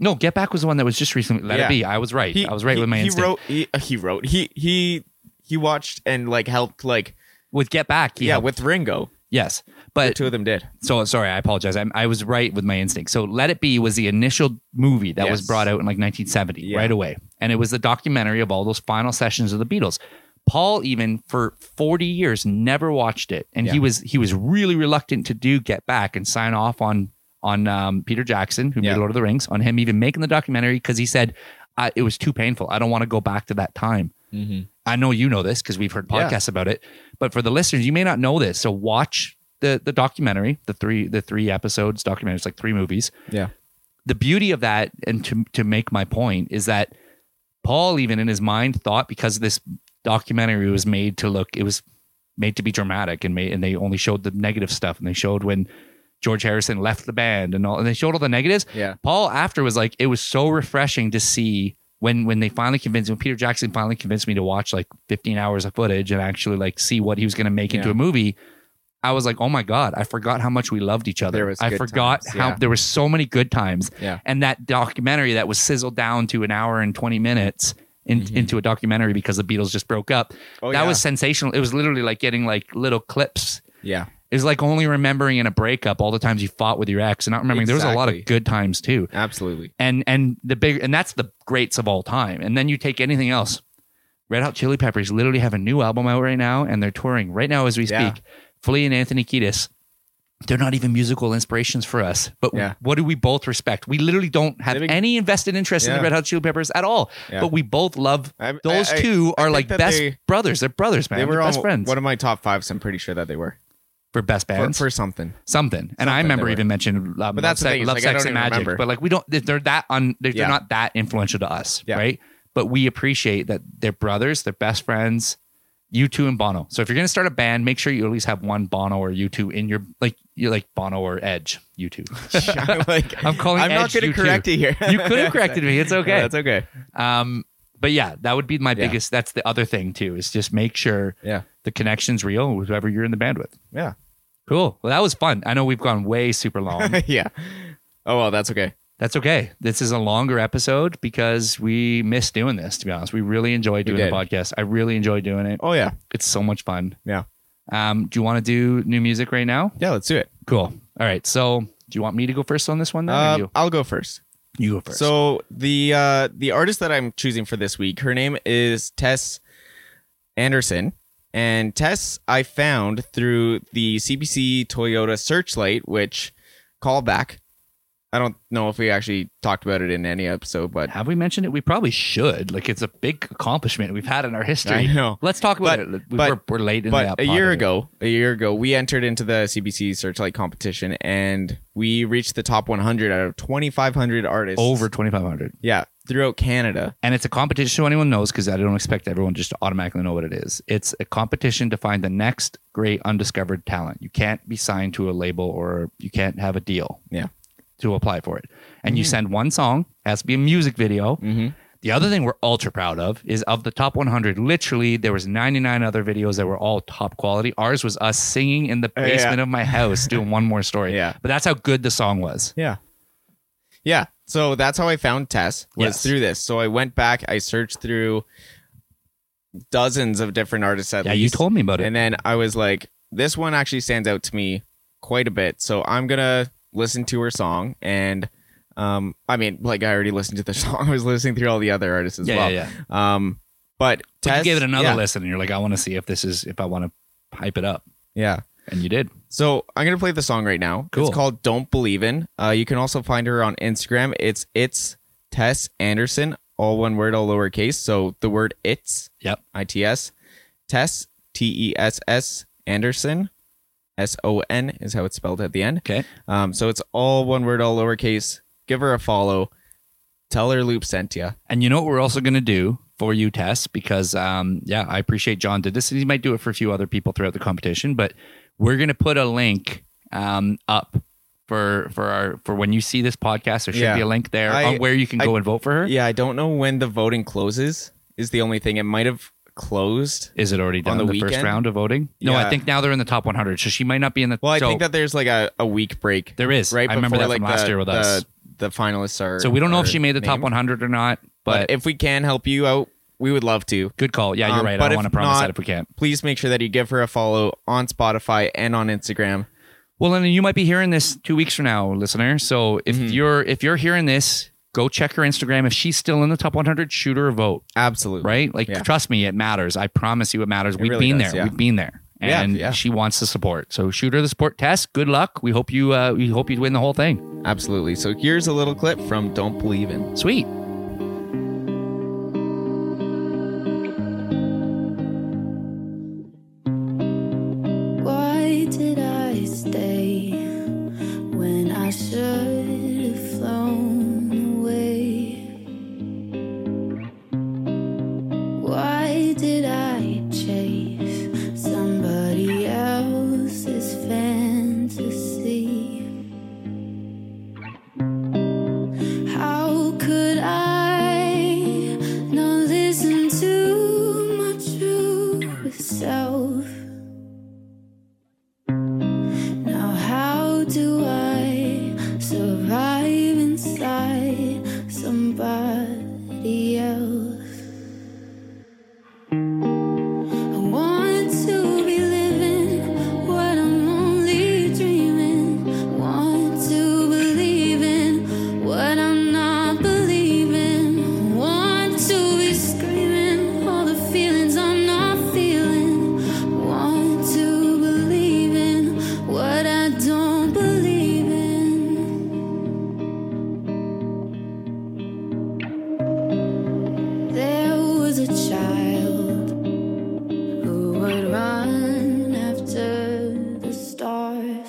A: No, Get Back was the one that was just recently. Let
B: Yeah.
A: It Be. I was right.
B: He-
A: I was right
B: he,
A: with my
B: he
A: instinct.
B: wrote he, uh, he wrote he he he watched and like helped like
A: with Get Back,
B: yeah,
A: yeah,
B: with Ringo.
A: yes,
B: The
A: but
B: two of them did.
A: So sorry, I apologize. I, I was right with my instinct. So Let It Be was the initial movie that was
B: Yes.
A: brought out in like 1970,
B: Yeah.
A: right away, and it was the documentary of all those final sessions of the Beatles. Paul even for 40 years never watched it, and he
B: Yeah.
A: was he was really reluctant to do Get Back and sign off on on um, Peter Jackson, who
B: Yeah.
A: made Lord of the Rings, on him even making the documentary because he said I, it was too painful. I don't want to go back to that time. I know you know this because we've heard
B: Yeah.
A: podcasts about it, but for the listeners, you may not know this. So watch the the documentary, the three the three episodes documentary. It's like three movies.
B: Yeah.
A: The beauty of that, and to to make my point, is that Paul even in his mind thought because this documentary was made to look, it was made to be dramatic, and made and they only showed the negative stuff, and they showed when George Harrison left the band, and all, and they showed all the negatives.
B: Yeah.
A: Paul after was like, it was so refreshing to see when when they finally convinced when Peter Jackson finally convinced me to watch like 15 hours of footage and actually like see what he was going to make into
B: Yeah.
A: a movie. I was like, oh my god, I forgot how much we loved each other.
B: There was
A: I
B: good
A: forgot
B: times,
A: how
B: yeah.
A: there were so many good times.
B: Yeah.
A: And that documentary that was sizzled down to an hour and 20 minutes. In,
B: Mhm.
A: Into a documentary because the Beatles just broke up.
B: Oh
A: that
B: yeah.
A: was sensational. It was literally like getting like little clips
B: yeah.
A: it was like only remembering in a breakup all the times you fought with your ex and not remembering there was a lot
B: Exactly.
A: of good times too.
B: Absolutely.
A: And and the big and that's the greats of all time. And then you take anything else. Red Hot Chili Peppers literally have a new album out right now and they're touring right now as we
B: Yeah.
A: speak. Flea and Anthony Kiedis. They're not even musical inspirations for us, but
B: Yeah.
A: what do we both respect? We literally don't have
B: They make-
A: any invested interest in
B: Yeah.
A: the Red Hot Chili Peppers at all,
B: Yeah.
A: but we both love
B: I- I-
A: those
B: I-
A: two
B: I
A: are
B: think
A: like
B: that
A: best
B: they-
A: brothers. They're brothers, man.
B: They were
A: are best
B: on
A: friends
B: one of my top fives. I'm pretty sure that they were
A: for best
B: for,
A: bands.
B: for something.
A: something. And I
B: Something
A: remember
B: they were.
A: even mentioned uh, love,
B: that's the
A: sex,
B: thing, is,
A: love
B: like, I
A: sex,
B: don't
A: and
B: even
A: magic.
B: remember.
A: But like we don't, they're that un, they're,
B: Yeah.
A: they're not that influential to us,
B: Yeah.
A: right? But we appreciate that they're brothers, they're best friends. You two and Bono. So if you're gonna start a band, make sure you at least have one Bono or you two in your like you like Bono or Edge. You two.
B: like,
A: I'm calling
B: I'm not
A: Edge
B: gonna
A: U two.
B: correct you here.
A: You could have corrected me. It's okay.
B: That's okay.
A: Um, but yeah, that would be my
B: Yeah.
A: biggest. That's the other thing too is just make sure
B: Yeah.
A: the connection's real with whoever you're in the band with.
B: Yeah.
A: Cool. Well, that was fun. I know we've gone way super long.
B: yeah. Oh well, that's okay.
A: That's okay. This is a longer episode because we miss doing this, to be honest. We really enjoy doing the
B: did.
A: podcast. I really enjoy doing it.
B: Oh yeah.
A: It's so much fun.
B: Yeah.
A: Um, do you want to do new music right now?
B: Yeah. Let's do it.
A: Cool. All right. So do you want me to go first on this one then? or
B: Uh,
A: you?
B: I'll go first.
A: you go first.
B: So the uh, the artist that I'm choosing for this week, her name is Tess Anderson, and Tess I found through the CBC Toyota Searchlight, which callback. I don't know if we actually talked about it in any episode, but
A: have we mentioned it? We probably should. Like it's a big accomplishment we've had in our history.
B: I know.
A: Let's talk about
B: But-
A: it. We,
B: but-
A: we're, we're late in
B: But
A: that.
B: a
A: part
B: year
A: of it.
B: ago, a year ago, we entered into the CBC Searchlight competition, and we reached the top 100 out of 2,500 artists
A: Over 2,500.
B: yeah throughout Canada.
A: And it's a competition so anyone knows because I don't expect everyone just to automatically know what it is. It's a competition to find the next great undiscovered talent. You can't be signed to a label or you can't have a deal.
B: Yeah.
A: To apply for it. And you send one song, has to be a music video.
B: Mm-hmm.
A: The other thing we're ultra proud of is of the top 100, literally there was 99 other videos that were all top quality. Ours was us singing in the
B: Yeah.
A: basement of my house doing one more story.
B: Yeah.
A: But that's how good the song was.
B: Yeah. Yeah. So that's how I found Tess was
A: Yes.
B: through this. So I went back, I searched through dozens of different artists at
A: Yeah, you
B: least.
A: told me about it.
B: and then I was like, this one actually stands out to me quite a bit. So I'm gonna listen to her song and um I mean, like I already listened to the song. I was listening through all the other artists as
A: yeah,
B: well.
A: yeah, yeah.
B: Um but
A: But
B: Tess
A: you gave it another
B: yeah,
A: listen and you're like, I want to see if this is if I want to hype it up.
B: Yeah.
A: And you did.
B: So I'm gonna play the song right now.
A: Cool.
B: It's called "Don't Believe In." Uh, you can also find her on Instagram. It's it's Tess Anderson, all one word, all lowercase. So the word it's
A: Yep.
B: I T S Tess T E S S Anderson S O N is how it's spelled at the end.
A: Okay.
B: Um, so it's all one word, all lowercase. Give her a follow. Tell her Loop sent ya.
A: And you know what we're also going to do for you, Tess, because um, yeah, I appreciate John did this, and he might do it for a few other people throughout the competition. But we're going to put a link um, up for for our for when you see this podcast. There should
B: Yeah.
A: be a link there
B: I-
A: on where you can
B: I-
A: go and vote for her.
B: Yeah, I don't know when the voting closes. Is the only thing it might have closed.
A: Is it already done
B: the
A: the, first
B: weekend?
A: round of voting? No, I
B: Yeah.
A: think now they're in the top 100, so she might not be in the.
B: Well, I
A: so
B: think that there's like a, a week break,
A: there is.
B: right?
A: I remember that
B: before,
A: from
B: like,
A: last
B: the,
A: year with
B: the,
A: us.
B: The finalists are.
A: So we don't know if
B: are
A: she made the top
B: named.
A: 100 or not, but,
B: But if we can help you out, we would love to.
A: good call. Yeah, you're
B: Um,
A: right.
B: but
A: I
B: if
A: don't want to promise
B: not-
A: that if we can't.
B: Please make sure that you give her a follow on Spotify and on Instagram.
A: Well, and you might be hearing this two weeks from now, listener. So if
B: Mm-hmm.
A: you're if you're hearing this, go check her Instagram. If she's still in the top 100, shoot her a vote.
B: Absolutely.
A: Right? Like,
B: Yeah.
A: trust me, it matters. I promise you, it matters. We've
B: really
A: been
B: does,
A: there.
B: yeah.
A: We've been there,
B: Yeah,
A: and
B: yeah.
A: she wants the support. So shoot her the support test. Good luck. We hope you uh, we hope you win the whole thing.
B: Absolutely. So here's a little clip from Don't Believe in.
A: Sweet.
C: Why did I stay when I should have flown away? Why did I chase somebody else's fantasy? How could I not listen to my true self? Now, how do I survive inside somebody else? I want to be living what I'm only dreaming. Want to believe in what I'm not believing. Want to be screaming all the feelings I'm not feeling. Want to believe in what I don't believe in. There was a child who would run after the stars.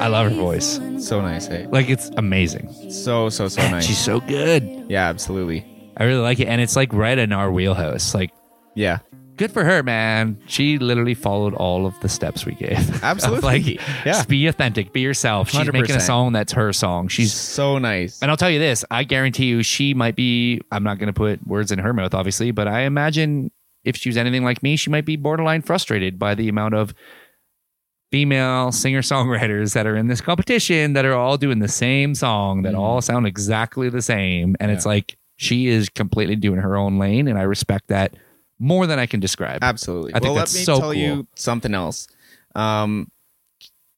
A: I love her voice.
B: So nice, hey?
A: Like it's amazing.
B: So, so, so nice.
A: She's so good.
B: yeah, absolutely.
A: I really like it, and it's like right in our wheelhouse. Like
B: Yeah.
A: good for her, man. She literally followed all of the steps we gave.
B: Absolutely.
A: like,
B: Yeah.
A: just be authentic, be yourself. She's making a
B: 100%.
A: song that's her song.
B: She's
A: She's,
B: so nice.
A: and I'll tell you this, I guarantee you, she might be, I'm not going to put words in her mouth, obviously, but I imagine if she was anything like me, she might be borderline frustrated by the amount of female singer songwriters that are in this competition that are all doing the same song that
B: Mhm.
A: all sound exactly the same. And it's
B: Yeah.
A: like, she is completely doing her own lane. And I respect that more than I can describe.
B: Absolutely.
A: I think
B: well,
A: that's
B: let me
A: so
B: tell
A: cool.
B: you something else. Um,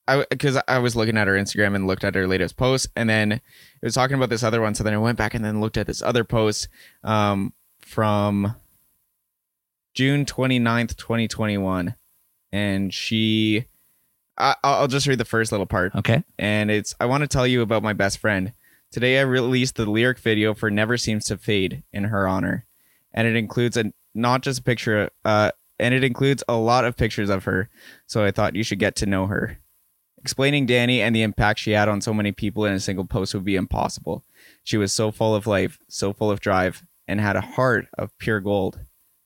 B: I because I was looking at her Instagram and looked at her latest post, and then it was talking about this other one. So then I went back and then looked at this other post um, from June 29th, 2021. And she, I, I'll I'll just read the first little part
A: Okay.
B: and it's I want to tell you about my best friend. Today I released the lyric video for Never Seems to Fade in her honor, and it includes a not just a picture uh and it includes a lot of pictures of her. So I thought you should get to know her. Explaining Danny and the impact she had on so many people in a single post would be impossible. She was so full of life, so full of drive, and had a heart of pure gold.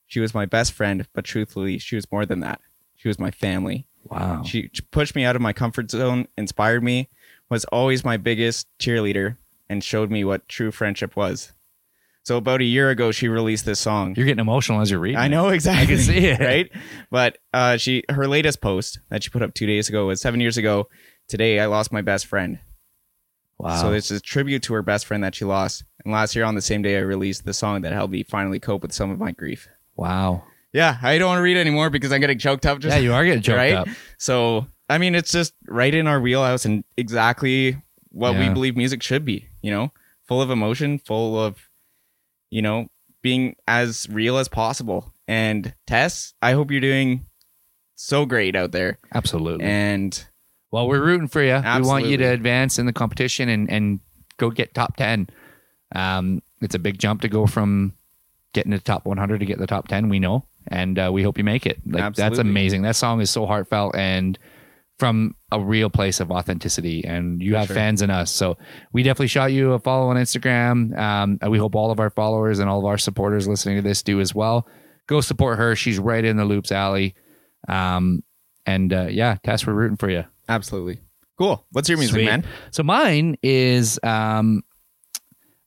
B: She was my best friend, but truthfully, she was more than that. She was my family.
A: Wow.
B: She she pushed me out of my comfort zone, inspired me, was always my biggest cheerleader, and showed me what true friendship was. So about a year ago, she released this song.
A: You're getting emotional as you're reading.
B: I know exactly.
A: I can see it.
B: right? But uh, she her latest post that she put up two days ago was seven years ago. Today, I lost my best friend.
A: Wow.
B: So this is a tribute to her best friend that she lost. And last year, on the same day, I released the song that helped me finally cope with some of my grief.
A: wow.
B: Yeah, I don't want to read anymore because I'm getting choked up. Just
A: yeah, you are getting choked
B: right?
A: up.
B: So I mean, it's just right in our wheelhouse and exactly what
A: Yeah.
B: we believe music should be. You know, full of emotion, full of you know being as real as possible. And Tess, I hope you're doing so great out there.
A: Absolutely.
B: And
A: well, we're rooting for you. We want you
B: Absolutely.
A: to advance in the competition and and go get top ten. Um, it's a big jump to go from getting to top 100 to get the top 10. We know, and uh, we hope you make it. Like that's
B: Absolutely.
A: amazing. That song is so heartfelt and from a real place of authenticity. And you
B: For
A: have
B: sure.
A: fans in us, so we definitely shot you a follow on Instagram. Um, and we hope all of our followers and all of our supporters listening to this do as well. Go support her. She's right in the loops alley. Um, And uh, yeah, Tess, we're rooting for you.
B: Absolutely. Cool. What's your music,
A: Sweet.
B: man?
A: So mine is um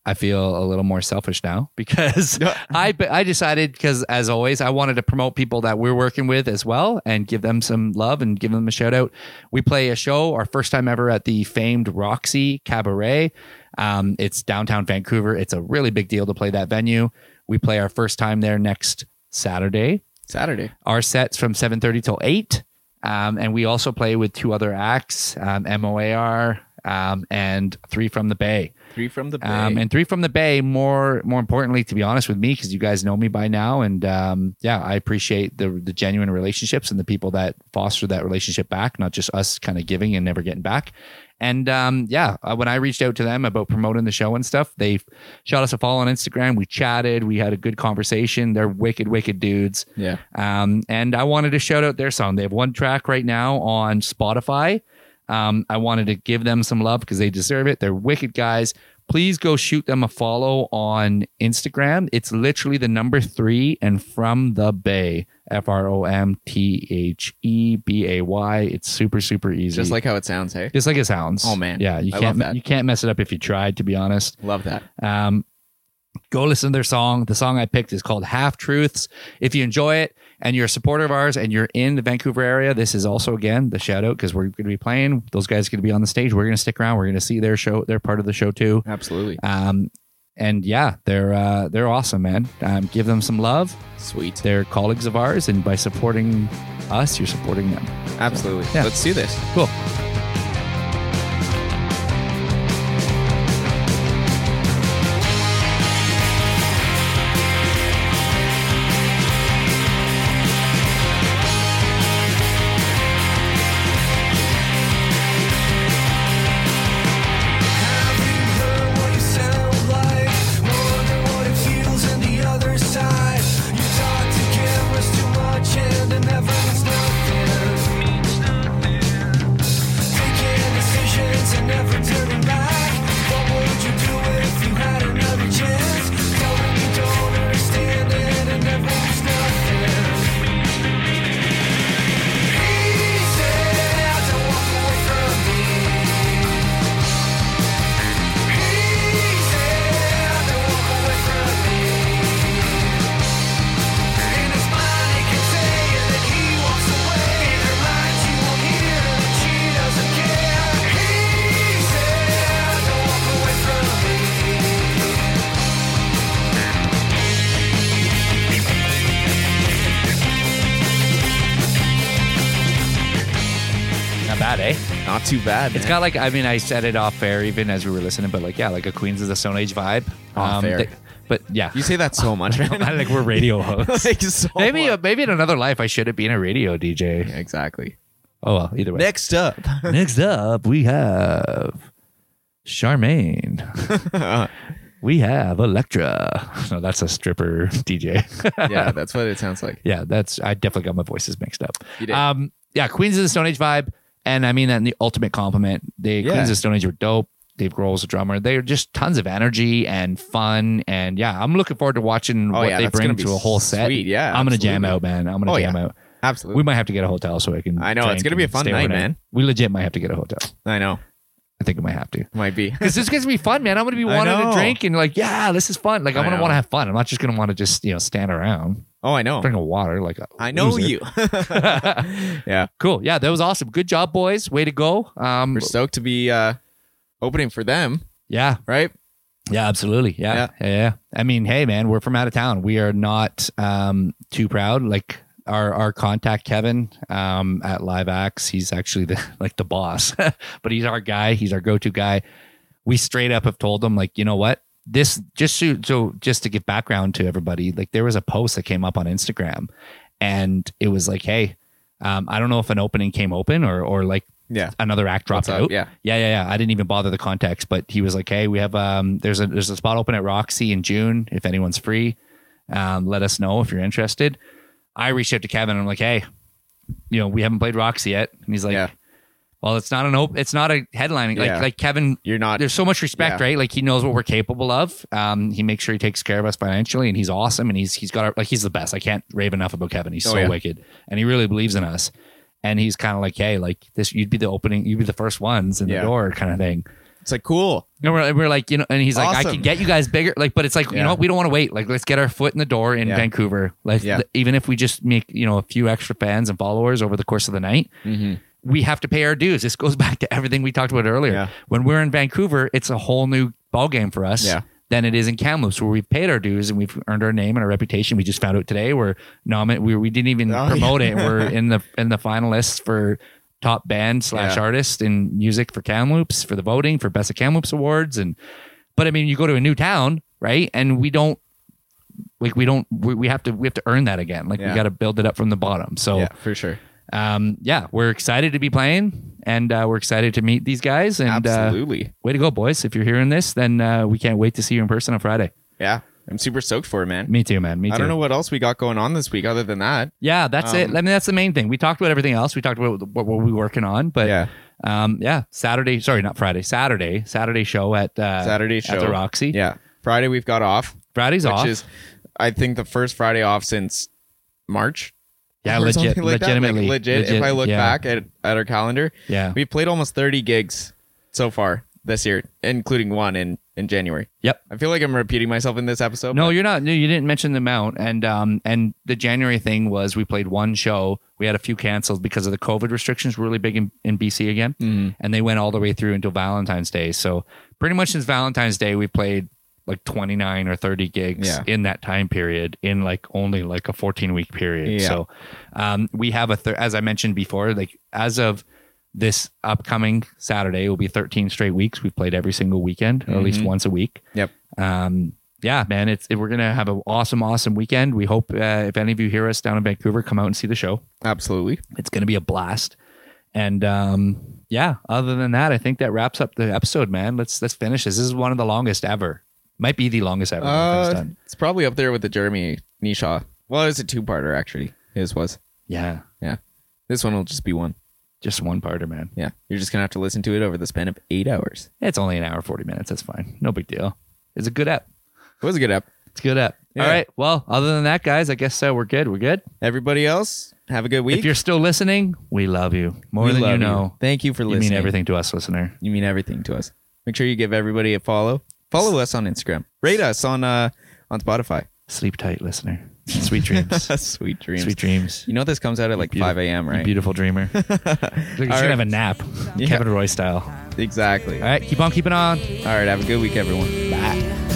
A: I feel a little more selfish now because I I decided because as always I wanted to promote people that we're working with as well and give them some love and give them a shout out. We play a show our first time ever at the famed Roxy Cabaret. Um, it's downtown Vancouver. It's a really big deal to play that venue. We play our first time there next Saturday
B: Saturday.
A: our sets from 7.30 till 8 um, and we also play with two other acts um, moar um, and three from the bay
B: Three from the Bay.
A: um, and three from the bay more more importantly to be honest with me because you guys know me by now and um, yeah i appreciate the the genuine relationships and the people that foster that relationship back not just us kind of giving and never getting back and um, yeah uh, when i reached out to them about promoting the show and stuff they shot us a follow on instagram we chatted we had a good conversation they're wicked wicked dudes
B: yeah.
A: um, and I wanted to shout out their song. They have one track right now on Spotify. Um, I wanted to give them some love because they deserve it. They're wicked guys. Please go shoot them a follow on Instagram. It's literally the number three and from the Bay. F R O M T H E B A Y. It's super super easy.
B: Just like how it sounds, hey?
A: just like it sounds.
B: Oh, man.
A: yeah, you
B: I
A: can't
B: love that.
A: you can't mess it up if you tried. To be honest,
B: Love that.
A: um, go listen to their song. The song I picked is called Half Truths. If you enjoy it and you're a supporter of ours and you're in the Vancouver area, this is also again the shout out because we're going to be playing. Those guys are going to be on the stage. We're going to stick around. We're going to see their show. They're part of the show too.
B: Absolutely.
A: Um, and yeah, they're uh, they're awesome, man. Um, give them some love.
B: Sweet.
A: They're colleagues of ours, and by supporting us, you're supporting them.
B: Absolutely.
A: Yeah.
B: Let's do this.
A: Cool. Not bad, eh?
B: Not too bad.
A: It's
B: man.
A: got like I mean I said it off air even as we were listening, but like yeah, like a Queens of the Stone Age vibe. Um,
B: Off air.
A: but yeah,
B: You say that so much, man.
A: I like we're
B: Oh,
A: radio hosts.
B: Like, so
A: maybe uh,
B: much.
A: maybe in another life I should have been a radio DJ.
B: Yeah, exactly.
A: Oh well, either way.
B: Next up.
A: Next up we have Charmaine. we have Electra. No, that's a stripper DJ.
B: yeah, that's what it sounds like.
A: yeah, that's I definitely got my voices mixed up.
B: You did.
A: Um, yeah, Queens of the Stone Age vibe, and I mean that in the ultimate compliment. They
B: Yeah.
A: Queens of the Stone Age were dope. Dave Grohl's a drummer. They're just tons of energy and fun, and yeah, I'm looking forward to watching
B: Oh,
A: what
B: yeah,
A: they
B: that's gonna
A: bring
B: be
A: to a whole set.
B: sweet. Yeah,
A: I'm gonna jam
B: absolutely.
A: out, man. I'm gonna
B: Oh,
A: jam
B: yeah.
A: out.
B: Absolutely.
A: We might have to get a hotel so I can.
B: I know, it's
A: drink
B: gonna be a
A: and
B: fun
A: stay
B: night,
A: overnight.
B: man.
A: We legit might have to get a hotel.
B: I know.
A: I think we might have to.
B: Might be.
A: Because this is gonna be fun, man. I'm gonna be
B: I
A: wanting
B: know.
A: to drink and like, yeah, this is fun. Like, I'm
B: I
A: gonna
B: know.
A: want to have fun. I'm not just gonna want to just you know stand around,
B: Oh, I know.
A: drink a water. Like, a
B: I know
A: loser.
B: you. yeah.
A: Cool. Yeah, that was awesome. Good job, boys. Way to go. Um,
B: We're stoked to be uh opening for them,
A: yeah,
B: right?
A: yeah, absolutely. Yeah, yeah, yeah. I mean, hey, man, we're from out of town. We are not um, too proud. Like our our contact Kevin um, at Live Axe, he's actually the like the boss, but he's our guy. He's our go to guy. We straight up have told him, like, you know what? This just so, so just to give background to everybody, like there was a post that came up on Instagram, and it was like, hey, um, I don't know if an opening came open or or like
B: Yeah.
A: another act dropped
B: What's up?
A: out.
B: Yeah.
A: yeah, yeah, yeah. I didn't even bother the context, but he was like, "Hey, we have um, there's a there's a spot open at Roxy in June. If anyone's free, um, let us know if you're interested." I reached out to Kevin. and I'm like, "Hey, you know, we haven't played Roxy yet," and he's like,
B: Yeah.
A: "Well, it's not an op- it's not a headlining
B: Yeah.
A: like like Kevin
B: You're not
A: there's so much respect,
B: Yeah.
A: right? Like he knows what we're capable of. Um, he makes sure he takes care of us financially, and he's awesome, and he's he's got our, like he's the best. I can't rave enough about Kevin. He's
B: Oh,
A: so
B: yeah.
A: wicked, and he really believes in us. And he's kind of like, hey, like this, you'd be the opening, you'd be the first ones in
B: Yeah.
A: the door, kind of thing.
B: It's like cool.
A: And we're, we're like, you know, and he's like, I
B: Awesome.
A: can get you guys bigger. Like, but it's like, you
B: Yeah.
A: know what? We don't want to wait. Like, let's get our foot in the door in
B: Yeah.
A: Vancouver. Like,
B: Yeah.
A: th- even if we just make, you know, a few extra fans and followers over the course of the night, we have to pay our dues. This goes back to everything we talked about earlier.
B: Yeah.
A: When we're in Vancouver, it's a whole new ballgame for us
B: Yeah.
A: than it is in Kamloops, where we've paid our dues and we've earned our name and our reputation. We just found out today we're nominated. We, we didn't even
B: Oh, yeah.
A: promote it. We're in the in the finalists for top band slash
B: Yeah.
A: artist in music for Kamloops for the voting for best of Kamloops awards. And but I mean, you go to a new town, right? And we don't like we don't we, we have to we have to earn that again. Like
B: Yeah.
A: we got to build it up from the bottom. So
B: Yeah, for sure.
A: um, yeah, we're excited to be playing, and uh, we're excited to meet these guys. And uh,
B: Absolutely.
A: way to go, boys! If you're hearing this, then uh, we can't wait to see you in person on Friday.
B: Yeah. I'm super stoked for it, man.
A: Me too, man. Me too.
B: I don't know what else we got going on this week other than that.
A: Yeah, that's it. I mean,
B: Um,
A: that's the main thing. We talked about everything else. We talked about what, what we're working on, but
B: Yeah.
A: um, yeah, Saturday. Sorry, not Friday. Saturday. Saturday show at uh,
B: Saturday
A: at
B: show.
A: the Roxy.
B: Yeah. Friday we've got off,
A: Friday's
B: which
A: off.
B: is I think the first Friday off since March.
A: yeah,
B: or
A: legit,
B: something like that. Like,
A: legitimately,
B: legit. If I look
A: yeah.
B: back at, at our calendar,
A: yeah,
B: we've played almost 30 gigs so far this year, including one in, in January.
A: yep.
B: I feel like I'm repeating myself in this episode.
A: No,
B: but
A: you're not. No, you didn't mention the amount. And um, and the January thing was we played one show. We had a few canceled because of the COVID restrictions. were Really big in, in BC again, and they went all the way through until Valentine's Day. So pretty much since Valentine's Day, we played like 29 or 30 gigs
B: Yeah.
A: in that time period in like only like a 14 week period.
B: Yeah.
A: So um, we have a thir- as I mentioned before, like as of this upcoming Saturday will be 13 straight weeks. We've played every single weekend, or at least
B: Mhm.
A: once a week
B: Yep.
A: um, yeah, man, it's we're gonna have an awesome, awesome weekend. We hope uh, if any of you hear us down in Vancouver, come out and see the show.
B: Absolutely.
A: It's gonna be a blast. And um, yeah, other than that, I think that wraps up the episode, man. Let's let's finish this. This is one of the longest ever. Might be the longest ever.
B: Uh,
A: we've done.
B: it's probably up there with the Jeremy Nisha. Well, it was a two parter, actually. His was.
A: Yeah,
B: Yeah. This one will just be one.
A: just one parter, man.
B: Yeah. You're just going to have to listen to it over the span of eight hours.
A: It's only an hour forty minutes. That's fine. No big deal. It's a good app.
B: It was a good app.
A: It's a good app.
B: Yeah.
A: All right. Well, other than that, guys, I guess uh, we're good. We're good.
B: Everybody else, have a good week.
A: If you're still listening, we love you more
B: We
A: than
B: love
A: you know.
B: Thank you for
A: You,
B: listening.
A: mean everything to us, listener.
B: You mean everything to us. Make sure you give everybody a follow. Follow us on Instagram. Rate us on uh on Spotify.
A: Sleep tight, listener. Sweet dreams.
B: Sweet dreams.
A: Sweet dreams.
B: You know this comes out at like
A: Beautiful-
B: 5 a.m.
A: You
B: right?
A: beautiful dreamer. Look, He's going
B: right.
A: to have a nap,
B: Yeah.
A: Kevin Roy style.
B: Exactly.
A: All right, keep on keeping on.
B: All right. Have a good week, everyone.
A: Bye.
C: I